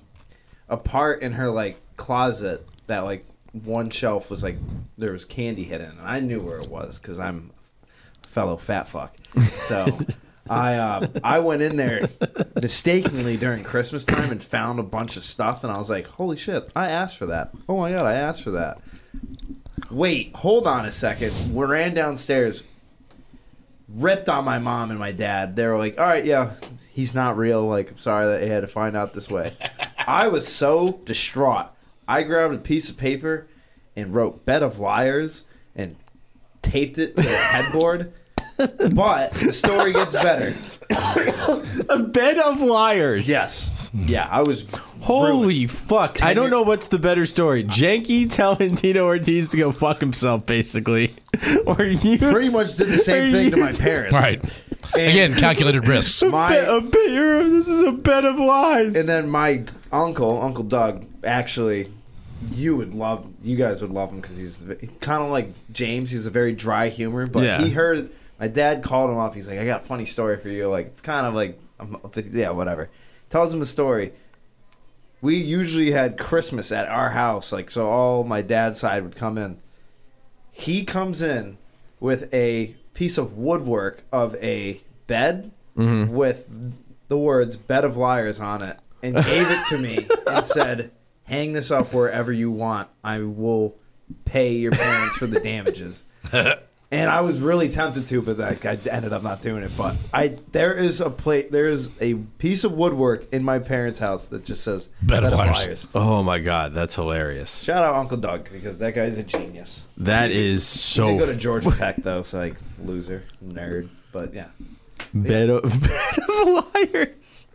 [SPEAKER 4] a part in her like closet that like one shelf was like there was candy hidden, and I knew where it was because I'm a fellow fat fuck. So. I uh, I went in there mistakenly during Christmas time and found a bunch of stuff, and I was like, "Holy shit! I asked for that! Oh my god, I asked for that!" Wait, hold on a second. We ran downstairs, ripped on my mom and my dad. They were like, "All right, yeah, he's not real. Like, I'm sorry that he had to find out this way." I was so distraught. I grabbed a piece of paper and wrote "bed of liars" and taped it to the headboard. But the story gets better.
[SPEAKER 1] A bed of liars.
[SPEAKER 4] Yes. Yeah, I was.
[SPEAKER 1] Holy fuck! I don't know what's the better story: Janky telling Tito Ortiz to go fuck himself, basically, (laughs) or you
[SPEAKER 4] Pretty much did
[SPEAKER 1] (laughs)
[SPEAKER 4] the
[SPEAKER 1] or
[SPEAKER 4] same thing to
[SPEAKER 1] you
[SPEAKER 4] my
[SPEAKER 1] did-
[SPEAKER 4] parents.
[SPEAKER 2] All right.
[SPEAKER 4] And-
[SPEAKER 2] Again, calculated
[SPEAKER 1] (laughs)
[SPEAKER 2] risks.
[SPEAKER 1] A
[SPEAKER 4] My-
[SPEAKER 1] bed- a bed- you're- this is a bed of lies.
[SPEAKER 4] And then my uncle, Uncle Doug, actually, you would love, you guys would love him because he's kind of like James. He's a very dry humor, but
[SPEAKER 1] Yeah.
[SPEAKER 4] he heard my dad called him up. He's like, "I got a funny story for you." Like it's kind of like, I'm- yeah, whatever. Tells him the story. We usually had Christmas at our house, like so all my dad's side would come in. He comes in with a piece of woodwork of a bed
[SPEAKER 2] Mm-hmm.
[SPEAKER 4] with the words "bed of liars" on it, and gave it to me
[SPEAKER 2] (laughs)
[SPEAKER 4] and said, "Hang this up wherever you want. I will pay your parents for
[SPEAKER 2] (laughs)
[SPEAKER 4] the damages." And I was really tempted to, but like, I ended up not doing it. But I, there is a plate, there is a piece of woodwork in my parents' house that just says
[SPEAKER 2] Bed of liars."
[SPEAKER 1] oh my god, that's hilarious.
[SPEAKER 4] Shout out Uncle Doug because that guy's a genius.
[SPEAKER 1] That is
[SPEAKER 4] He
[SPEAKER 1] so
[SPEAKER 4] did go
[SPEAKER 1] (laughs)
[SPEAKER 4] to Georgia Tech though, so like loser, nerd. But yeah,
[SPEAKER 1] bed of, (laughs) bed of liars.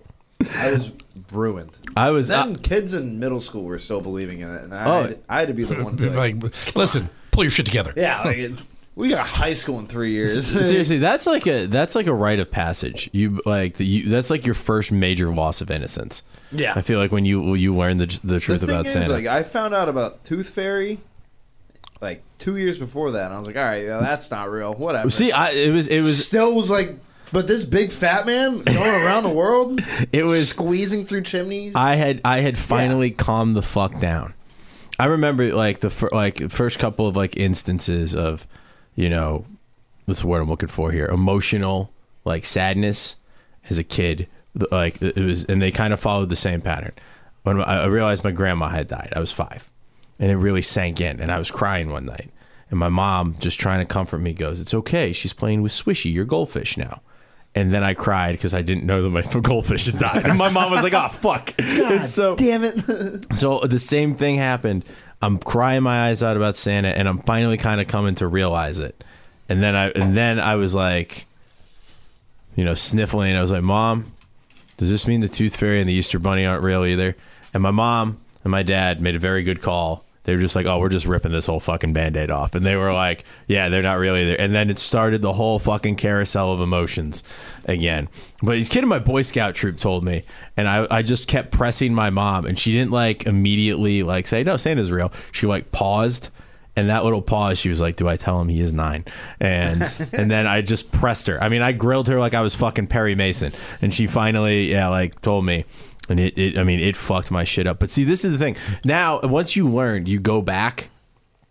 [SPEAKER 4] I was ruined.
[SPEAKER 1] I was
[SPEAKER 4] Then (laughs)
[SPEAKER 1] uh,
[SPEAKER 4] kids in middle school were still believing in it, and I,
[SPEAKER 1] Oh.
[SPEAKER 4] had, I had to be the
[SPEAKER 1] (laughs)
[SPEAKER 4] one. To, be like,
[SPEAKER 2] Like, listen, pull your shit together.
[SPEAKER 4] yeah, like it, we got high school in three
[SPEAKER 1] (laughs)
[SPEAKER 4] years.
[SPEAKER 1] Seriously, that's like a that's like a rite of passage. You like the, you, that's like your first major loss of innocence.
[SPEAKER 4] Yeah.
[SPEAKER 1] I feel like when you you learn the the
[SPEAKER 4] (laughs) the
[SPEAKER 1] truth
[SPEAKER 4] thing
[SPEAKER 1] about
[SPEAKER 4] is,
[SPEAKER 1] Santa.
[SPEAKER 4] like, I found out about Tooth Fairy like two years before that, and I was like, all right, yeah, that's not real. Whatever.
[SPEAKER 1] See, I, it was it was
[SPEAKER 4] still was like, but this big fat man going around the world,
[SPEAKER 1] (laughs) It was-
[SPEAKER 4] squeezing through chimneys.
[SPEAKER 1] I had I had finally calmed the fuck down. I remember like the fir- like first couple of like instances of, you know, what's the word I'm looking for here? Emotional like sadness as a kid. The- Like it was, and they kind of followed the same pattern. When I I realized my grandma had died, I was five, and it really sank in. And I was crying one night, and my mom, just trying to comfort me, goes, "It's okay. She's playing with Swishy, your goldfish now." And then I cried because I didn't know that my (laughs) goldfish had died. And my mom was like, "Oh fuck!" and (laughs) so
[SPEAKER 4] Damn it.
[SPEAKER 1] so the same thing happened. I'm crying my eyes out about Santa, and I'm finally kind of coming to realize it. And then I and then I was like, you know, sniffling. I was like, Mom, does this mean the Tooth Fairy and the Easter Bunny aren't real either? And my mom and my dad made a very good call. They were just like, oh, we're just ripping this whole fucking band aid off. And they were like, yeah, they're not real either. And then it started the whole fucking carousel of emotions again. But this kid in my Boy Scout troop told me, and I, I just kept pressing my mom, and she didn't like immediately like say, no, Santa's real. She like paused And that little pause, she was like, "Do I tell him he is nine? And and then I just pressed her. I mean, I grilled her like I was fucking Perry Mason, and she finally, yeah, like told me. And it, it, I mean, it fucked my shit up. But see, this is the thing. Now, once you learn, you go back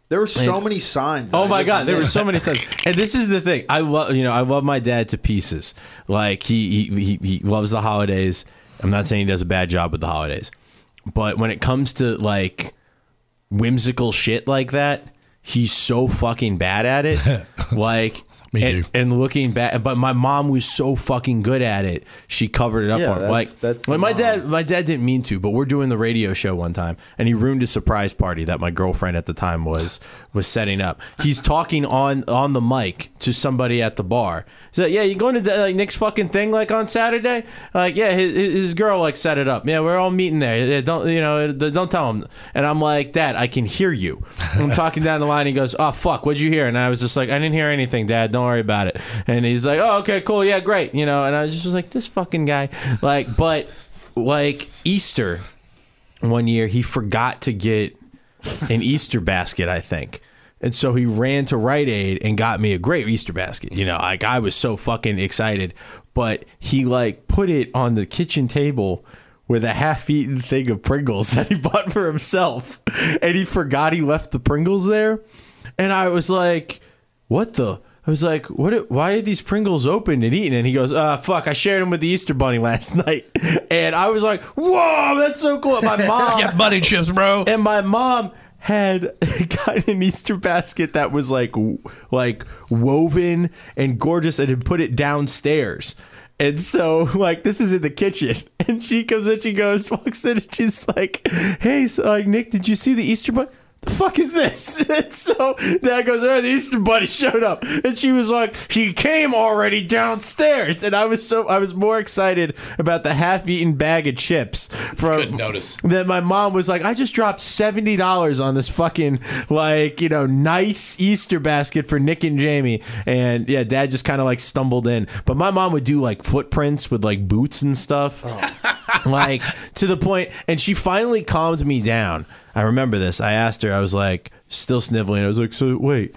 [SPEAKER 4] There were so many signs.
[SPEAKER 1] Oh my god, there were so many times. And this is the thing. I love you know, I love my dad to pieces. Like he he he, he loves the holidays. I'm not saying he does a bad job with the holidays. But when it comes to like whimsical shit like that, he's so fucking bad at it.
[SPEAKER 4] (laughs)
[SPEAKER 1] like
[SPEAKER 2] Me
[SPEAKER 1] and,
[SPEAKER 2] too.
[SPEAKER 1] and looking back, but my mom was so fucking good at it. She covered it up for
[SPEAKER 4] Yeah,
[SPEAKER 1] him.
[SPEAKER 4] that's-
[SPEAKER 1] Like
[SPEAKER 4] that's the
[SPEAKER 1] like my
[SPEAKER 4] mom.
[SPEAKER 1] dad, my dad didn't mean to, but we're doing the radio show one time, and he ruined a surprise party that my girlfriend at the time was was setting up. He's talking on on the mic to somebody at the bar. So yeah, you going to the, like Nick's fucking thing like on Saturday? Like yeah, his, his girl like set it up. Yeah, we're all meeting there. Yeah, don't you know? Don't tell him. And I'm like, Dad, I can hear you. I'm talking down the line. He goes, Oh fuck, what'd you hear? And I was just like, I didn't hear anything, Dad. Don't worry about it. And he's like, Oh okay, cool, yeah, great. You know. And I was just was like, This fucking guy. Like, but like Easter one year he forgot to get (laughs) an Easter basket, I think. And so he ran to Rite Aid and got me a great Easter basket. You know, like I was so fucking excited. But he like put it on the kitchen table with a half eaten thing of Pringles (laughs) that he bought for himself. And he forgot he left the Pringles there. And I was like, what the? I was like, what? Why are these Pringles open and eaten? And he goes, uh, fuck, I shared them with the Easter Bunny (laughs) last night. And I was like, whoa, that's so cool. And My mom
[SPEAKER 2] Yeah, bunny chips, bro.
[SPEAKER 1] and my mom had (laughs) gotten an Easter basket that was like w- like woven and gorgeous and had put it downstairs. And so (laughs) like this is in the kitchen. (laughs) And she comes in, she goes, walks in, and she's like, Hey, so, like Nick, did you see the Easter bunny? The fuck is this? (laughs) And so Dad goes, Oh, the Easter bunny (laughs) showed up. And she was like, She came already downstairs. And I was so I was more excited about the half eaten bag of chips from
[SPEAKER 2] Couldn't notice.
[SPEAKER 1] that my mom was like, I just dropped seventy dollars on this fucking like you know nice Easter basket for Nick and Jamie, and yeah, Dad just kind of like stumbled in. But my mom would do like footprints with like boots and stuff,
[SPEAKER 2] (laughs)
[SPEAKER 1] like to the point, and she finally calmed me down. I remember this. I asked her. I was like, still sniveling. I was like, so wait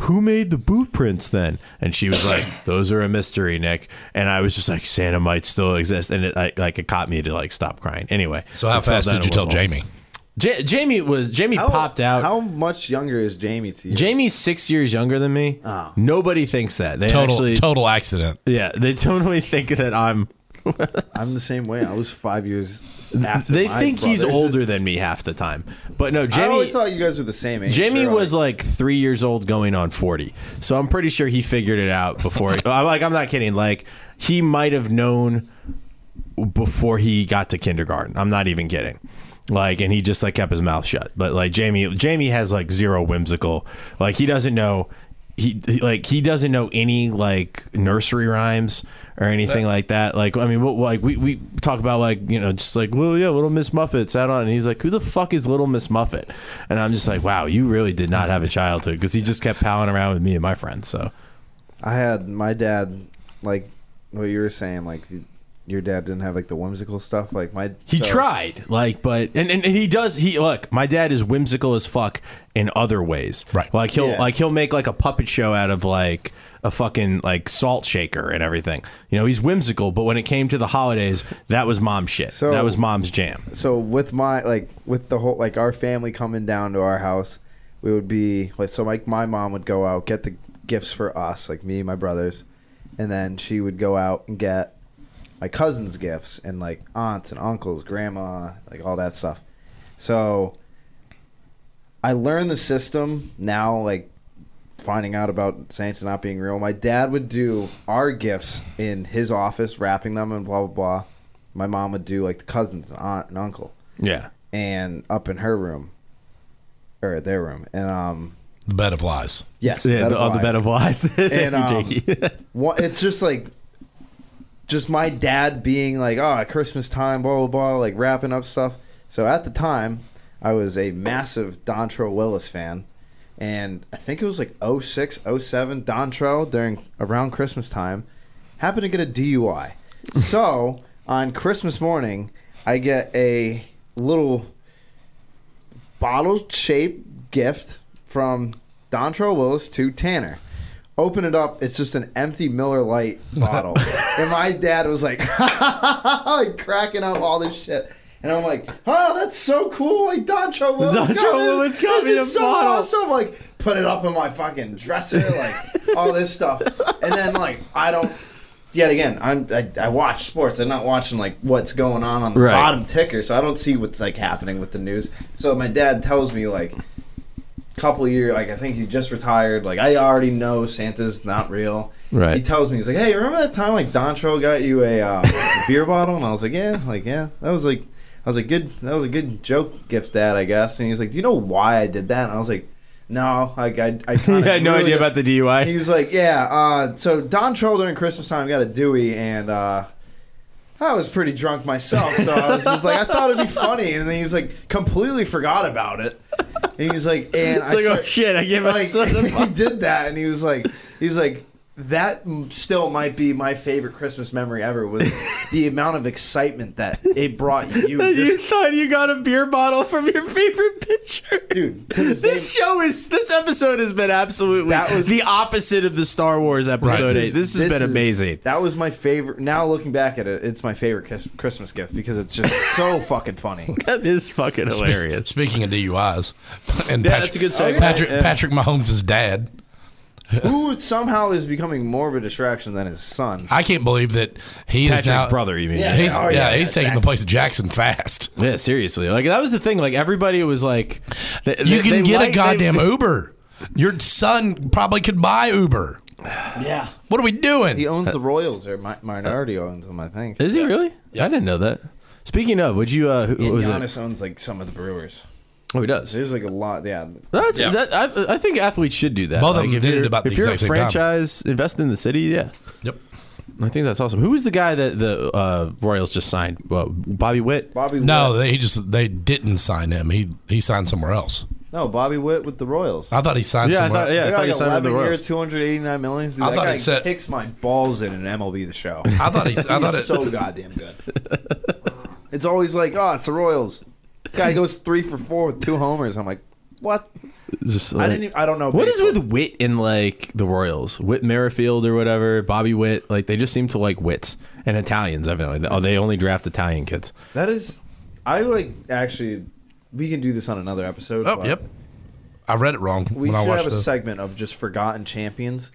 [SPEAKER 1] who made the boot prints then? And she was like,
[SPEAKER 2] (coughs)
[SPEAKER 1] those are a mystery, Nick. And I was just like, Santa might still exist. And it I, like it caught me to like stop crying. Anyway,
[SPEAKER 2] So how
[SPEAKER 1] it fell
[SPEAKER 2] fast
[SPEAKER 1] down
[SPEAKER 2] did you
[SPEAKER 1] a
[SPEAKER 2] tell
[SPEAKER 1] wormhole.
[SPEAKER 2] Jamie?
[SPEAKER 1] Ja- Jamie was Jamie
[SPEAKER 4] How-
[SPEAKER 1] popped out.
[SPEAKER 4] Oh, How much younger is Jamie to you?
[SPEAKER 1] Jamie's six years younger than me.
[SPEAKER 4] Oh.
[SPEAKER 1] Nobody thinks that. They
[SPEAKER 2] Total
[SPEAKER 1] actually,
[SPEAKER 2] total accident.
[SPEAKER 1] yeah, they (laughs) totally think that I'm.
[SPEAKER 4] I'm the same way. I was five years after.
[SPEAKER 1] They
[SPEAKER 4] my
[SPEAKER 1] think he's
[SPEAKER 4] brothers.
[SPEAKER 1] older than me half the time. But no,
[SPEAKER 4] I
[SPEAKER 1] Jamie.
[SPEAKER 4] always thought you guys were the same age.
[SPEAKER 1] Jamie
[SPEAKER 4] You're
[SPEAKER 1] was
[SPEAKER 4] like,
[SPEAKER 1] like three years old, going on forty. So I'm pretty sure he figured it out before. (laughs) I'm like, I'm not kidding. Like he might have known before he got to kindergarten. I'm not even kidding. Like, and he just like kept his mouth shut. But like Jamie, Jamie has like zero whimsical. Like he doesn't know. He he- like he doesn't know any like nursery rhymes or anything like that. Like I mean, what, like we, we talk about like you know just like well yeah, Little Miss Muffet's out on, and he's like, who the fuck is Little Miss Muffet? And I'm just like, wow, you really did not have a childhood because he just kept palling around with me and my friends. So
[SPEAKER 4] I had my dad, like what you were saying, like your dad didn't have like the whimsical stuff. Like my
[SPEAKER 1] He
[SPEAKER 4] so-
[SPEAKER 1] tried, like, but and, and, and he does. He look, my dad is whimsical as fuck in other ways.
[SPEAKER 2] Right.
[SPEAKER 1] Like he'll
[SPEAKER 4] Yeah.
[SPEAKER 1] like he'll make like a puppet show out of like a fucking like salt shaker and everything. You know, he's whimsical, but when it came to the holidays, that was mom's shit.
[SPEAKER 4] So-
[SPEAKER 1] that was mom's jam.
[SPEAKER 4] so with my like with the whole like our family coming down to our house we would be like so like my mom would go out get the gifts for us like me and my brothers and then she would go out and get my cousins gifts and like aunts and uncles grandma like all that stuff so i learned the system now like finding out about santa not being real my dad would do our gifts in his office wrapping them and blah blah blah my mom would do like the cousins and aunt and uncle
[SPEAKER 1] Yeah.
[SPEAKER 4] and up in her room or their room and um
[SPEAKER 2] The bed of lies.
[SPEAKER 4] yes
[SPEAKER 1] Yeah,
[SPEAKER 4] that'd
[SPEAKER 1] the, on the
[SPEAKER 4] fly.
[SPEAKER 1] bed of lies. (laughs) Thank
[SPEAKER 4] And,
[SPEAKER 1] you,
[SPEAKER 4] um,
[SPEAKER 1] Jakey.
[SPEAKER 4] One- it's just like just my dad being like oh at christmas time blah blah blah like wrapping up stuff so at the time i was a massive dontrell willis fan and i think it was like 06 07 dontrell during around christmas time happened to get a dui so on christmas morning i get a little bottle shaped gift from Dontrell Willis to Tanner. Open it up, it's just an empty Miller
[SPEAKER 1] (laughs)
[SPEAKER 4] Lite bottle. and my dad was like, (laughs) like cracking up all this shit. And I'm like, oh, that's so cool. Like, Dontrell Willis.
[SPEAKER 1] Dontrell
[SPEAKER 4] got me-
[SPEAKER 1] Willis got
[SPEAKER 4] this
[SPEAKER 1] me
[SPEAKER 4] is
[SPEAKER 1] a
[SPEAKER 4] so
[SPEAKER 1] bottle.
[SPEAKER 4] Awesome. Like, put it up in my fucking dresser, like, all this stuff. And then, like, I don't. Yet again, I'm, I, I watch sports. I'm not watching like what's going on on the
[SPEAKER 1] Right.
[SPEAKER 4] bottom ticker, so I don't see what's like happening with the news. So my dad tells me like, couple years, like I think he's just retired. Like I already know Santa's not real.
[SPEAKER 1] Right.
[SPEAKER 4] He tells me he's like, "Hey, remember that time like Dontrell got you
[SPEAKER 1] (laughs)
[SPEAKER 4] a uh, beer bottle?" And I was like, "Yeah, like yeah, that was like, I was like good, that was a good joke gift, Dad, I guess." And he's like, "Do you know why I did that?" And I was like, "No, like I, I,
[SPEAKER 1] (laughs) (laughs) I
[SPEAKER 4] kinda
[SPEAKER 1] had no
[SPEAKER 4] really
[SPEAKER 1] idea
[SPEAKER 4] don't-
[SPEAKER 1] about the (laughs)
[SPEAKER 4] he
[SPEAKER 1] DUI.
[SPEAKER 4] was like, yeah. Uh, so Dontrell during Christmas time got a Dewey, and uh, I was pretty drunk myself, so I was just like, I thought it'd be funny, and then he's like, completely forgot about it. And he's like, and
[SPEAKER 1] It's
[SPEAKER 4] I
[SPEAKER 1] like, oh
[SPEAKER 4] start-
[SPEAKER 1] shit, I gave my
[SPEAKER 4] like,
[SPEAKER 1] son a
[SPEAKER 4] (laughs) he did that, and he was like, he was like, that m- still might be my favorite Christmas memory ever was the amount of excitement that it brought you.
[SPEAKER 1] (laughs) You
[SPEAKER 4] This-
[SPEAKER 1] thought you got a beer bottle from your favorite picture.
[SPEAKER 4] dude, to this day-
[SPEAKER 1] This show is this episode has been absolutely
[SPEAKER 4] That was-
[SPEAKER 1] the opposite of the Star Wars episode
[SPEAKER 2] Right.
[SPEAKER 1] eight. This has been
[SPEAKER 4] is- (laughs)
[SPEAKER 1] amazing.
[SPEAKER 4] That was my favorite. Now looking back at it, it's my favorite Chris- Christmas gift because it's
[SPEAKER 1] (laughs)
[SPEAKER 4] just so fucking funny.
[SPEAKER 1] That is fucking hilarious.
[SPEAKER 2] (laughs) Speaking of DUIs, (laughs) and
[SPEAKER 1] yeah,
[SPEAKER 2] Patrick,
[SPEAKER 1] that's a good
[SPEAKER 4] Oh,
[SPEAKER 1] segue.
[SPEAKER 4] yeah.
[SPEAKER 2] Patrick, Patrick Mahomes' dad.
[SPEAKER 4] Who somehow is becoming more of a distraction than his son?
[SPEAKER 2] I can't believe that he
[SPEAKER 1] Patrick's
[SPEAKER 2] is now
[SPEAKER 1] brother, you mean?
[SPEAKER 4] Yeah.
[SPEAKER 2] He's,
[SPEAKER 4] Oh,
[SPEAKER 2] yeah,
[SPEAKER 4] yeah,
[SPEAKER 2] he's taking the place of Jackson fast.
[SPEAKER 1] Yeah, seriously. Like that was the thing. Like everybody was like, th-
[SPEAKER 2] You
[SPEAKER 1] they-
[SPEAKER 2] can
[SPEAKER 1] they
[SPEAKER 2] get
[SPEAKER 1] like-
[SPEAKER 2] a
[SPEAKER 1] they-
[SPEAKER 2] goddamn (laughs) Uber. Your son probably could buy Uber.
[SPEAKER 4] Yeah,
[SPEAKER 2] What are we doing?
[SPEAKER 4] he owns the Royals or mi- minority owns them, I think.
[SPEAKER 1] Is he really? I didn't know that. Speaking of, would you? Uh, who
[SPEAKER 4] And
[SPEAKER 1] what was it?
[SPEAKER 4] Giannis owns like some of the Brewers.
[SPEAKER 1] Oh, he does.
[SPEAKER 4] There's like a lot. Yeah,
[SPEAKER 1] That's
[SPEAKER 2] Yeah.
[SPEAKER 1] that. I, I think athletes should do that.
[SPEAKER 2] Both of them
[SPEAKER 1] if
[SPEAKER 2] did it
[SPEAKER 1] you're-
[SPEAKER 2] about the
[SPEAKER 1] if you're a
[SPEAKER 2] exact same time.
[SPEAKER 1] franchise, invest in the city. Yeah,
[SPEAKER 2] Yep.
[SPEAKER 1] I think that's awesome. Who was the guy that the uh, Royals just signed? Well, Bobby Witt.
[SPEAKER 4] Bobby.
[SPEAKER 2] No,
[SPEAKER 4] Witt.
[SPEAKER 2] they he just they didn't sign him. He he signed somewhere else.
[SPEAKER 4] no, Bobby Witt with the Royals.
[SPEAKER 2] I thought he signed
[SPEAKER 1] Yeah, I
[SPEAKER 2] somewhere.
[SPEAKER 1] thought. Yeah, I
[SPEAKER 4] They
[SPEAKER 1] thought
[SPEAKER 4] got
[SPEAKER 1] he
[SPEAKER 4] like
[SPEAKER 1] signed with the
[SPEAKER 4] 11 year,
[SPEAKER 1] Royals.
[SPEAKER 4] 289 million. Dude,
[SPEAKER 2] I
[SPEAKER 4] that
[SPEAKER 2] thought
[SPEAKER 4] guy
[SPEAKER 2] it said-
[SPEAKER 4] kicks my balls in an MLB
[SPEAKER 1] (laughs)
[SPEAKER 4] the show.
[SPEAKER 2] I thought he I thought it,
[SPEAKER 4] He's so goddamn good. (laughs) it's always like, oh, it's the Royals. Guy goes three for four with two homers. I'm like, what?
[SPEAKER 1] Just
[SPEAKER 4] I
[SPEAKER 1] like-
[SPEAKER 4] didn't. Even, I don't know.
[SPEAKER 1] What is
[SPEAKER 4] baseball.
[SPEAKER 1] with Witt and like the Royals? Witt Merrifield or whatever, Bobby Witt. Like they just seem to like wits and Italians. Evidently, oh, they only draft Italian kids.
[SPEAKER 4] that? Is I like actually? We can do this on another episode.
[SPEAKER 2] Oh,
[SPEAKER 4] but
[SPEAKER 2] yep. I read it wrong
[SPEAKER 4] We
[SPEAKER 2] when I
[SPEAKER 4] should
[SPEAKER 2] watched
[SPEAKER 4] have a
[SPEAKER 2] the.
[SPEAKER 4] segment of just forgotten champions.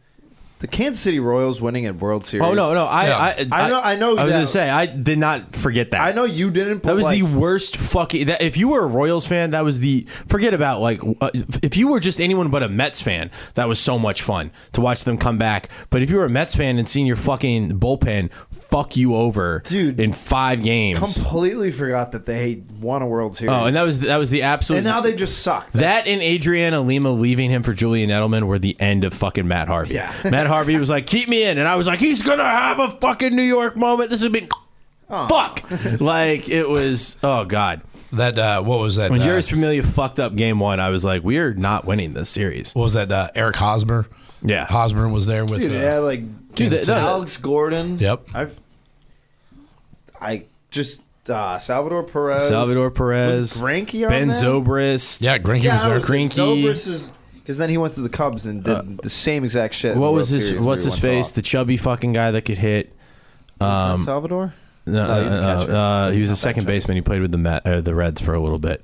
[SPEAKER 4] The Kansas City Royals winning a World Series.
[SPEAKER 1] Oh no, no, I,
[SPEAKER 2] Yeah.
[SPEAKER 1] I,
[SPEAKER 4] I know- I know
[SPEAKER 1] I was
[SPEAKER 4] that-
[SPEAKER 1] gonna say I did not forget that.
[SPEAKER 4] I know you didn't. But
[SPEAKER 1] That was
[SPEAKER 4] like,
[SPEAKER 1] the worst fucking. That, if you were a Royals fan, that was the forget about like. uh, If you were just anyone but a Mets fan, that was so much fun to watch them come back. But if you were a Mets fan and seeing your fucking bullpen fuck you over,
[SPEAKER 4] Dude.
[SPEAKER 1] in five games.
[SPEAKER 4] completely forgot that they won a World Series.
[SPEAKER 1] oh, and that was that was the absolute.
[SPEAKER 4] and now they just suck.
[SPEAKER 1] That and Adriana Lima leaving him for Julian Edelman were the end of fucking Matt Harvey.
[SPEAKER 4] Yeah.
[SPEAKER 1] (laughs) Matt Harvey was like, keep me in. And I was like, he's going to have a fucking New York moment. This would be
[SPEAKER 4] (laughs)
[SPEAKER 1] fuck. like, it was, oh, God.
[SPEAKER 2] That uh, what was that?
[SPEAKER 1] When
[SPEAKER 2] uh,
[SPEAKER 1] Jerry's Familia fucked up game one, I was like, we're not winning this series.
[SPEAKER 2] what was that? Uh, Eric Hosmer.
[SPEAKER 1] Yeah.
[SPEAKER 2] Hosmer was there with.
[SPEAKER 4] Dude,
[SPEAKER 2] uh,
[SPEAKER 4] yeah, like
[SPEAKER 1] Dude, that- that-
[SPEAKER 4] Alex Gordon.
[SPEAKER 2] Yep.
[SPEAKER 4] I've I just uh, Salvador Perez.
[SPEAKER 1] Salvador Perez,
[SPEAKER 4] Was Greinke on
[SPEAKER 1] Ben
[SPEAKER 4] that?
[SPEAKER 1] Zobrist.
[SPEAKER 2] Yeah, Grinky
[SPEAKER 4] Yeah,
[SPEAKER 2] was there.
[SPEAKER 1] Greinke.
[SPEAKER 4] because then he went to the Cubs and did the same exact shit. in the
[SPEAKER 1] Uh, What
[SPEAKER 4] World
[SPEAKER 1] was his?
[SPEAKER 4] Series
[SPEAKER 1] What's
[SPEAKER 4] where
[SPEAKER 1] his
[SPEAKER 4] he went
[SPEAKER 1] face? Um, The chubby fucking guy that could hit.
[SPEAKER 4] off. Salvador.
[SPEAKER 1] No,
[SPEAKER 4] No, he's a
[SPEAKER 1] no, no,
[SPEAKER 4] catcher.
[SPEAKER 1] uh, he was a second
[SPEAKER 4] catcher.
[SPEAKER 1] baseman. He played with the Met, uh, the Reds for a little bit.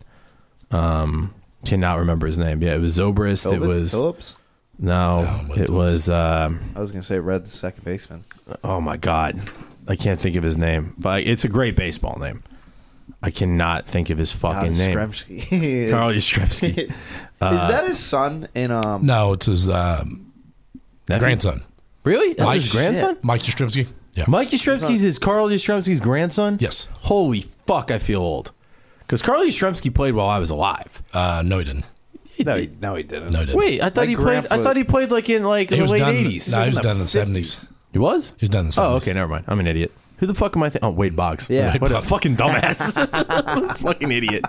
[SPEAKER 1] Um, cannot remember his name. Yeah, it was Zobrist. It
[SPEAKER 4] Philbin?
[SPEAKER 1] was
[SPEAKER 4] Phillips.
[SPEAKER 1] no, it was. Um,
[SPEAKER 4] I was gonna say Red's second baseman.
[SPEAKER 1] oh my God, I can't think of his name. But it's a great baseball name. I cannot think of his fucking
[SPEAKER 4] Alex
[SPEAKER 1] name.
[SPEAKER 4] Skremski. (laughs)
[SPEAKER 1] Carl uh,
[SPEAKER 4] is
[SPEAKER 1] Yastrzemski.
[SPEAKER 4] that his son? In um,
[SPEAKER 2] No, it's his um,
[SPEAKER 1] Nephew?
[SPEAKER 2] grandson,
[SPEAKER 1] Really? That's
[SPEAKER 2] Mike-
[SPEAKER 1] his grandson.
[SPEAKER 2] Mike Yastrzemski. Yeah.
[SPEAKER 1] Mike Yastrzemski's is Carl Yastrzemski's grandson.
[SPEAKER 2] Yes.
[SPEAKER 1] Holy fuck, I feel old. Because Carl Yastrzemski played while I was alive.
[SPEAKER 2] Uh, no, he didn't.
[SPEAKER 4] no, he, no, he didn't.
[SPEAKER 2] No, he didn't.
[SPEAKER 1] Wait, I thought
[SPEAKER 4] My
[SPEAKER 1] he played. I
[SPEAKER 4] grandpa-
[SPEAKER 1] thought he played like in like
[SPEAKER 2] he
[SPEAKER 1] the
[SPEAKER 2] was
[SPEAKER 1] late
[SPEAKER 2] done.
[SPEAKER 1] eighties.
[SPEAKER 2] No, he was done in the seventies.
[SPEAKER 1] He was?
[SPEAKER 2] He was done in the
[SPEAKER 1] Oh,
[SPEAKER 2] seventies.
[SPEAKER 1] okay, never mind. I'm an idiot. Who the fuck am I? Th- oh, Wade Boggs.
[SPEAKER 4] Yeah.
[SPEAKER 1] what
[SPEAKER 2] (laughs)
[SPEAKER 1] a fucking dumbass. (laughs) fucking idiot.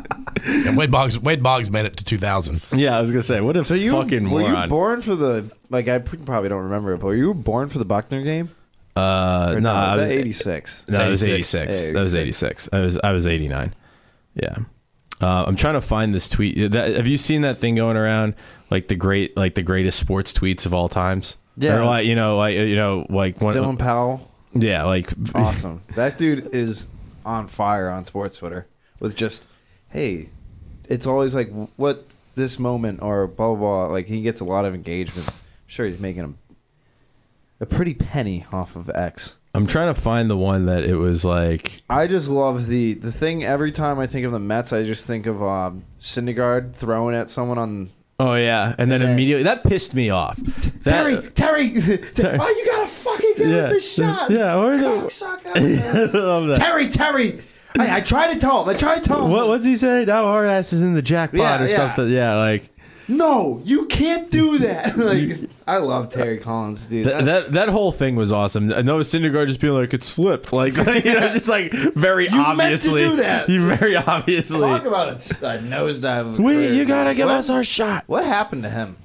[SPEAKER 2] And Wade Boggs. Wade Boggs made it to two thousand.
[SPEAKER 1] Yeah, I was gonna say, what a
[SPEAKER 4] You-
[SPEAKER 1] fucking
[SPEAKER 4] were
[SPEAKER 1] moron.
[SPEAKER 4] you born for the like? I pr- probably don't remember it, but were you born for the Buckner game?
[SPEAKER 1] uh, no, I was
[SPEAKER 4] eighty six.
[SPEAKER 1] no, it was eighty
[SPEAKER 2] 86.
[SPEAKER 1] six.
[SPEAKER 4] Yeah,
[SPEAKER 1] That was eighty six. I was I was eighty nine. Yeah. Uh, I'm trying to find this tweet. That, have you seen that thing going around, like the great, like the greatest sports tweets of all times?
[SPEAKER 4] Yeah.
[SPEAKER 1] Or like you know, like you know, like one.
[SPEAKER 4] Dylan
[SPEAKER 1] (laughs)
[SPEAKER 4] Powell,
[SPEAKER 1] yeah, like
[SPEAKER 4] awesome. that dude is on fire on sports Twitter with just, hey, it's always like what this moment or blah blah. blah. Like he gets a lot of engagement. I'm sure he's making a, a pretty penny off of X.
[SPEAKER 1] (laughs) I'm trying to find the one that it was like.
[SPEAKER 4] I just love the the thing. Every time I think of the Mets, I just think of um, Syndergaard throwing at someone on.
[SPEAKER 1] Oh yeah, and then
[SPEAKER 4] then-
[SPEAKER 1] immediately that pissed me
[SPEAKER 4] (laughs)
[SPEAKER 1] off. That,
[SPEAKER 4] Terry, (laughs)
[SPEAKER 1] Terry.
[SPEAKER 4] oh, you gotta fucking give
[SPEAKER 1] yeah, yeah. Or the, (laughs) (laughs)
[SPEAKER 4] Cocksucker.
[SPEAKER 1] I love that.
[SPEAKER 4] Terry, Terry. I, I try to tell him. I try to tell him.
[SPEAKER 1] What, what's he say? Now our ass is in the jackpot
[SPEAKER 4] Yeah,
[SPEAKER 1] or
[SPEAKER 4] yeah.
[SPEAKER 1] something. Yeah, like
[SPEAKER 4] No, you can't do that. (laughs) like, I love Terry Collins, dude.
[SPEAKER 1] Th-
[SPEAKER 4] That's-
[SPEAKER 1] that that whole thing was awesome. I know Syndergaard just being like it slipped, like (laughs) you know, just like very
[SPEAKER 4] meant to
[SPEAKER 1] obviously.
[SPEAKER 4] do
[SPEAKER 1] (laughs)
[SPEAKER 4] that.
[SPEAKER 1] You very obviously.
[SPEAKER 4] Talk about a, a nosedive. of a
[SPEAKER 1] we
[SPEAKER 4] career,
[SPEAKER 1] you gotta
[SPEAKER 4] dude.
[SPEAKER 1] give
[SPEAKER 4] what,
[SPEAKER 1] us our shot.
[SPEAKER 4] What happened to him?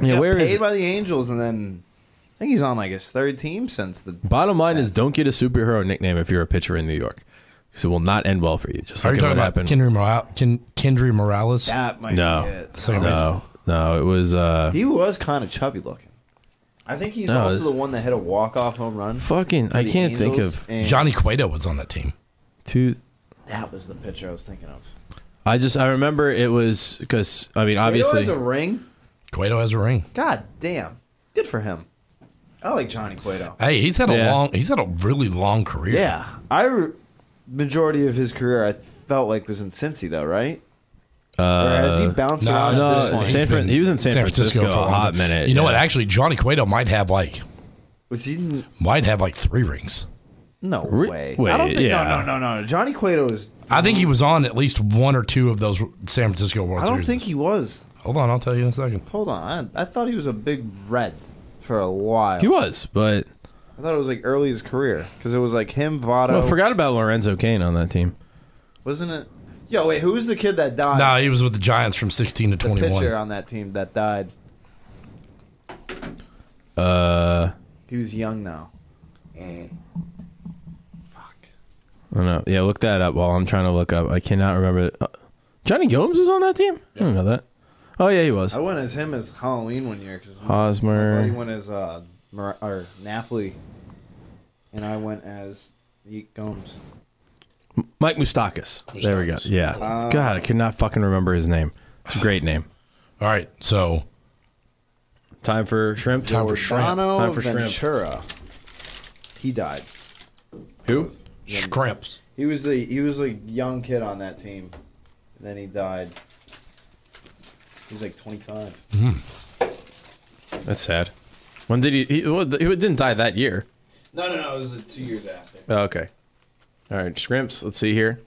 [SPEAKER 1] Yeah,
[SPEAKER 4] Got
[SPEAKER 1] where
[SPEAKER 4] paid
[SPEAKER 1] is it?
[SPEAKER 4] by the Angels, and then I think he's on like his third team since the.
[SPEAKER 1] Bottom line is, don't get a superhero nickname if you're a pitcher in New York, because it will not end well for you. Just
[SPEAKER 2] Are
[SPEAKER 1] like
[SPEAKER 2] you
[SPEAKER 1] it
[SPEAKER 2] talking
[SPEAKER 1] would
[SPEAKER 2] about
[SPEAKER 1] happen.
[SPEAKER 2] Kendry, Mora- Ken- Kendry Morales?
[SPEAKER 4] That might
[SPEAKER 1] No.
[SPEAKER 4] be it.
[SPEAKER 2] So-
[SPEAKER 1] no, no, it was. uh
[SPEAKER 4] He was kind of chubby looking. I think he's
[SPEAKER 1] No,
[SPEAKER 4] also
[SPEAKER 1] it's-
[SPEAKER 4] the one that hit a walk off home run. for
[SPEAKER 1] Fucking, I
[SPEAKER 4] the
[SPEAKER 1] can't think
[SPEAKER 4] Angels,
[SPEAKER 1] of
[SPEAKER 4] and
[SPEAKER 2] Johnny Cueto was on that team.
[SPEAKER 1] two.
[SPEAKER 4] That was the pitcher I was thinking of.
[SPEAKER 1] I just I remember it was because I mean
[SPEAKER 4] Cueto
[SPEAKER 1] obviously
[SPEAKER 4] has a ring.
[SPEAKER 2] Cueto has a ring.
[SPEAKER 4] God damn, good for him. I like Johnny Cueto.
[SPEAKER 2] Hey, he's had a
[SPEAKER 1] Yeah.
[SPEAKER 2] long, he's had a really long career.
[SPEAKER 4] Yeah, I re- majority of his career I felt like was in Cincy though, right? Uh, or has he bounced
[SPEAKER 2] No,
[SPEAKER 4] around at
[SPEAKER 1] no,
[SPEAKER 4] this point?
[SPEAKER 1] San-
[SPEAKER 2] he's
[SPEAKER 1] Fran-
[SPEAKER 2] been
[SPEAKER 1] he was in San Francisco a
[SPEAKER 2] while,
[SPEAKER 1] hot
[SPEAKER 2] but
[SPEAKER 1] minute,
[SPEAKER 2] You know
[SPEAKER 1] yeah.
[SPEAKER 2] what? Actually, Johnny Cueto might have like
[SPEAKER 4] Was he? in-
[SPEAKER 2] might have like three rings.
[SPEAKER 4] No
[SPEAKER 1] Re-
[SPEAKER 4] way.
[SPEAKER 1] wait,
[SPEAKER 4] I don't think.
[SPEAKER 1] yeah.
[SPEAKER 4] No, no, no, no. Johnny Cueto is.
[SPEAKER 2] I think he was on at least one or two of those San Francisco World
[SPEAKER 4] I don't
[SPEAKER 2] Series.
[SPEAKER 4] think he was.
[SPEAKER 2] Hold on, I'll tell you in a second.
[SPEAKER 4] Hold on. I, I thought he was a big red for a while.
[SPEAKER 1] he was, but
[SPEAKER 4] I thought it was like early his career because it was like him, Votto.
[SPEAKER 1] well, I forgot about Lorenzo Kane on that team.
[SPEAKER 4] Wasn't it? Yo, wait, who was the kid that died?
[SPEAKER 2] No, he was with the Giants from 16 to
[SPEAKER 4] the
[SPEAKER 2] 21.
[SPEAKER 4] pitcher on that team that died.
[SPEAKER 1] Uh,
[SPEAKER 4] He was young now.
[SPEAKER 1] I don't know. Yeah, look that up while I'm trying to look up. I cannot remember. Uh, Johnny Gomes was on that team? I don't know that. Oh, yeah, he was.
[SPEAKER 4] I went as him as Halloween one year because my buddy
[SPEAKER 1] Hosmer.
[SPEAKER 4] went as uh, Mar- or Napoli, and I went as Yeet Gomes.
[SPEAKER 1] Mike Moustakis. There we go. Yeah.
[SPEAKER 4] Uh,
[SPEAKER 1] God, I could not fucking remember his name. It's a great name.
[SPEAKER 2] All right, so
[SPEAKER 1] Time for shrimp.
[SPEAKER 2] Time for shrimp.
[SPEAKER 4] Dono
[SPEAKER 1] Time for shrimp.
[SPEAKER 4] Ventura. He died.
[SPEAKER 1] Who?
[SPEAKER 2] Scrimps.
[SPEAKER 4] He was the he was like young kid on that team, and then he died. He was like 25.
[SPEAKER 1] That's sad. When did he? He, well, he didn't die that year.
[SPEAKER 3] No, no, no. It was uh, two years after.
[SPEAKER 1] Oh, okay. All right, shrimps. Let's see here.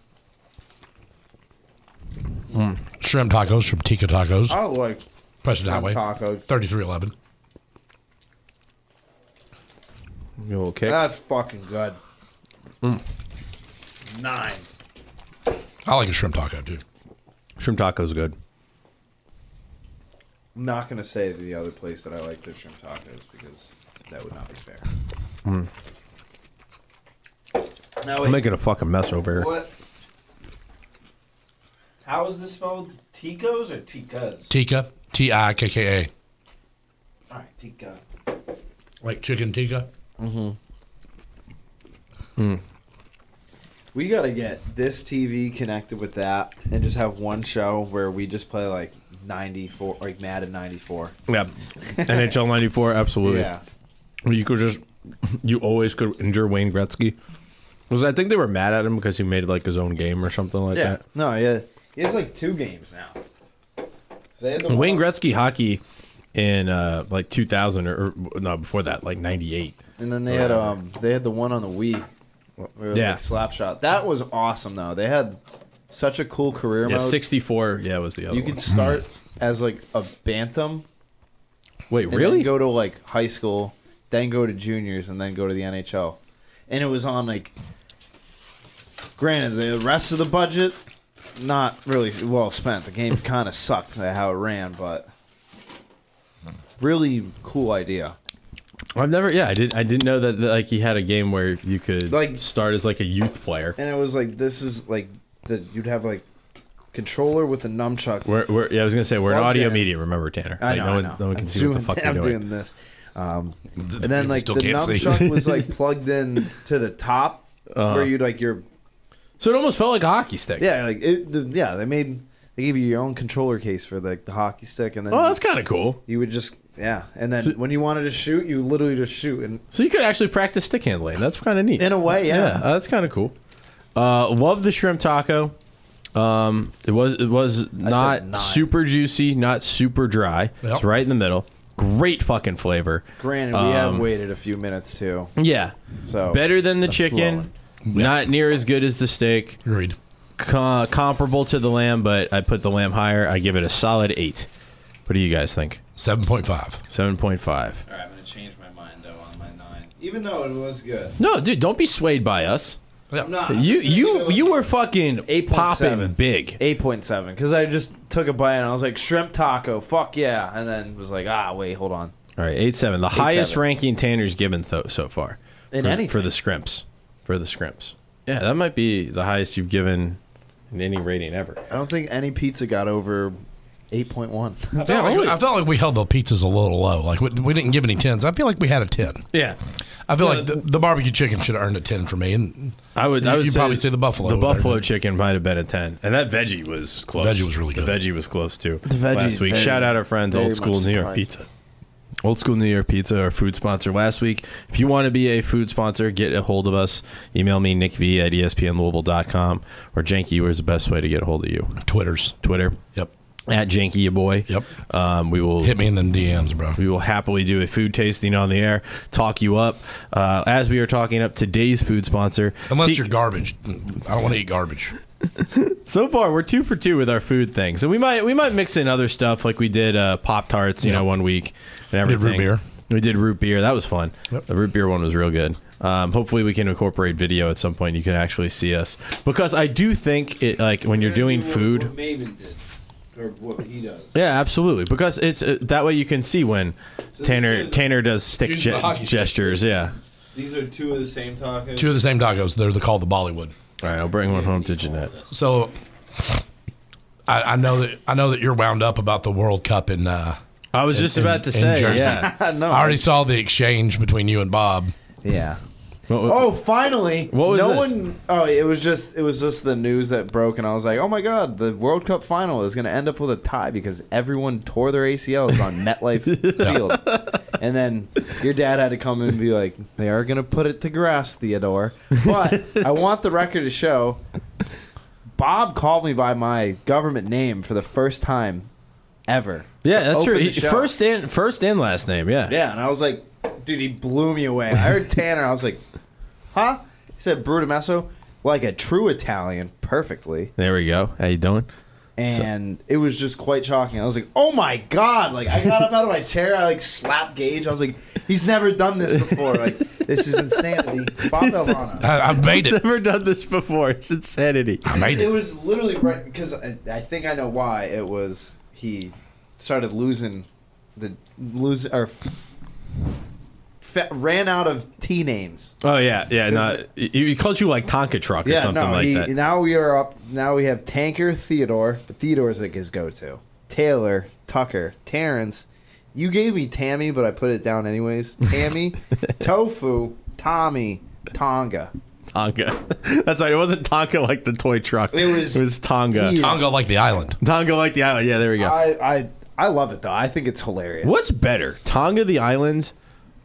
[SPEAKER 2] Shrimp tacos from Tico Tacos.
[SPEAKER 4] I like
[SPEAKER 2] Preston Highway.
[SPEAKER 4] taco.
[SPEAKER 2] 3311.
[SPEAKER 1] Give it a little kick.
[SPEAKER 4] That's fucking good. Nine.
[SPEAKER 2] I like a shrimp taco, too.
[SPEAKER 1] Shrimp taco's good.
[SPEAKER 4] I'm not gonna say the other place that I like their shrimp tacos because that would not be fair.
[SPEAKER 3] Now
[SPEAKER 1] I'm
[SPEAKER 3] wait,
[SPEAKER 1] making a fucking mess over here.
[SPEAKER 3] what? How is this spelled? Ticos or ticas?
[SPEAKER 2] Tika, T I K K A.
[SPEAKER 3] All right, tica.
[SPEAKER 2] Like chicken tikka.
[SPEAKER 4] We gotta get this TV connected with that and just have one show where we just play like 94, like Madden 94.
[SPEAKER 1] (laughs) Yeah. NHL 94, absolutely.
[SPEAKER 4] Yeah.
[SPEAKER 1] You could just, you always could injure Wayne Gretzky. Was I think they were mad at him because he made like his own game or something like
[SPEAKER 4] Yeah.
[SPEAKER 1] that.
[SPEAKER 4] No, yeah. He has like two games now. 'Cause they had the
[SPEAKER 1] Wayne
[SPEAKER 4] one-
[SPEAKER 1] Gretzky hockey in uh like 2000 or, or no before that like 98.
[SPEAKER 4] And then they had um they had the one on the Wii. Where yeah,
[SPEAKER 1] Yeah.
[SPEAKER 4] like Slapshot. That was awesome though. They had such a cool career
[SPEAKER 1] Yeah,
[SPEAKER 4] mode.
[SPEAKER 1] 64. Yeah, was the other
[SPEAKER 4] you
[SPEAKER 1] one.
[SPEAKER 4] could start as like a bantam,
[SPEAKER 1] Wait,
[SPEAKER 4] and
[SPEAKER 1] Hmm. really?
[SPEAKER 4] Then go to like high school, then go to juniors, and then go to the NHL. And it was on like. Granted, the rest of the budget, not really well spent. The game (laughs) kind of sucked at how it ran, but really cool idea.
[SPEAKER 1] I've never. Yeah, I didn't. I didn't know that, that, like he had a game where you could
[SPEAKER 4] Like-
[SPEAKER 1] like start as like a youth player.
[SPEAKER 4] and it was like this is like that you'd have like controller with a nunchuck.
[SPEAKER 1] We're, we're, yeah, I was gonna say we're an
[SPEAKER 4] Plug
[SPEAKER 1] audio
[SPEAKER 4] in.
[SPEAKER 1] media. Remember, Tanner.
[SPEAKER 4] I
[SPEAKER 1] Like,
[SPEAKER 4] know,
[SPEAKER 1] no
[SPEAKER 4] I
[SPEAKER 1] one,
[SPEAKER 4] know.
[SPEAKER 1] no one can
[SPEAKER 4] I'm
[SPEAKER 1] see
[SPEAKER 4] doing,
[SPEAKER 1] what
[SPEAKER 4] (laughs)
[SPEAKER 1] the fuck
[SPEAKER 4] I'm
[SPEAKER 1] you're doing.
[SPEAKER 4] doing this. Um, and
[SPEAKER 2] people
[SPEAKER 4] then like the
[SPEAKER 2] still can't see.
[SPEAKER 4] nunchuck
[SPEAKER 1] (laughs)
[SPEAKER 4] was like plugged in to the top
[SPEAKER 1] Uh-huh.
[SPEAKER 4] where you like your
[SPEAKER 1] So it almost felt like a hockey stick.
[SPEAKER 4] yeah like it, the, yeah they made they gave you your own controller case for like the hockey stick and then
[SPEAKER 1] Oh, that's kind of cool.
[SPEAKER 4] you would just yeah and then when you wanted to shoot you literally just shoot and
[SPEAKER 1] So you could actually practice stick handling. That's kind of neat.
[SPEAKER 4] in a way yeah,
[SPEAKER 1] uh, that's kind of cool. Uh, love the shrimp taco. Um, it was it was not,
[SPEAKER 4] not.
[SPEAKER 1] super juicy, not super dry. It's
[SPEAKER 2] Yep.
[SPEAKER 1] right in the middle. Great fucking flavor.
[SPEAKER 4] granted we have waited a few minutes too
[SPEAKER 1] Yeah,
[SPEAKER 4] so
[SPEAKER 1] Um, better than the
[SPEAKER 4] flowing.
[SPEAKER 1] chicken. Not near as good as the steak.
[SPEAKER 2] Agreed.
[SPEAKER 1] Co- comparable to the lamb, but I put the lamb higher. I give it a solid eight. What do you guys think?
[SPEAKER 2] Seven point five.
[SPEAKER 1] Seven point five.
[SPEAKER 5] All right, I'm gonna change my mind though on my nine.
[SPEAKER 3] Even though it was good.
[SPEAKER 1] No, dude, don't be swayed by us.
[SPEAKER 2] Yeah.
[SPEAKER 5] Nah, I'm
[SPEAKER 1] You
[SPEAKER 5] just gonna give
[SPEAKER 1] you
[SPEAKER 5] it a-
[SPEAKER 1] you were fucking
[SPEAKER 4] 8.7.
[SPEAKER 1] popping big.
[SPEAKER 4] 8.7 because I just took a bite and I was like shrimp taco fuck yeah and then was like ah wait hold on
[SPEAKER 1] All right, eight seven. The highest
[SPEAKER 4] 7.
[SPEAKER 1] ranking Tanner's given tho- so far
[SPEAKER 4] In
[SPEAKER 1] for,
[SPEAKER 4] anything.
[SPEAKER 1] for the scrimps. For the scrimps. Yeah, that might be the highest you've given in any rating ever.
[SPEAKER 4] I don't think any pizza got over 8.1
[SPEAKER 2] I felt, like, I felt like we held the pizzas a little low. Like we, we didn't give any tens. I feel like we had a ten.
[SPEAKER 1] Yeah,
[SPEAKER 2] I feel like the, the barbecue chicken should have earned a ten for me. And
[SPEAKER 1] I would. I
[SPEAKER 2] You-
[SPEAKER 1] would
[SPEAKER 2] you'd
[SPEAKER 1] say
[SPEAKER 2] probably say the buffalo
[SPEAKER 1] The
[SPEAKER 2] over there,
[SPEAKER 1] buffalo
[SPEAKER 2] but-
[SPEAKER 1] chicken might have been a ten, and that veggie was close.
[SPEAKER 2] veggie was really
[SPEAKER 1] The
[SPEAKER 2] good.
[SPEAKER 1] veggie was close too. The
[SPEAKER 4] veggie
[SPEAKER 1] last
[SPEAKER 4] is
[SPEAKER 1] week.
[SPEAKER 4] very-
[SPEAKER 1] Shout out our friends,
[SPEAKER 4] very
[SPEAKER 1] Old School
[SPEAKER 4] much
[SPEAKER 1] New York
[SPEAKER 4] surprised.
[SPEAKER 1] Pizza. Old School New York Pizza, our food sponsor last week. If you want to be a food sponsor, get a hold of us. Email me, Nick V at E ESPNLouisville.com or Janky, where's the best way to get a hold of you?
[SPEAKER 2] Twitters.
[SPEAKER 1] Twitter
[SPEAKER 2] Yep.
[SPEAKER 1] at Janky your boy.
[SPEAKER 2] Yep.
[SPEAKER 1] Um, we will
[SPEAKER 2] Hit me in them DMs, bro.
[SPEAKER 1] we will happily do a food tasting on the air, talk you up. Uh, as we are talking up today's food sponsor,
[SPEAKER 2] Unless
[SPEAKER 1] Te-
[SPEAKER 2] you're garbage. I don't want to eat garbage.
[SPEAKER 1] so far we're two for two with our food thing. So we might we might mix in other stuff like we did uh, pop tarts, you
[SPEAKER 2] Yeah.
[SPEAKER 1] know, one week and
[SPEAKER 2] did
[SPEAKER 1] everything.
[SPEAKER 2] root beer.
[SPEAKER 1] We did root beer. That was fun.
[SPEAKER 2] Yep.
[SPEAKER 1] The root beer one was real good. Um, hopefully we can incorporate video at some point. You can actually see us because I do think it like when you're doing
[SPEAKER 3] What-
[SPEAKER 1] food.
[SPEAKER 3] What Maven did, or what he does.
[SPEAKER 1] Yeah, absolutely. Because it's uh, that way you can see when Tanner
[SPEAKER 5] this is-
[SPEAKER 1] Tanner does stick
[SPEAKER 2] Use the
[SPEAKER 1] ge-
[SPEAKER 2] hockey stick.
[SPEAKER 1] gestures. Yeah.
[SPEAKER 5] These are two of the same tacos.
[SPEAKER 2] Two of the same tacos. They're the, called the Bollywood.
[SPEAKER 1] All right, I'll bring one home to Jeanette.
[SPEAKER 2] So I, I know that I know that you're wound up about the World Cup in. Uh,
[SPEAKER 1] I was just
[SPEAKER 2] in-
[SPEAKER 1] about to
[SPEAKER 2] in
[SPEAKER 1] say,
[SPEAKER 2] Jersey.
[SPEAKER 1] yeah.
[SPEAKER 4] (laughs) no
[SPEAKER 2] I already saw the exchange between you and Bob.
[SPEAKER 4] yeah
[SPEAKER 1] What- what-
[SPEAKER 4] oh finally
[SPEAKER 1] What was
[SPEAKER 4] no
[SPEAKER 1] this?
[SPEAKER 4] one oh it was just it was just the news that broke and I was like oh my god the World Cup final is gonna end up with a tie because everyone tore their ACLs on
[SPEAKER 1] (laughs)
[SPEAKER 4] MetLife Field and then your dad had to come in and be like they are gonna put it to grass Theodore but I want the record to show Bob called me by my government name for the first time ever
[SPEAKER 1] yeah,
[SPEAKER 4] to
[SPEAKER 1] that's
[SPEAKER 4] open
[SPEAKER 1] true.
[SPEAKER 4] the
[SPEAKER 1] He-
[SPEAKER 4] show.
[SPEAKER 1] First and first and last name, yeah.
[SPEAKER 4] Yeah, and I was like, dude, he blew me away. I (laughs) heard Tanner, I was like, huh? He said Brutamesso, like a true Italian, perfectly.
[SPEAKER 1] There we go. How you doing?
[SPEAKER 4] And it was just quite shocking. I was like, oh my god! Like I got up out of my chair, I like slapped Gage. I was like, he's never done this before. Like (laughs) this is insanity. Bob Delvano.
[SPEAKER 2] (laughs) I, I've made it.
[SPEAKER 1] Never done this before. It's insanity.
[SPEAKER 2] I made
[SPEAKER 4] It
[SPEAKER 2] it.
[SPEAKER 4] was literally right because I, I think I know why. It was he started losing the lose or. Fe- ran out of T names.
[SPEAKER 1] Oh yeah, yeah. No, he he called you like Tonka truck or something like
[SPEAKER 4] he,
[SPEAKER 1] that.
[SPEAKER 4] Now we are up. Now we have Tanker, Theodore, but Theodore's like his go-to. Taylor, Tucker, Terrence. You gave me Tammy, but I put it
[SPEAKER 1] (laughs)
[SPEAKER 4] down anyways. Tammy, Tofu, Tommy, Tonga.
[SPEAKER 1] Tonka. (laughs) That's right. It wasn't Tonka like the toy truck.
[SPEAKER 4] It was-
[SPEAKER 1] It was Tonga.
[SPEAKER 4] He-
[SPEAKER 2] Tonga like the island.
[SPEAKER 1] Tonga like the island. Yeah, there we go.
[SPEAKER 4] I, I I love it though. I think it's hilarious.
[SPEAKER 1] What's better, Tonga the island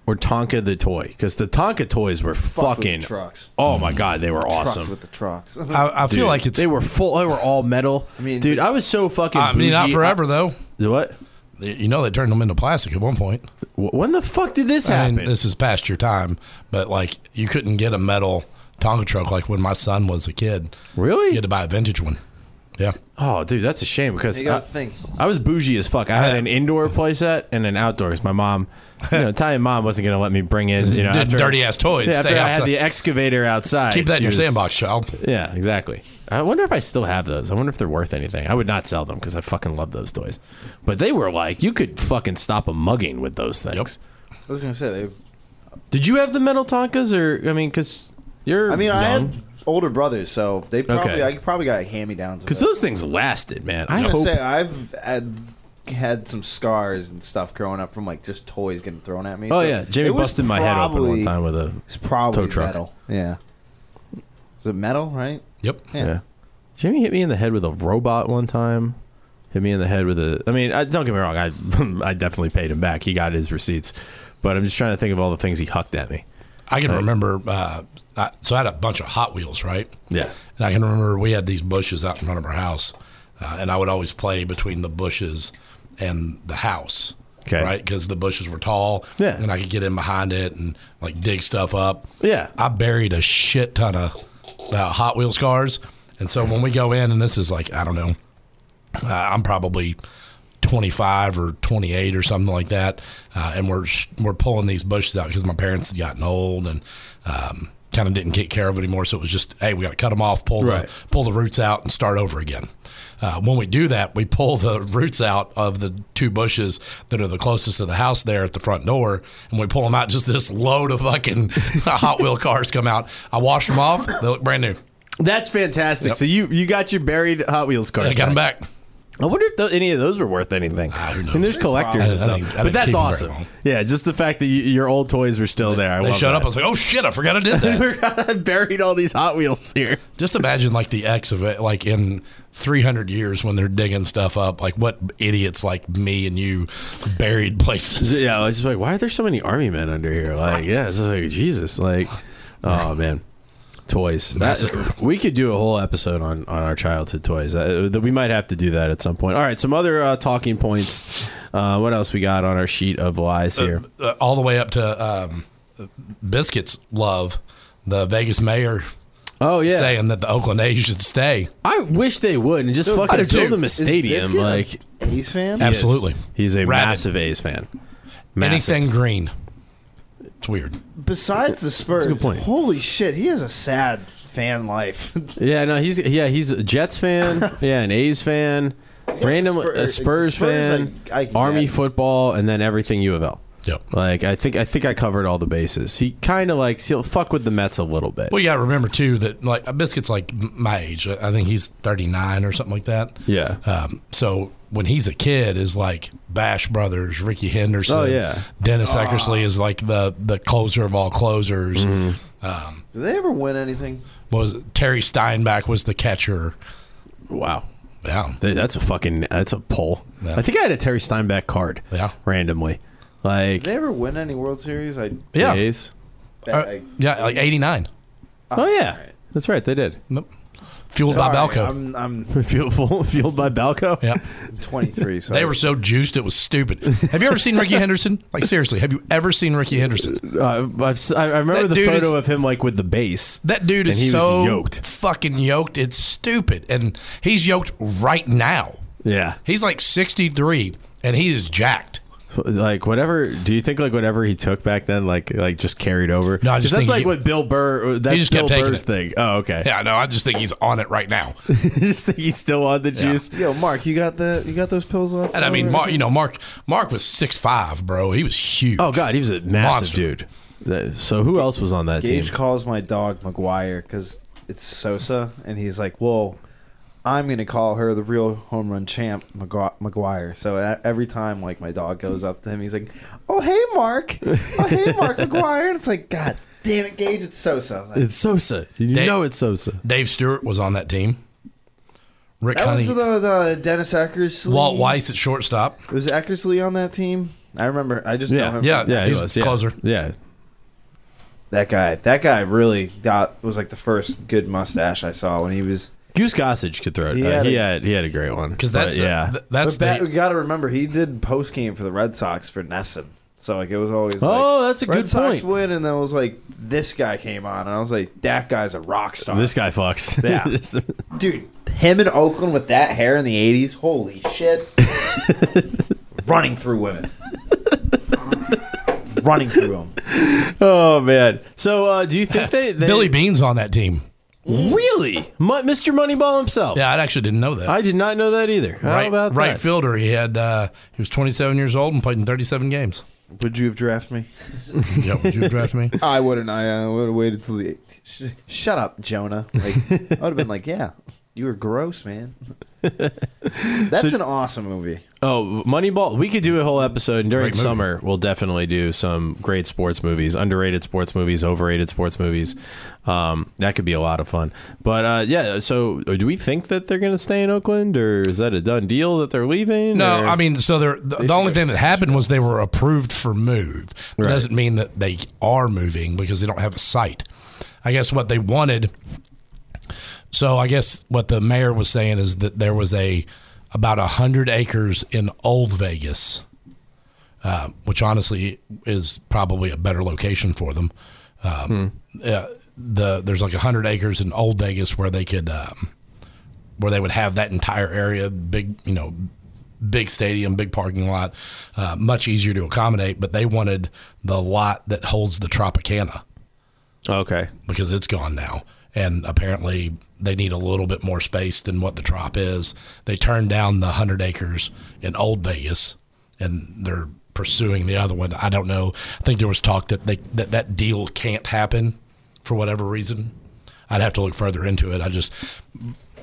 [SPEAKER 1] or Tonka the toy? Because the Tonka toys were
[SPEAKER 4] Fuck with
[SPEAKER 1] fucking.
[SPEAKER 4] trucks?
[SPEAKER 1] Oh my god, they were
[SPEAKER 4] Trucks
[SPEAKER 1] awesome.
[SPEAKER 4] with the trucks. (laughs)
[SPEAKER 2] I, I feel
[SPEAKER 1] Dude,
[SPEAKER 2] like it's.
[SPEAKER 1] they were full. They were all metal. I
[SPEAKER 4] mean-
[SPEAKER 1] mean, dude, I was so fucking.
[SPEAKER 2] I mean, not
[SPEAKER 1] bougie.
[SPEAKER 2] forever though.
[SPEAKER 1] I- what?
[SPEAKER 2] You know they turned them into plastic at one point.
[SPEAKER 1] Wh- When the fuck did this
[SPEAKER 2] I
[SPEAKER 1] happen?
[SPEAKER 2] mean, this is past your time, but like you couldn't get a metal Tonga truck like when my son was a kid. You
[SPEAKER 1] really?
[SPEAKER 2] had to buy a vintage one. Yeah.
[SPEAKER 1] Oh, dude, that's a shame because
[SPEAKER 4] you
[SPEAKER 1] I,
[SPEAKER 4] gotta think.
[SPEAKER 1] I was bougie as fuck. I had an indoor playset and an outdoor. 'cause My mom, you know, Italian mom, wasn't gonna let me bring in, you know,
[SPEAKER 2] Did
[SPEAKER 1] after-
[SPEAKER 2] dirty ass toys.
[SPEAKER 1] Yeah, after
[SPEAKER 2] Stay
[SPEAKER 1] I had
[SPEAKER 2] outside.
[SPEAKER 1] the excavator outside.
[SPEAKER 2] Keep that in
[SPEAKER 1] she
[SPEAKER 2] your
[SPEAKER 1] was-
[SPEAKER 2] sandbox, child.
[SPEAKER 1] Yeah, exactly. I wonder if I still have those. I wonder if they're worth anything. I would not sell them because I fucking love those toys. But they were like, you could fucking stop a mugging with those things.
[SPEAKER 4] I was gonna say. They,
[SPEAKER 1] Did you have the metal Tonkas or I mean, because you're
[SPEAKER 4] I mean, I
[SPEAKER 1] young.
[SPEAKER 4] had older brothers, so they probably
[SPEAKER 1] Okay.
[SPEAKER 4] I probably got hand me downs.
[SPEAKER 1] Because those things lasted, man. I,
[SPEAKER 4] I was
[SPEAKER 1] hope.
[SPEAKER 4] gonna say I've had, had some scars and stuff growing up from like just toys getting thrown at me.
[SPEAKER 1] oh
[SPEAKER 4] so
[SPEAKER 1] yeah, Jamie
[SPEAKER 4] it was
[SPEAKER 1] busted my head open one
[SPEAKER 4] probably-
[SPEAKER 1] time with a.
[SPEAKER 4] It's probably
[SPEAKER 1] Tow truck.
[SPEAKER 4] metal. Yeah. Is it metal? Right.
[SPEAKER 2] Yep.
[SPEAKER 1] Yeah. Jamie hit me in the head with a robot one time. Hit me in the head with a. I mean, I, don't get me wrong. I I (laughs) definitely paid him back. He got his receipts, but I'm just trying to think of all the things he hucked at me.
[SPEAKER 2] I can remember. Uh, I, so I had a bunch of Hot Wheels, right?
[SPEAKER 1] Yeah.
[SPEAKER 2] And I can remember we had these bushes out in front of our house, uh, and I would always play between the bushes and the house.
[SPEAKER 1] Okay.
[SPEAKER 2] Right, because the bushes were tall,
[SPEAKER 1] Yeah.
[SPEAKER 2] and I could get in behind it and like dig stuff up.
[SPEAKER 1] Yeah.
[SPEAKER 2] I buried a shit ton of uh, Hot Wheels cars, and so when we go in, and this is like I don't know, uh, I'm probably 25 or 28 or something like that, uh, and we're sh- we're pulling these bushes out because my parents had gotten old and um, kind of didn't take care of it anymore. So it was just, hey, we got to cut them off, pull
[SPEAKER 1] Right.
[SPEAKER 2] the, pull the roots out, and start over again. Uh, when we do that, we pull the roots out of the two bushes that are the closest to the house there at the front door, and we pull them out. Just this load of fucking (laughs) Hot Wheel cars come out. I wash them off; they look brand new.
[SPEAKER 1] That's fantastic. So you you got your buried Hot Wheels cars.
[SPEAKER 2] I got them back.
[SPEAKER 1] I wonder if tho- any of those were worth anything.
[SPEAKER 2] who knows?
[SPEAKER 1] And there's collectors and
[SPEAKER 2] I
[SPEAKER 1] stuff.
[SPEAKER 2] think- I
[SPEAKER 1] but
[SPEAKER 2] think
[SPEAKER 1] that's
[SPEAKER 2] keep 'em very
[SPEAKER 1] awesome.
[SPEAKER 2] long.
[SPEAKER 1] Yeah, just the fact that you, your old toys were still there. I
[SPEAKER 2] They
[SPEAKER 1] love
[SPEAKER 2] showed up. I
[SPEAKER 1] that.
[SPEAKER 2] was like, "Oh shit! I forgot I did that."
[SPEAKER 1] (laughs) I buried all these Hot Wheels here.
[SPEAKER 2] Just imagine like the X of it, like in 300 years when they're digging stuff up, like what idiots like me and you buried places.
[SPEAKER 1] Yeah, I was just like, why are there so many army men under here? Like, yeah, it's just like Jesus. Like, oh man, toys. That-
[SPEAKER 2] Massacre.
[SPEAKER 1] we could do a whole episode on on our childhood toys. Uh, that we might have to do that at some point. All right, some other uh, talking points. Uh, what else we got on our sheet of lies here?
[SPEAKER 2] Uh, all the way up to um, Biscuits Love, the Vegas mayor
[SPEAKER 1] oh yeah,
[SPEAKER 2] saying that the Oakland A's should stay.
[SPEAKER 1] I wish they would and just fucking
[SPEAKER 2] do too.
[SPEAKER 1] build them a
[SPEAKER 2] Is
[SPEAKER 1] stadium. Like,
[SPEAKER 4] Ace fan.
[SPEAKER 1] Yes.
[SPEAKER 2] Absolutely.
[SPEAKER 1] he's a
[SPEAKER 2] Rabid.
[SPEAKER 1] massive A's fan. Massive.
[SPEAKER 2] Anything green. It's weird.
[SPEAKER 4] Besides the Spurs,
[SPEAKER 1] good point.
[SPEAKER 4] holy shit, he has a sad fan life. (laughs)
[SPEAKER 1] Yeah, no, he's yeah, he's a Jets fan. yeah, an A's fan. Random
[SPEAKER 4] Spur-
[SPEAKER 1] a Spurs,
[SPEAKER 4] Spurs,
[SPEAKER 1] fan,
[SPEAKER 4] I- I can
[SPEAKER 1] Army
[SPEAKER 4] get.
[SPEAKER 1] football, and then everything U of L.
[SPEAKER 2] Yep.
[SPEAKER 1] Like I think I think I covered all the bases. He kind of likes he'll fuck with the Mets a little bit.
[SPEAKER 2] Well, you got to remember too that like Biscuit's like m- my age. I I think he's 39 or something like that.
[SPEAKER 1] Yeah.
[SPEAKER 2] Um, so when he's a kid, is like Bash Brothers, Ricky Henderson,
[SPEAKER 1] Oh, yeah.
[SPEAKER 2] Dennis Eckersley is like the the closer of all closers.
[SPEAKER 1] Mm-hmm.
[SPEAKER 4] Did they ever win anything?
[SPEAKER 2] Was Terry Steinbach was the catcher?
[SPEAKER 1] Wow,
[SPEAKER 2] Yeah,
[SPEAKER 1] Th- that's a fucking that's a pull.
[SPEAKER 2] Yeah.
[SPEAKER 1] I think I had a Terry Steinbeck card.
[SPEAKER 2] Yeah.
[SPEAKER 1] randomly, like
[SPEAKER 4] Did they ever win any World Series? I
[SPEAKER 1] the
[SPEAKER 2] yeah,
[SPEAKER 1] A's.
[SPEAKER 4] bet.
[SPEAKER 2] Uh,
[SPEAKER 4] I,
[SPEAKER 2] yeah, like '89.
[SPEAKER 1] Oh yeah, that's right. They did. (laughs)
[SPEAKER 2] Nope. Fueled by
[SPEAKER 4] Sorry,
[SPEAKER 2] Balco.
[SPEAKER 4] I'm, I'm
[SPEAKER 1] Fueled, fueled by Balco.
[SPEAKER 2] yeah,
[SPEAKER 1] (laughs)
[SPEAKER 4] 23, so
[SPEAKER 2] they were so juiced it was stupid. Have you ever seen Ricky Henderson? Like seriously, have you ever seen Ricky Henderson?
[SPEAKER 1] Uh, I've, s- I I remember
[SPEAKER 2] That
[SPEAKER 1] the
[SPEAKER 2] dude
[SPEAKER 1] photo
[SPEAKER 2] is-
[SPEAKER 1] of him like with the base.
[SPEAKER 2] That dude is
[SPEAKER 1] And he was
[SPEAKER 2] so
[SPEAKER 1] yoked.
[SPEAKER 2] fucking yoked. It's stupid, and he's yoked right now.
[SPEAKER 1] yeah,
[SPEAKER 2] He's like 63, and he is jacked.
[SPEAKER 1] like whatever do you think like whatever he took back then like like just carried over
[SPEAKER 2] No, I just
[SPEAKER 1] 'Cause that's
[SPEAKER 2] think
[SPEAKER 1] like
[SPEAKER 2] he-
[SPEAKER 1] what bill burr uh, that's
[SPEAKER 2] just
[SPEAKER 1] bill
[SPEAKER 2] kept taking
[SPEAKER 1] burr's
[SPEAKER 2] it.
[SPEAKER 1] thing oh okay (laughs)
[SPEAKER 2] Yeah, no, I just think he's on it right now.
[SPEAKER 1] just think he's still on the juice
[SPEAKER 4] Yo, Mark, you got the you got those pills left?
[SPEAKER 2] And I mean,
[SPEAKER 4] over?
[SPEAKER 2] Mark, you know, Mark, Mark was six five, bro. He was huge.
[SPEAKER 1] oh god he was a massive
[SPEAKER 2] Monster.
[SPEAKER 1] dude That- so who else was on that
[SPEAKER 4] Gage
[SPEAKER 1] team
[SPEAKER 4] calls my dog McGuire because it's Sosa, and he's like, "Well, I'm gonna call her the real home run champ, McGu- McGuire." So a- every time, like my dog goes up to him, he's like, "Oh hey, Mark! Oh hey,
[SPEAKER 1] (laughs)
[SPEAKER 4] Mark McGuire!" And it's like, "God damn it, Gage, it's Sosa." Like,
[SPEAKER 1] it's sosa you
[SPEAKER 2] They-
[SPEAKER 1] know it's sosa
[SPEAKER 2] Dave Stewart was on that team. Rick
[SPEAKER 4] that
[SPEAKER 2] Honey,
[SPEAKER 4] was the, the Dennis Eckersley.
[SPEAKER 2] Walt Weiss at shortstop.
[SPEAKER 4] was Eckersley on that team. I remember. I just know
[SPEAKER 1] yeah
[SPEAKER 4] him.
[SPEAKER 2] Yeah.
[SPEAKER 1] yeah he
[SPEAKER 2] he's
[SPEAKER 1] was yeah.
[SPEAKER 2] closer.
[SPEAKER 1] yeah
[SPEAKER 4] that guy. That guy really got was like the first good mustache I saw when he was.
[SPEAKER 1] goose gossage could throw it
[SPEAKER 4] He
[SPEAKER 1] Uh,
[SPEAKER 4] had
[SPEAKER 1] he
[SPEAKER 4] a-
[SPEAKER 1] had he had a great one
[SPEAKER 2] Because that's
[SPEAKER 1] But,
[SPEAKER 2] the-
[SPEAKER 1] yeah
[SPEAKER 2] th- that's
[SPEAKER 4] But that,
[SPEAKER 2] the,
[SPEAKER 4] we got to remember, he did post game for the Red Sox for Nesson. So like it was always
[SPEAKER 1] Oh,
[SPEAKER 4] like,
[SPEAKER 1] that's a
[SPEAKER 4] Red
[SPEAKER 1] good
[SPEAKER 4] Sox
[SPEAKER 1] point.
[SPEAKER 4] win, and then it was like this guy came on, and I was like, that guy's a rock star.
[SPEAKER 1] this guy
[SPEAKER 2] (laughs)
[SPEAKER 1] fucks
[SPEAKER 4] Yeah. dude, him in Oakland with that hair in the '80s, holy shit, running through women, running through them.
[SPEAKER 1] (laughs) oh man so uh do you think they, they
[SPEAKER 2] (laughs) Billy Bean's on that team.
[SPEAKER 1] really Mu- mr moneyball himself
[SPEAKER 2] Yeah, I actually didn't know that.
[SPEAKER 1] i did not know that either How
[SPEAKER 2] right,
[SPEAKER 1] about
[SPEAKER 2] right
[SPEAKER 1] that?
[SPEAKER 2] fielder. He had uh, he was 27 years old and played in 37 games.
[SPEAKER 4] Would you have drafted me?
[SPEAKER 2] Yeah, would you draft me?
[SPEAKER 4] I wouldn't. I uh, would have waited till the. Sh- shut up, Jonah. Like, I would have been like, yeah, you were
[SPEAKER 1] (laughs)
[SPEAKER 4] gross, man. That's an awesome movie.
[SPEAKER 1] Oh, Moneyball. We could do a whole episode and during
[SPEAKER 2] Great movie.
[SPEAKER 1] summer. We'll definitely do some great sports movies, underrated sports movies, overrated sports movies. Um, that could be a lot of fun. But uh, yeah, so do we think that they're going to stay in Oakland, or is that a done deal that they're leaving?
[SPEAKER 2] No,
[SPEAKER 1] or-
[SPEAKER 2] I mean, so they're, the, the only thing that happened was they were approved for move. That
[SPEAKER 1] Right.
[SPEAKER 2] doesn't mean that they are moving because they don't have a site. I guess what they wanted. So I guess what the mayor was saying is that there was a about a hundred acres in Old Vegas, uh, which honestly is probably a better location for them. Um, uh, the there's like a hundred acres in Old Vegas where they could. Um, where they would have that entire area, big, you know, big stadium, big parking lot, uh, much easier to accommodate. But they wanted the lot that holds the Tropicana
[SPEAKER 1] okay.
[SPEAKER 2] because it's gone now. And apparently, they need a little bit more space than what the trop is. They turned down the 100 acres in Old Vegas, and they're pursuing the other one. I don't know. I think there was talk that they, that, that deal can't happen for whatever reason. I'd have to look further into it. I just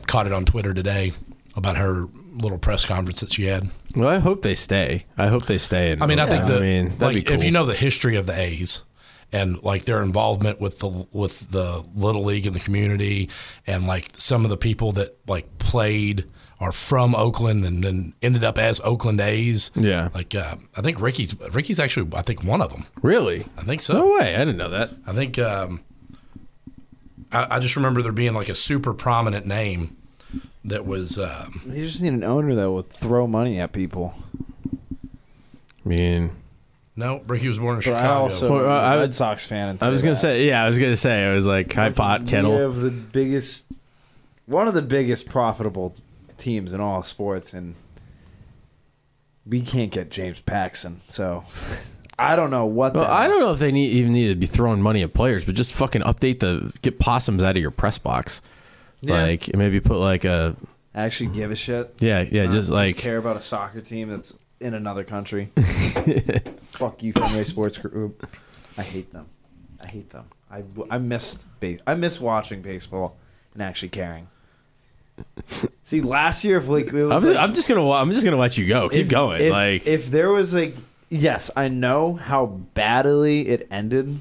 [SPEAKER 2] caught it on Twitter today about her little press conference that she had.
[SPEAKER 1] Well, I hope they stay. I hope they stay. In
[SPEAKER 2] I mean, I think
[SPEAKER 1] Oakland.
[SPEAKER 2] the
[SPEAKER 1] I mean, that'd
[SPEAKER 2] like
[SPEAKER 1] be cool.
[SPEAKER 2] if you know the history of the A's and like their involvement with the with the little league in the community and like some of the people that like played are from Oakland and then ended up as Oakland A's.
[SPEAKER 1] Yeah.
[SPEAKER 2] like uh, I think Ricky's Ricky's actually I think one of them.
[SPEAKER 1] really?
[SPEAKER 2] I think so.
[SPEAKER 1] No way. I didn't know that.
[SPEAKER 2] I think um, I, I just remember there being like a super prominent name that was. Um,
[SPEAKER 4] You just need an owner that would throw money at people.
[SPEAKER 1] I mean,
[SPEAKER 2] no, Ricky was born in
[SPEAKER 4] But
[SPEAKER 2] Chicago.
[SPEAKER 4] I also
[SPEAKER 1] Well, I-
[SPEAKER 4] am
[SPEAKER 1] uh, I
[SPEAKER 4] a
[SPEAKER 1] would-
[SPEAKER 4] Red Sox fan. And
[SPEAKER 1] I was gonna
[SPEAKER 4] that.
[SPEAKER 1] say, yeah, I was gonna say, I was like, high pot kettle.
[SPEAKER 4] We have the biggest, one of the biggest profitable teams in all sports, and we can't get James Paxton. So (laughs) I don't know what.
[SPEAKER 1] Well,
[SPEAKER 4] the-
[SPEAKER 1] I don't know if they need, even need to be throwing money at players, but just fucking update the get possums out of your press box.
[SPEAKER 4] Yeah.
[SPEAKER 1] Like maybe put like a
[SPEAKER 4] actually give a shit.
[SPEAKER 1] yeah yeah
[SPEAKER 4] Uh,
[SPEAKER 1] just like
[SPEAKER 4] care about a soccer team that's in
[SPEAKER 1] (laughs)
[SPEAKER 4] another country. Fuck you, Fenway Sports Group. I hate them. I hate them. I, I missed base. I miss watching baseball and
[SPEAKER 1] (laughs)
[SPEAKER 4] actually caring. See, last year, if like, it was
[SPEAKER 1] I'm
[SPEAKER 4] like
[SPEAKER 1] just, I'm just gonna wa- I'm just gonna let you go. Keep
[SPEAKER 4] if-
[SPEAKER 1] going.
[SPEAKER 4] if-
[SPEAKER 1] like
[SPEAKER 4] if there was like, yes, I know how badly it ended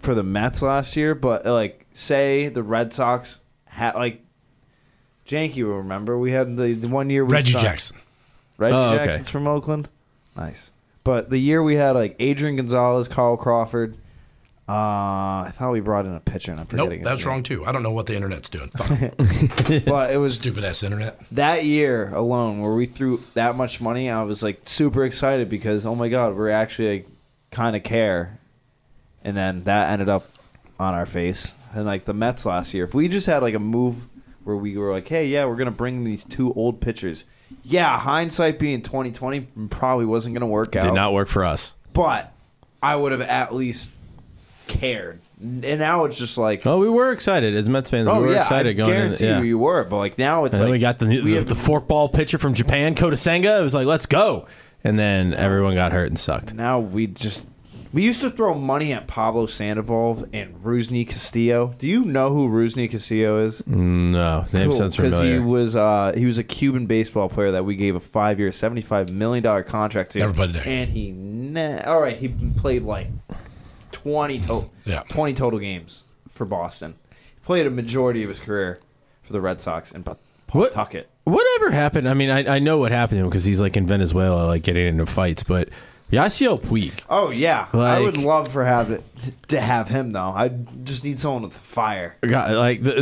[SPEAKER 4] for the Mets last year, but like, say the Red Sox had like, Janky will remember we had the, the one year we
[SPEAKER 2] Reggie
[SPEAKER 4] signed-
[SPEAKER 2] Jackson.
[SPEAKER 4] Reggie
[SPEAKER 1] Oh, okay.
[SPEAKER 4] Jackson's from Oakland. Nice. But the year we had like Adrian Gonzalez, Carl Crawford. Uh, I thought we brought in a pitcher, and I'm
[SPEAKER 2] Nope,
[SPEAKER 4] forgetting. his
[SPEAKER 2] that's
[SPEAKER 4] name.
[SPEAKER 2] wrong too. I don't know what the internet's
[SPEAKER 1] (laughs)
[SPEAKER 2] doing. Fuck. (laughs)
[SPEAKER 4] But it was
[SPEAKER 2] Stupid ass internet.
[SPEAKER 4] that year alone where we threw that much money, I was like super excited because oh my god, we're actually like, kind of care. And then that ended up on our face. And like the Mets last year, if we just had like a move where we were like, hey, yeah, we're gonna bring these two old pitchers. Yeah, hindsight being twenty twenty mm, probably wasn't gonna work out.
[SPEAKER 1] did not work for us.
[SPEAKER 4] but I would have at least cared. And now it's just like.
[SPEAKER 1] Oh, we were excited as Mets fans.
[SPEAKER 4] Oh
[SPEAKER 1] we were
[SPEAKER 4] yeah,
[SPEAKER 1] excited
[SPEAKER 4] I
[SPEAKER 1] going. In,
[SPEAKER 4] guarantee
[SPEAKER 1] yeah.
[SPEAKER 4] you, you were, but like now it's
[SPEAKER 1] and
[SPEAKER 4] like
[SPEAKER 1] then we got the new, the,
[SPEAKER 4] have-
[SPEAKER 1] the forkball pitcher from Japan, Kota Senga. It was like let's go. And then everyone got hurt and sucked.
[SPEAKER 4] Now we just we used to throw money at Pablo Sandoval and Rusney Castillo. Do you know who Rusney Castillo is?
[SPEAKER 1] No, name sounds
[SPEAKER 4] he
[SPEAKER 1] familiar.
[SPEAKER 4] was uh, he was a Cuban baseball player that we gave a five year, seventy five million dollar contract to.
[SPEAKER 2] Never played a day.
[SPEAKER 4] And he ne- all right, he played like twenty total
[SPEAKER 2] Yeah.
[SPEAKER 4] twenty total games for Boston. He played a majority of his career for the Red Sox and Pawtucket.
[SPEAKER 1] What- Whatever happened? I mean, I, I know what happened to him because he's like in Venezuela, like getting into fights. But Yasiel Puig,
[SPEAKER 4] Oh yeah, I would
[SPEAKER 1] Like-
[SPEAKER 4] love for have it, to have him though. I just need someone with fire.
[SPEAKER 1] God, like the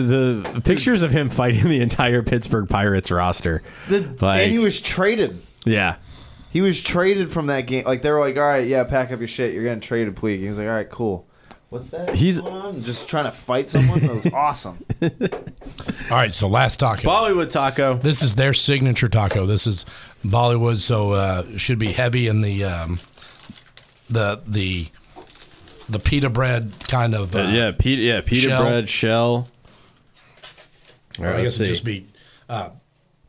[SPEAKER 1] the pictures of him fighting the entire Pittsburgh Pirates roster.
[SPEAKER 4] The,
[SPEAKER 1] Like-
[SPEAKER 4] and he was traded.
[SPEAKER 1] Yeah,
[SPEAKER 4] He was traded from that game. Like they were like, all right, yeah, pack up your shit. You're getting traded, Puig. He was like, all right, cool. What's that?
[SPEAKER 1] He's-
[SPEAKER 4] going on? just trying to fight someone.
[SPEAKER 1] (laughs)
[SPEAKER 4] That was awesome.
[SPEAKER 2] All right, so last taco.
[SPEAKER 1] Bollywood Taco.
[SPEAKER 2] This is their signature taco. This is Bollywood, so uh, it should be heavy in the um, the the the pita bread kind of. Uh,
[SPEAKER 1] yeah, Pete, yeah, Peter
[SPEAKER 2] Shell.
[SPEAKER 1] bread shell. All
[SPEAKER 2] I
[SPEAKER 1] right,
[SPEAKER 2] guess
[SPEAKER 1] let's
[SPEAKER 2] it'd
[SPEAKER 1] see.
[SPEAKER 2] just be uh,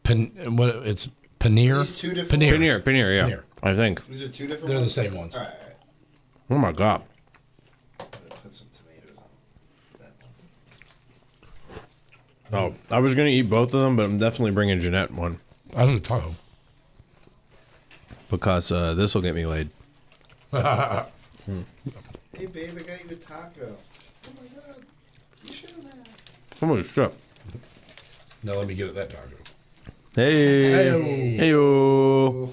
[SPEAKER 2] pan, what it's paneer.
[SPEAKER 5] These two different
[SPEAKER 2] paneer.
[SPEAKER 1] Paneer, paneer, yeah.
[SPEAKER 2] Paneer.
[SPEAKER 1] I think.
[SPEAKER 5] These are two different.
[SPEAKER 2] They're the
[SPEAKER 5] ones?
[SPEAKER 2] same ones.
[SPEAKER 5] All right, all right.
[SPEAKER 1] Oh my god.
[SPEAKER 5] I'm gonna put some tomatoes on that one.
[SPEAKER 1] Oh, I was gonna eat both of them, but I'm definitely bringing Jeanette one
[SPEAKER 2] I was a taco.
[SPEAKER 1] because uh, this will get me laid.
[SPEAKER 5] Hey babe, I got you a taco. Oh my god, you should have.
[SPEAKER 1] Holy shit!
[SPEAKER 2] Now let me get at that taco.
[SPEAKER 1] Hey, hey, yo.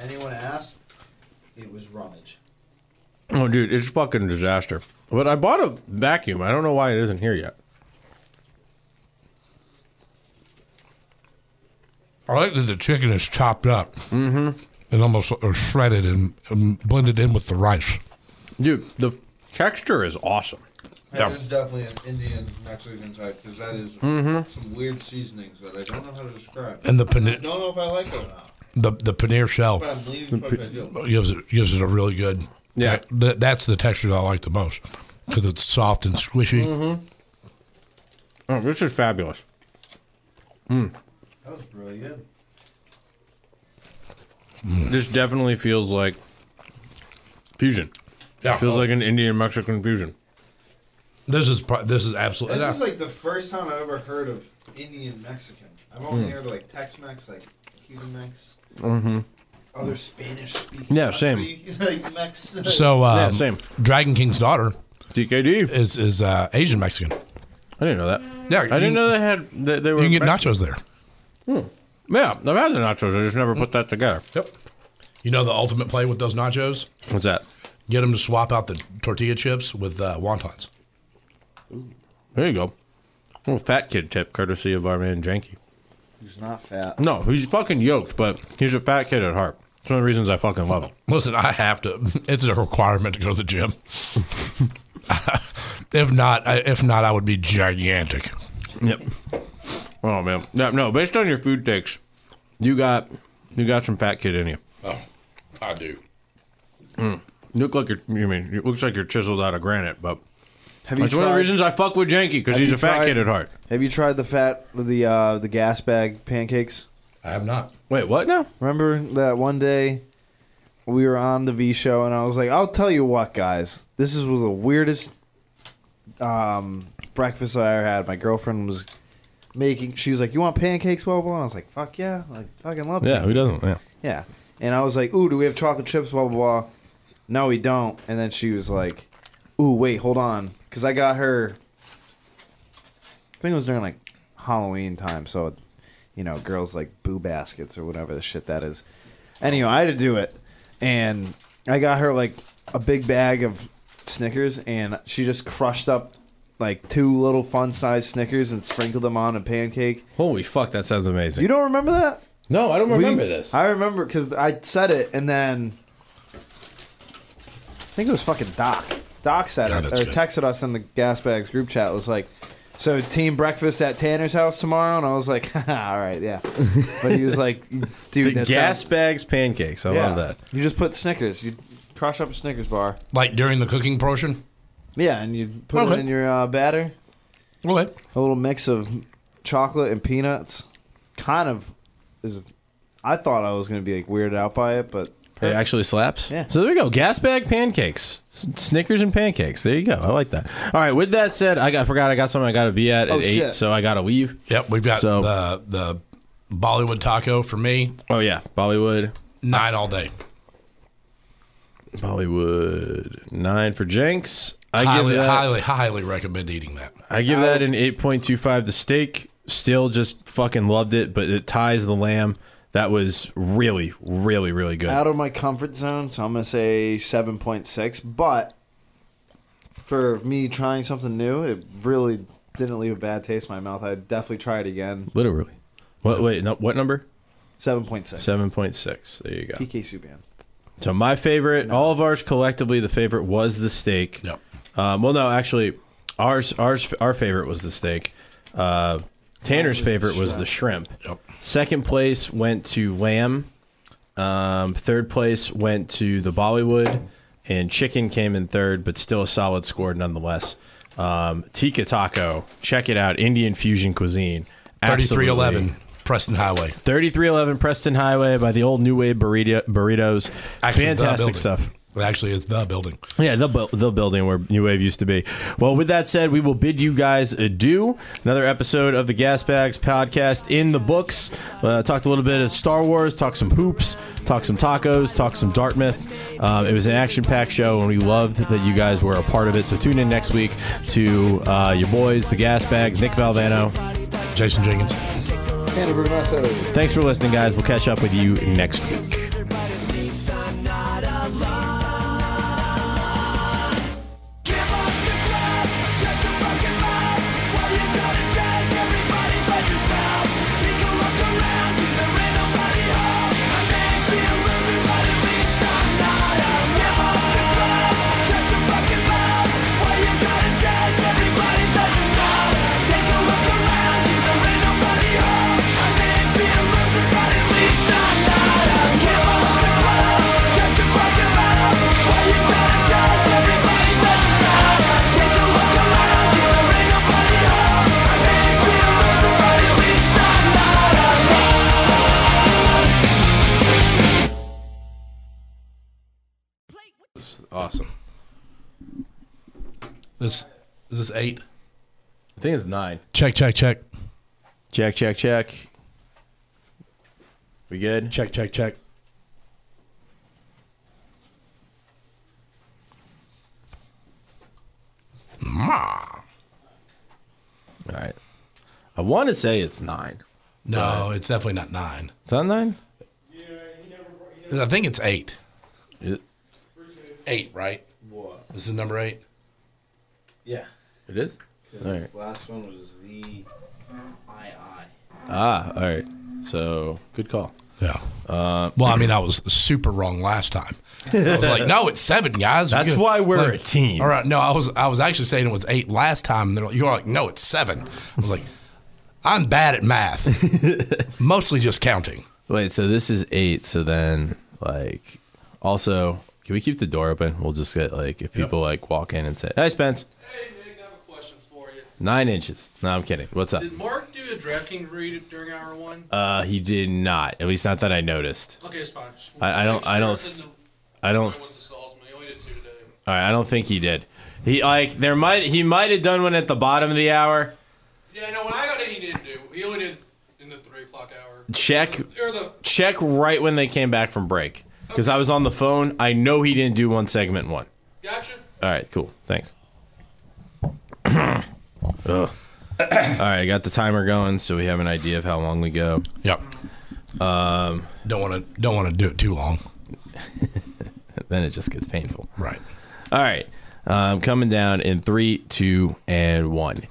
[SPEAKER 3] Anyone asked? It was rummage.
[SPEAKER 1] Oh, dude, it's fucking disaster. But I bought a vacuum. I don't know why it isn't here yet.
[SPEAKER 2] I like that the chicken is chopped up mm-hmm. and almost or shredded and, and blended in with the rice.
[SPEAKER 1] Dude, the texture is awesome.
[SPEAKER 5] That is definitely an Indian Mexican type because that is some weird seasonings that I don't know how to describe.
[SPEAKER 2] And the paneer,
[SPEAKER 5] don't know if I like it or not,
[SPEAKER 2] the, the paneer shell
[SPEAKER 5] but I'm leaning towards I do.
[SPEAKER 2] gives it gives it a really good.
[SPEAKER 1] Yeah.
[SPEAKER 2] tec- th- that's the texture that I like the most because it's soft and squishy.
[SPEAKER 1] Oh, this is fabulous.
[SPEAKER 5] That was really good.
[SPEAKER 1] This definitely feels like fusion.
[SPEAKER 2] Yeah.
[SPEAKER 1] Feels like an Indian Mexican fusion.
[SPEAKER 2] This is pro- this is absolutely.
[SPEAKER 5] This is like the first time I ever heard of Indian Mexican. I've only heard like Tex Mex, like Cuban Mex, mm-hmm. other Spanish speaking.
[SPEAKER 1] Yeah,
[SPEAKER 5] country, (laughs) like Mex.
[SPEAKER 2] so um,
[SPEAKER 1] Yeah, same.
[SPEAKER 2] Dragon King's daughter
[SPEAKER 1] DKD.
[SPEAKER 2] is is uh, Asian Mexican.
[SPEAKER 1] I didn't know that.
[SPEAKER 2] Yeah,
[SPEAKER 1] I didn't know they had. They, they were.
[SPEAKER 2] You can get
[SPEAKER 1] Mex-
[SPEAKER 2] nachos there.
[SPEAKER 1] Yeah, I've had the nachos. I just never put that together.
[SPEAKER 2] Yep. You know the ultimate play with those nachos?
[SPEAKER 1] What's that?
[SPEAKER 2] Get them to swap out the tortilla chips with uh, wontons.
[SPEAKER 1] There you go. Little fat kid tip, courtesy of our man Janky.
[SPEAKER 4] He's not fat.
[SPEAKER 1] No, he's fucking yoked, but he's a fat kid at heart. It's one of the reasons I fucking love him.
[SPEAKER 2] Listen, I have to. (laughs) It's a requirement to go to the gym. (laughs) if not, I, if not, I would be gigantic.
[SPEAKER 1] Yep. Oh man. No, no. Based on your food takes, you got you got some fat kid in you. Mm.
[SPEAKER 2] Oh, I do.
[SPEAKER 1] You look like you're. You mean it looks like you're chiseled out of granite, but
[SPEAKER 4] Have you
[SPEAKER 1] that's one of the
[SPEAKER 4] tried-
[SPEAKER 1] reasons I fuck with Janky because
[SPEAKER 4] Have
[SPEAKER 1] he's
[SPEAKER 4] you
[SPEAKER 1] a fat
[SPEAKER 4] tried-
[SPEAKER 1] kid at heart.
[SPEAKER 4] Have you tried the fat the uh, the gas bag pancakes?
[SPEAKER 2] I have not.
[SPEAKER 1] Wait, what now?
[SPEAKER 4] Remember that one day we were on the V show and I was like, I'll tell you what, guys, this is was the weirdest um, breakfast I ever had. My girlfriend was making, she was like, You want pancakes, blah, blah, blah. And I was like, Fuck yeah. I fucking love
[SPEAKER 1] Yeah,
[SPEAKER 4] them.
[SPEAKER 1] who doesn't? Yeah.
[SPEAKER 4] Yeah. And I was like, Ooh, do we have chocolate chips, blah, blah, blah. No, we don't. And then she was like, Ooh, wait, hold on. Because I got her, I think it was during like Halloween time. So, you know, girls like boo baskets or whatever the shit that is. Anyway, I had to do it, and I got her like a big bag of Snickers, and she just crushed up like two little fun sized Snickers and sprinkled them on a pancake.
[SPEAKER 1] Holy fuck, that sounds amazing.
[SPEAKER 4] You don't remember that?
[SPEAKER 1] no, I don't
[SPEAKER 4] We-
[SPEAKER 1] remember this.
[SPEAKER 4] I remember because I said it, and then I think it was fucking Doc. Doc said
[SPEAKER 2] Yeah,
[SPEAKER 4] it
[SPEAKER 2] that's
[SPEAKER 4] or
[SPEAKER 2] good.
[SPEAKER 4] texted us in the gas bags group chat. Was like, "So team breakfast at Tanner's house tomorrow," and I was like, (laughs) "All right, yeah." But he
[SPEAKER 2] (laughs)
[SPEAKER 4] was like, "Dude, uh,
[SPEAKER 1] the
[SPEAKER 4] that
[SPEAKER 1] gas
[SPEAKER 4] sounds-
[SPEAKER 1] bags pancakes. I
[SPEAKER 4] yeah.
[SPEAKER 1] love that.
[SPEAKER 4] You just put Snickers. You crush up a Snickers bar.
[SPEAKER 2] Like during the cooking portion.
[SPEAKER 4] Yeah, and you put it
[SPEAKER 2] Okay.
[SPEAKER 4] in your uh, batter.
[SPEAKER 2] Okay.
[SPEAKER 4] A little mix of chocolate and peanuts. Kind of is. I thought I was gonna be like weirded out by it, but
[SPEAKER 1] It actually slaps.
[SPEAKER 4] Yeah.
[SPEAKER 1] So there you go. Gas bag pancakes, S- Snickers and pancakes. There you go. I like that. All right. With that said, I got forgot I got something I got to be at at
[SPEAKER 4] Oh,
[SPEAKER 1] eight,
[SPEAKER 4] shit.
[SPEAKER 1] so I got to leave.
[SPEAKER 2] Yep. We've got
[SPEAKER 1] So-
[SPEAKER 2] the the Bollywood taco for me.
[SPEAKER 1] Oh yeah, Bollywood,
[SPEAKER 2] Nine all day.
[SPEAKER 1] Bollywood nine for Jenks. I
[SPEAKER 2] highly,
[SPEAKER 1] give that.
[SPEAKER 2] highly, highly recommend eating that.
[SPEAKER 1] I give that an eight point two five. The steak still just fucking loved it, but it ties the lamb. That was really, really, really good.
[SPEAKER 4] out of my comfort zone, so I'm gonna say 7.6. But for me trying something new, it really didn't leave a bad taste in my mouth. I'd definitely try it again.
[SPEAKER 1] Literally. What? Wait. No, what number?
[SPEAKER 4] 7.6.
[SPEAKER 1] Seven point six. There you go.
[SPEAKER 4] PK Subban.
[SPEAKER 1] So my favorite, all of ours collectively, the favorite was the steak.
[SPEAKER 2] Yep.
[SPEAKER 1] Um, well, no, actually, ours, ours, our favorite was the steak. Uh, Tanner's favorite was the shrimp.
[SPEAKER 2] Yep.
[SPEAKER 1] Second place went to lamb. Um, third place went to the Bollywood, and chicken came in third, but still a solid score nonetheless. Um, Tika Taco, check it out, Indian fusion cuisine. Absolutely
[SPEAKER 2] Thirty-three eleven. Preston Highway.
[SPEAKER 1] 3311 Preston Highway by the old New Wave burrito, Burritos.
[SPEAKER 2] Actually, the
[SPEAKER 1] Fantastic
[SPEAKER 2] building.
[SPEAKER 1] stuff.
[SPEAKER 2] It actually is the building.
[SPEAKER 1] Yeah, the, bu- the building where New Wave used to be. Well, with that said, we will bid you guys adieu. Another episode of the Gas Bags podcast in the books. Uh, talked a little bit of Star Wars, talked some hoops, talked some tacos, talked some Dartmouth. Um, it was an action packed show, and we loved that you guys were a part of it. So tune in next week to uh, your boys, the Gas Bags, Nick Valvano.
[SPEAKER 2] Jason Jenkins.
[SPEAKER 1] Thanks for listening, guys. We'll catch up with you next week.
[SPEAKER 2] Awesome. This is this eight.
[SPEAKER 1] I think it's nine.
[SPEAKER 2] Check, check, check,
[SPEAKER 1] Check, check, check. We good?
[SPEAKER 2] check, check, check.
[SPEAKER 1] All right. I want to say it's nine.
[SPEAKER 2] No, it's definitely not nine.
[SPEAKER 1] Is that nine?
[SPEAKER 2] I think it's eight.
[SPEAKER 1] It,
[SPEAKER 2] Eight, right?
[SPEAKER 5] What?
[SPEAKER 2] This is number eight.
[SPEAKER 5] Yeah.
[SPEAKER 1] it is? All right.
[SPEAKER 5] This last one was the I I.
[SPEAKER 1] Ah, all right. So, good call.
[SPEAKER 2] Yeah. Uh, well, I mean, I was super wrong last time. I was like, no, it's seven, guys.
[SPEAKER 1] That's
[SPEAKER 2] Good.
[SPEAKER 1] why we're
[SPEAKER 2] Like,
[SPEAKER 1] a team.
[SPEAKER 2] All right. No, I was I was actually saying it was eight last time. And they're like- you were like, no, it's seven. I was like, I'm bad
[SPEAKER 1] (laughs)
[SPEAKER 2] at math, mostly just counting.
[SPEAKER 1] Wait, so this is eight. So then, like, also, can we keep the door open? We'll just get, like, if people, like, walk in and say, Hey, Spence,
[SPEAKER 6] Hey Nick, I have a question for you.
[SPEAKER 1] nine inches. No, I'm kidding. What's up?
[SPEAKER 6] Did Mark do a DraftKings read during hour one?
[SPEAKER 1] Uh, he did not. At least not that I noticed.
[SPEAKER 6] okay, it's fine. Just
[SPEAKER 1] I- I don't-
[SPEAKER 6] make sure
[SPEAKER 1] I don't
[SPEAKER 6] it's in
[SPEAKER 1] I
[SPEAKER 6] The,
[SPEAKER 1] don't
[SPEAKER 6] was this awesome. He only did two today.
[SPEAKER 1] All right, I don't think he did. He like there might he might have done one at the bottom of the hour.
[SPEAKER 6] Yeah, no, when I got in, he didn't do. He only did in the three o'clock hour.
[SPEAKER 1] Check
[SPEAKER 6] Or the
[SPEAKER 1] check right when they came back from break because I was on the phone. I know he didn't do one segment one.
[SPEAKER 6] gotcha.
[SPEAKER 1] All right, cool. Thanks. (clears throat) Ugh. All right, I got the timer going, so we have an idea of how long we go.
[SPEAKER 2] Yep. Um,
[SPEAKER 1] Um,
[SPEAKER 2] don't want to don't want to do it too long.
[SPEAKER 1] Then it just gets painful. uh,
[SPEAKER 2] Right.
[SPEAKER 1] All right, I'm coming down in three, two, and one.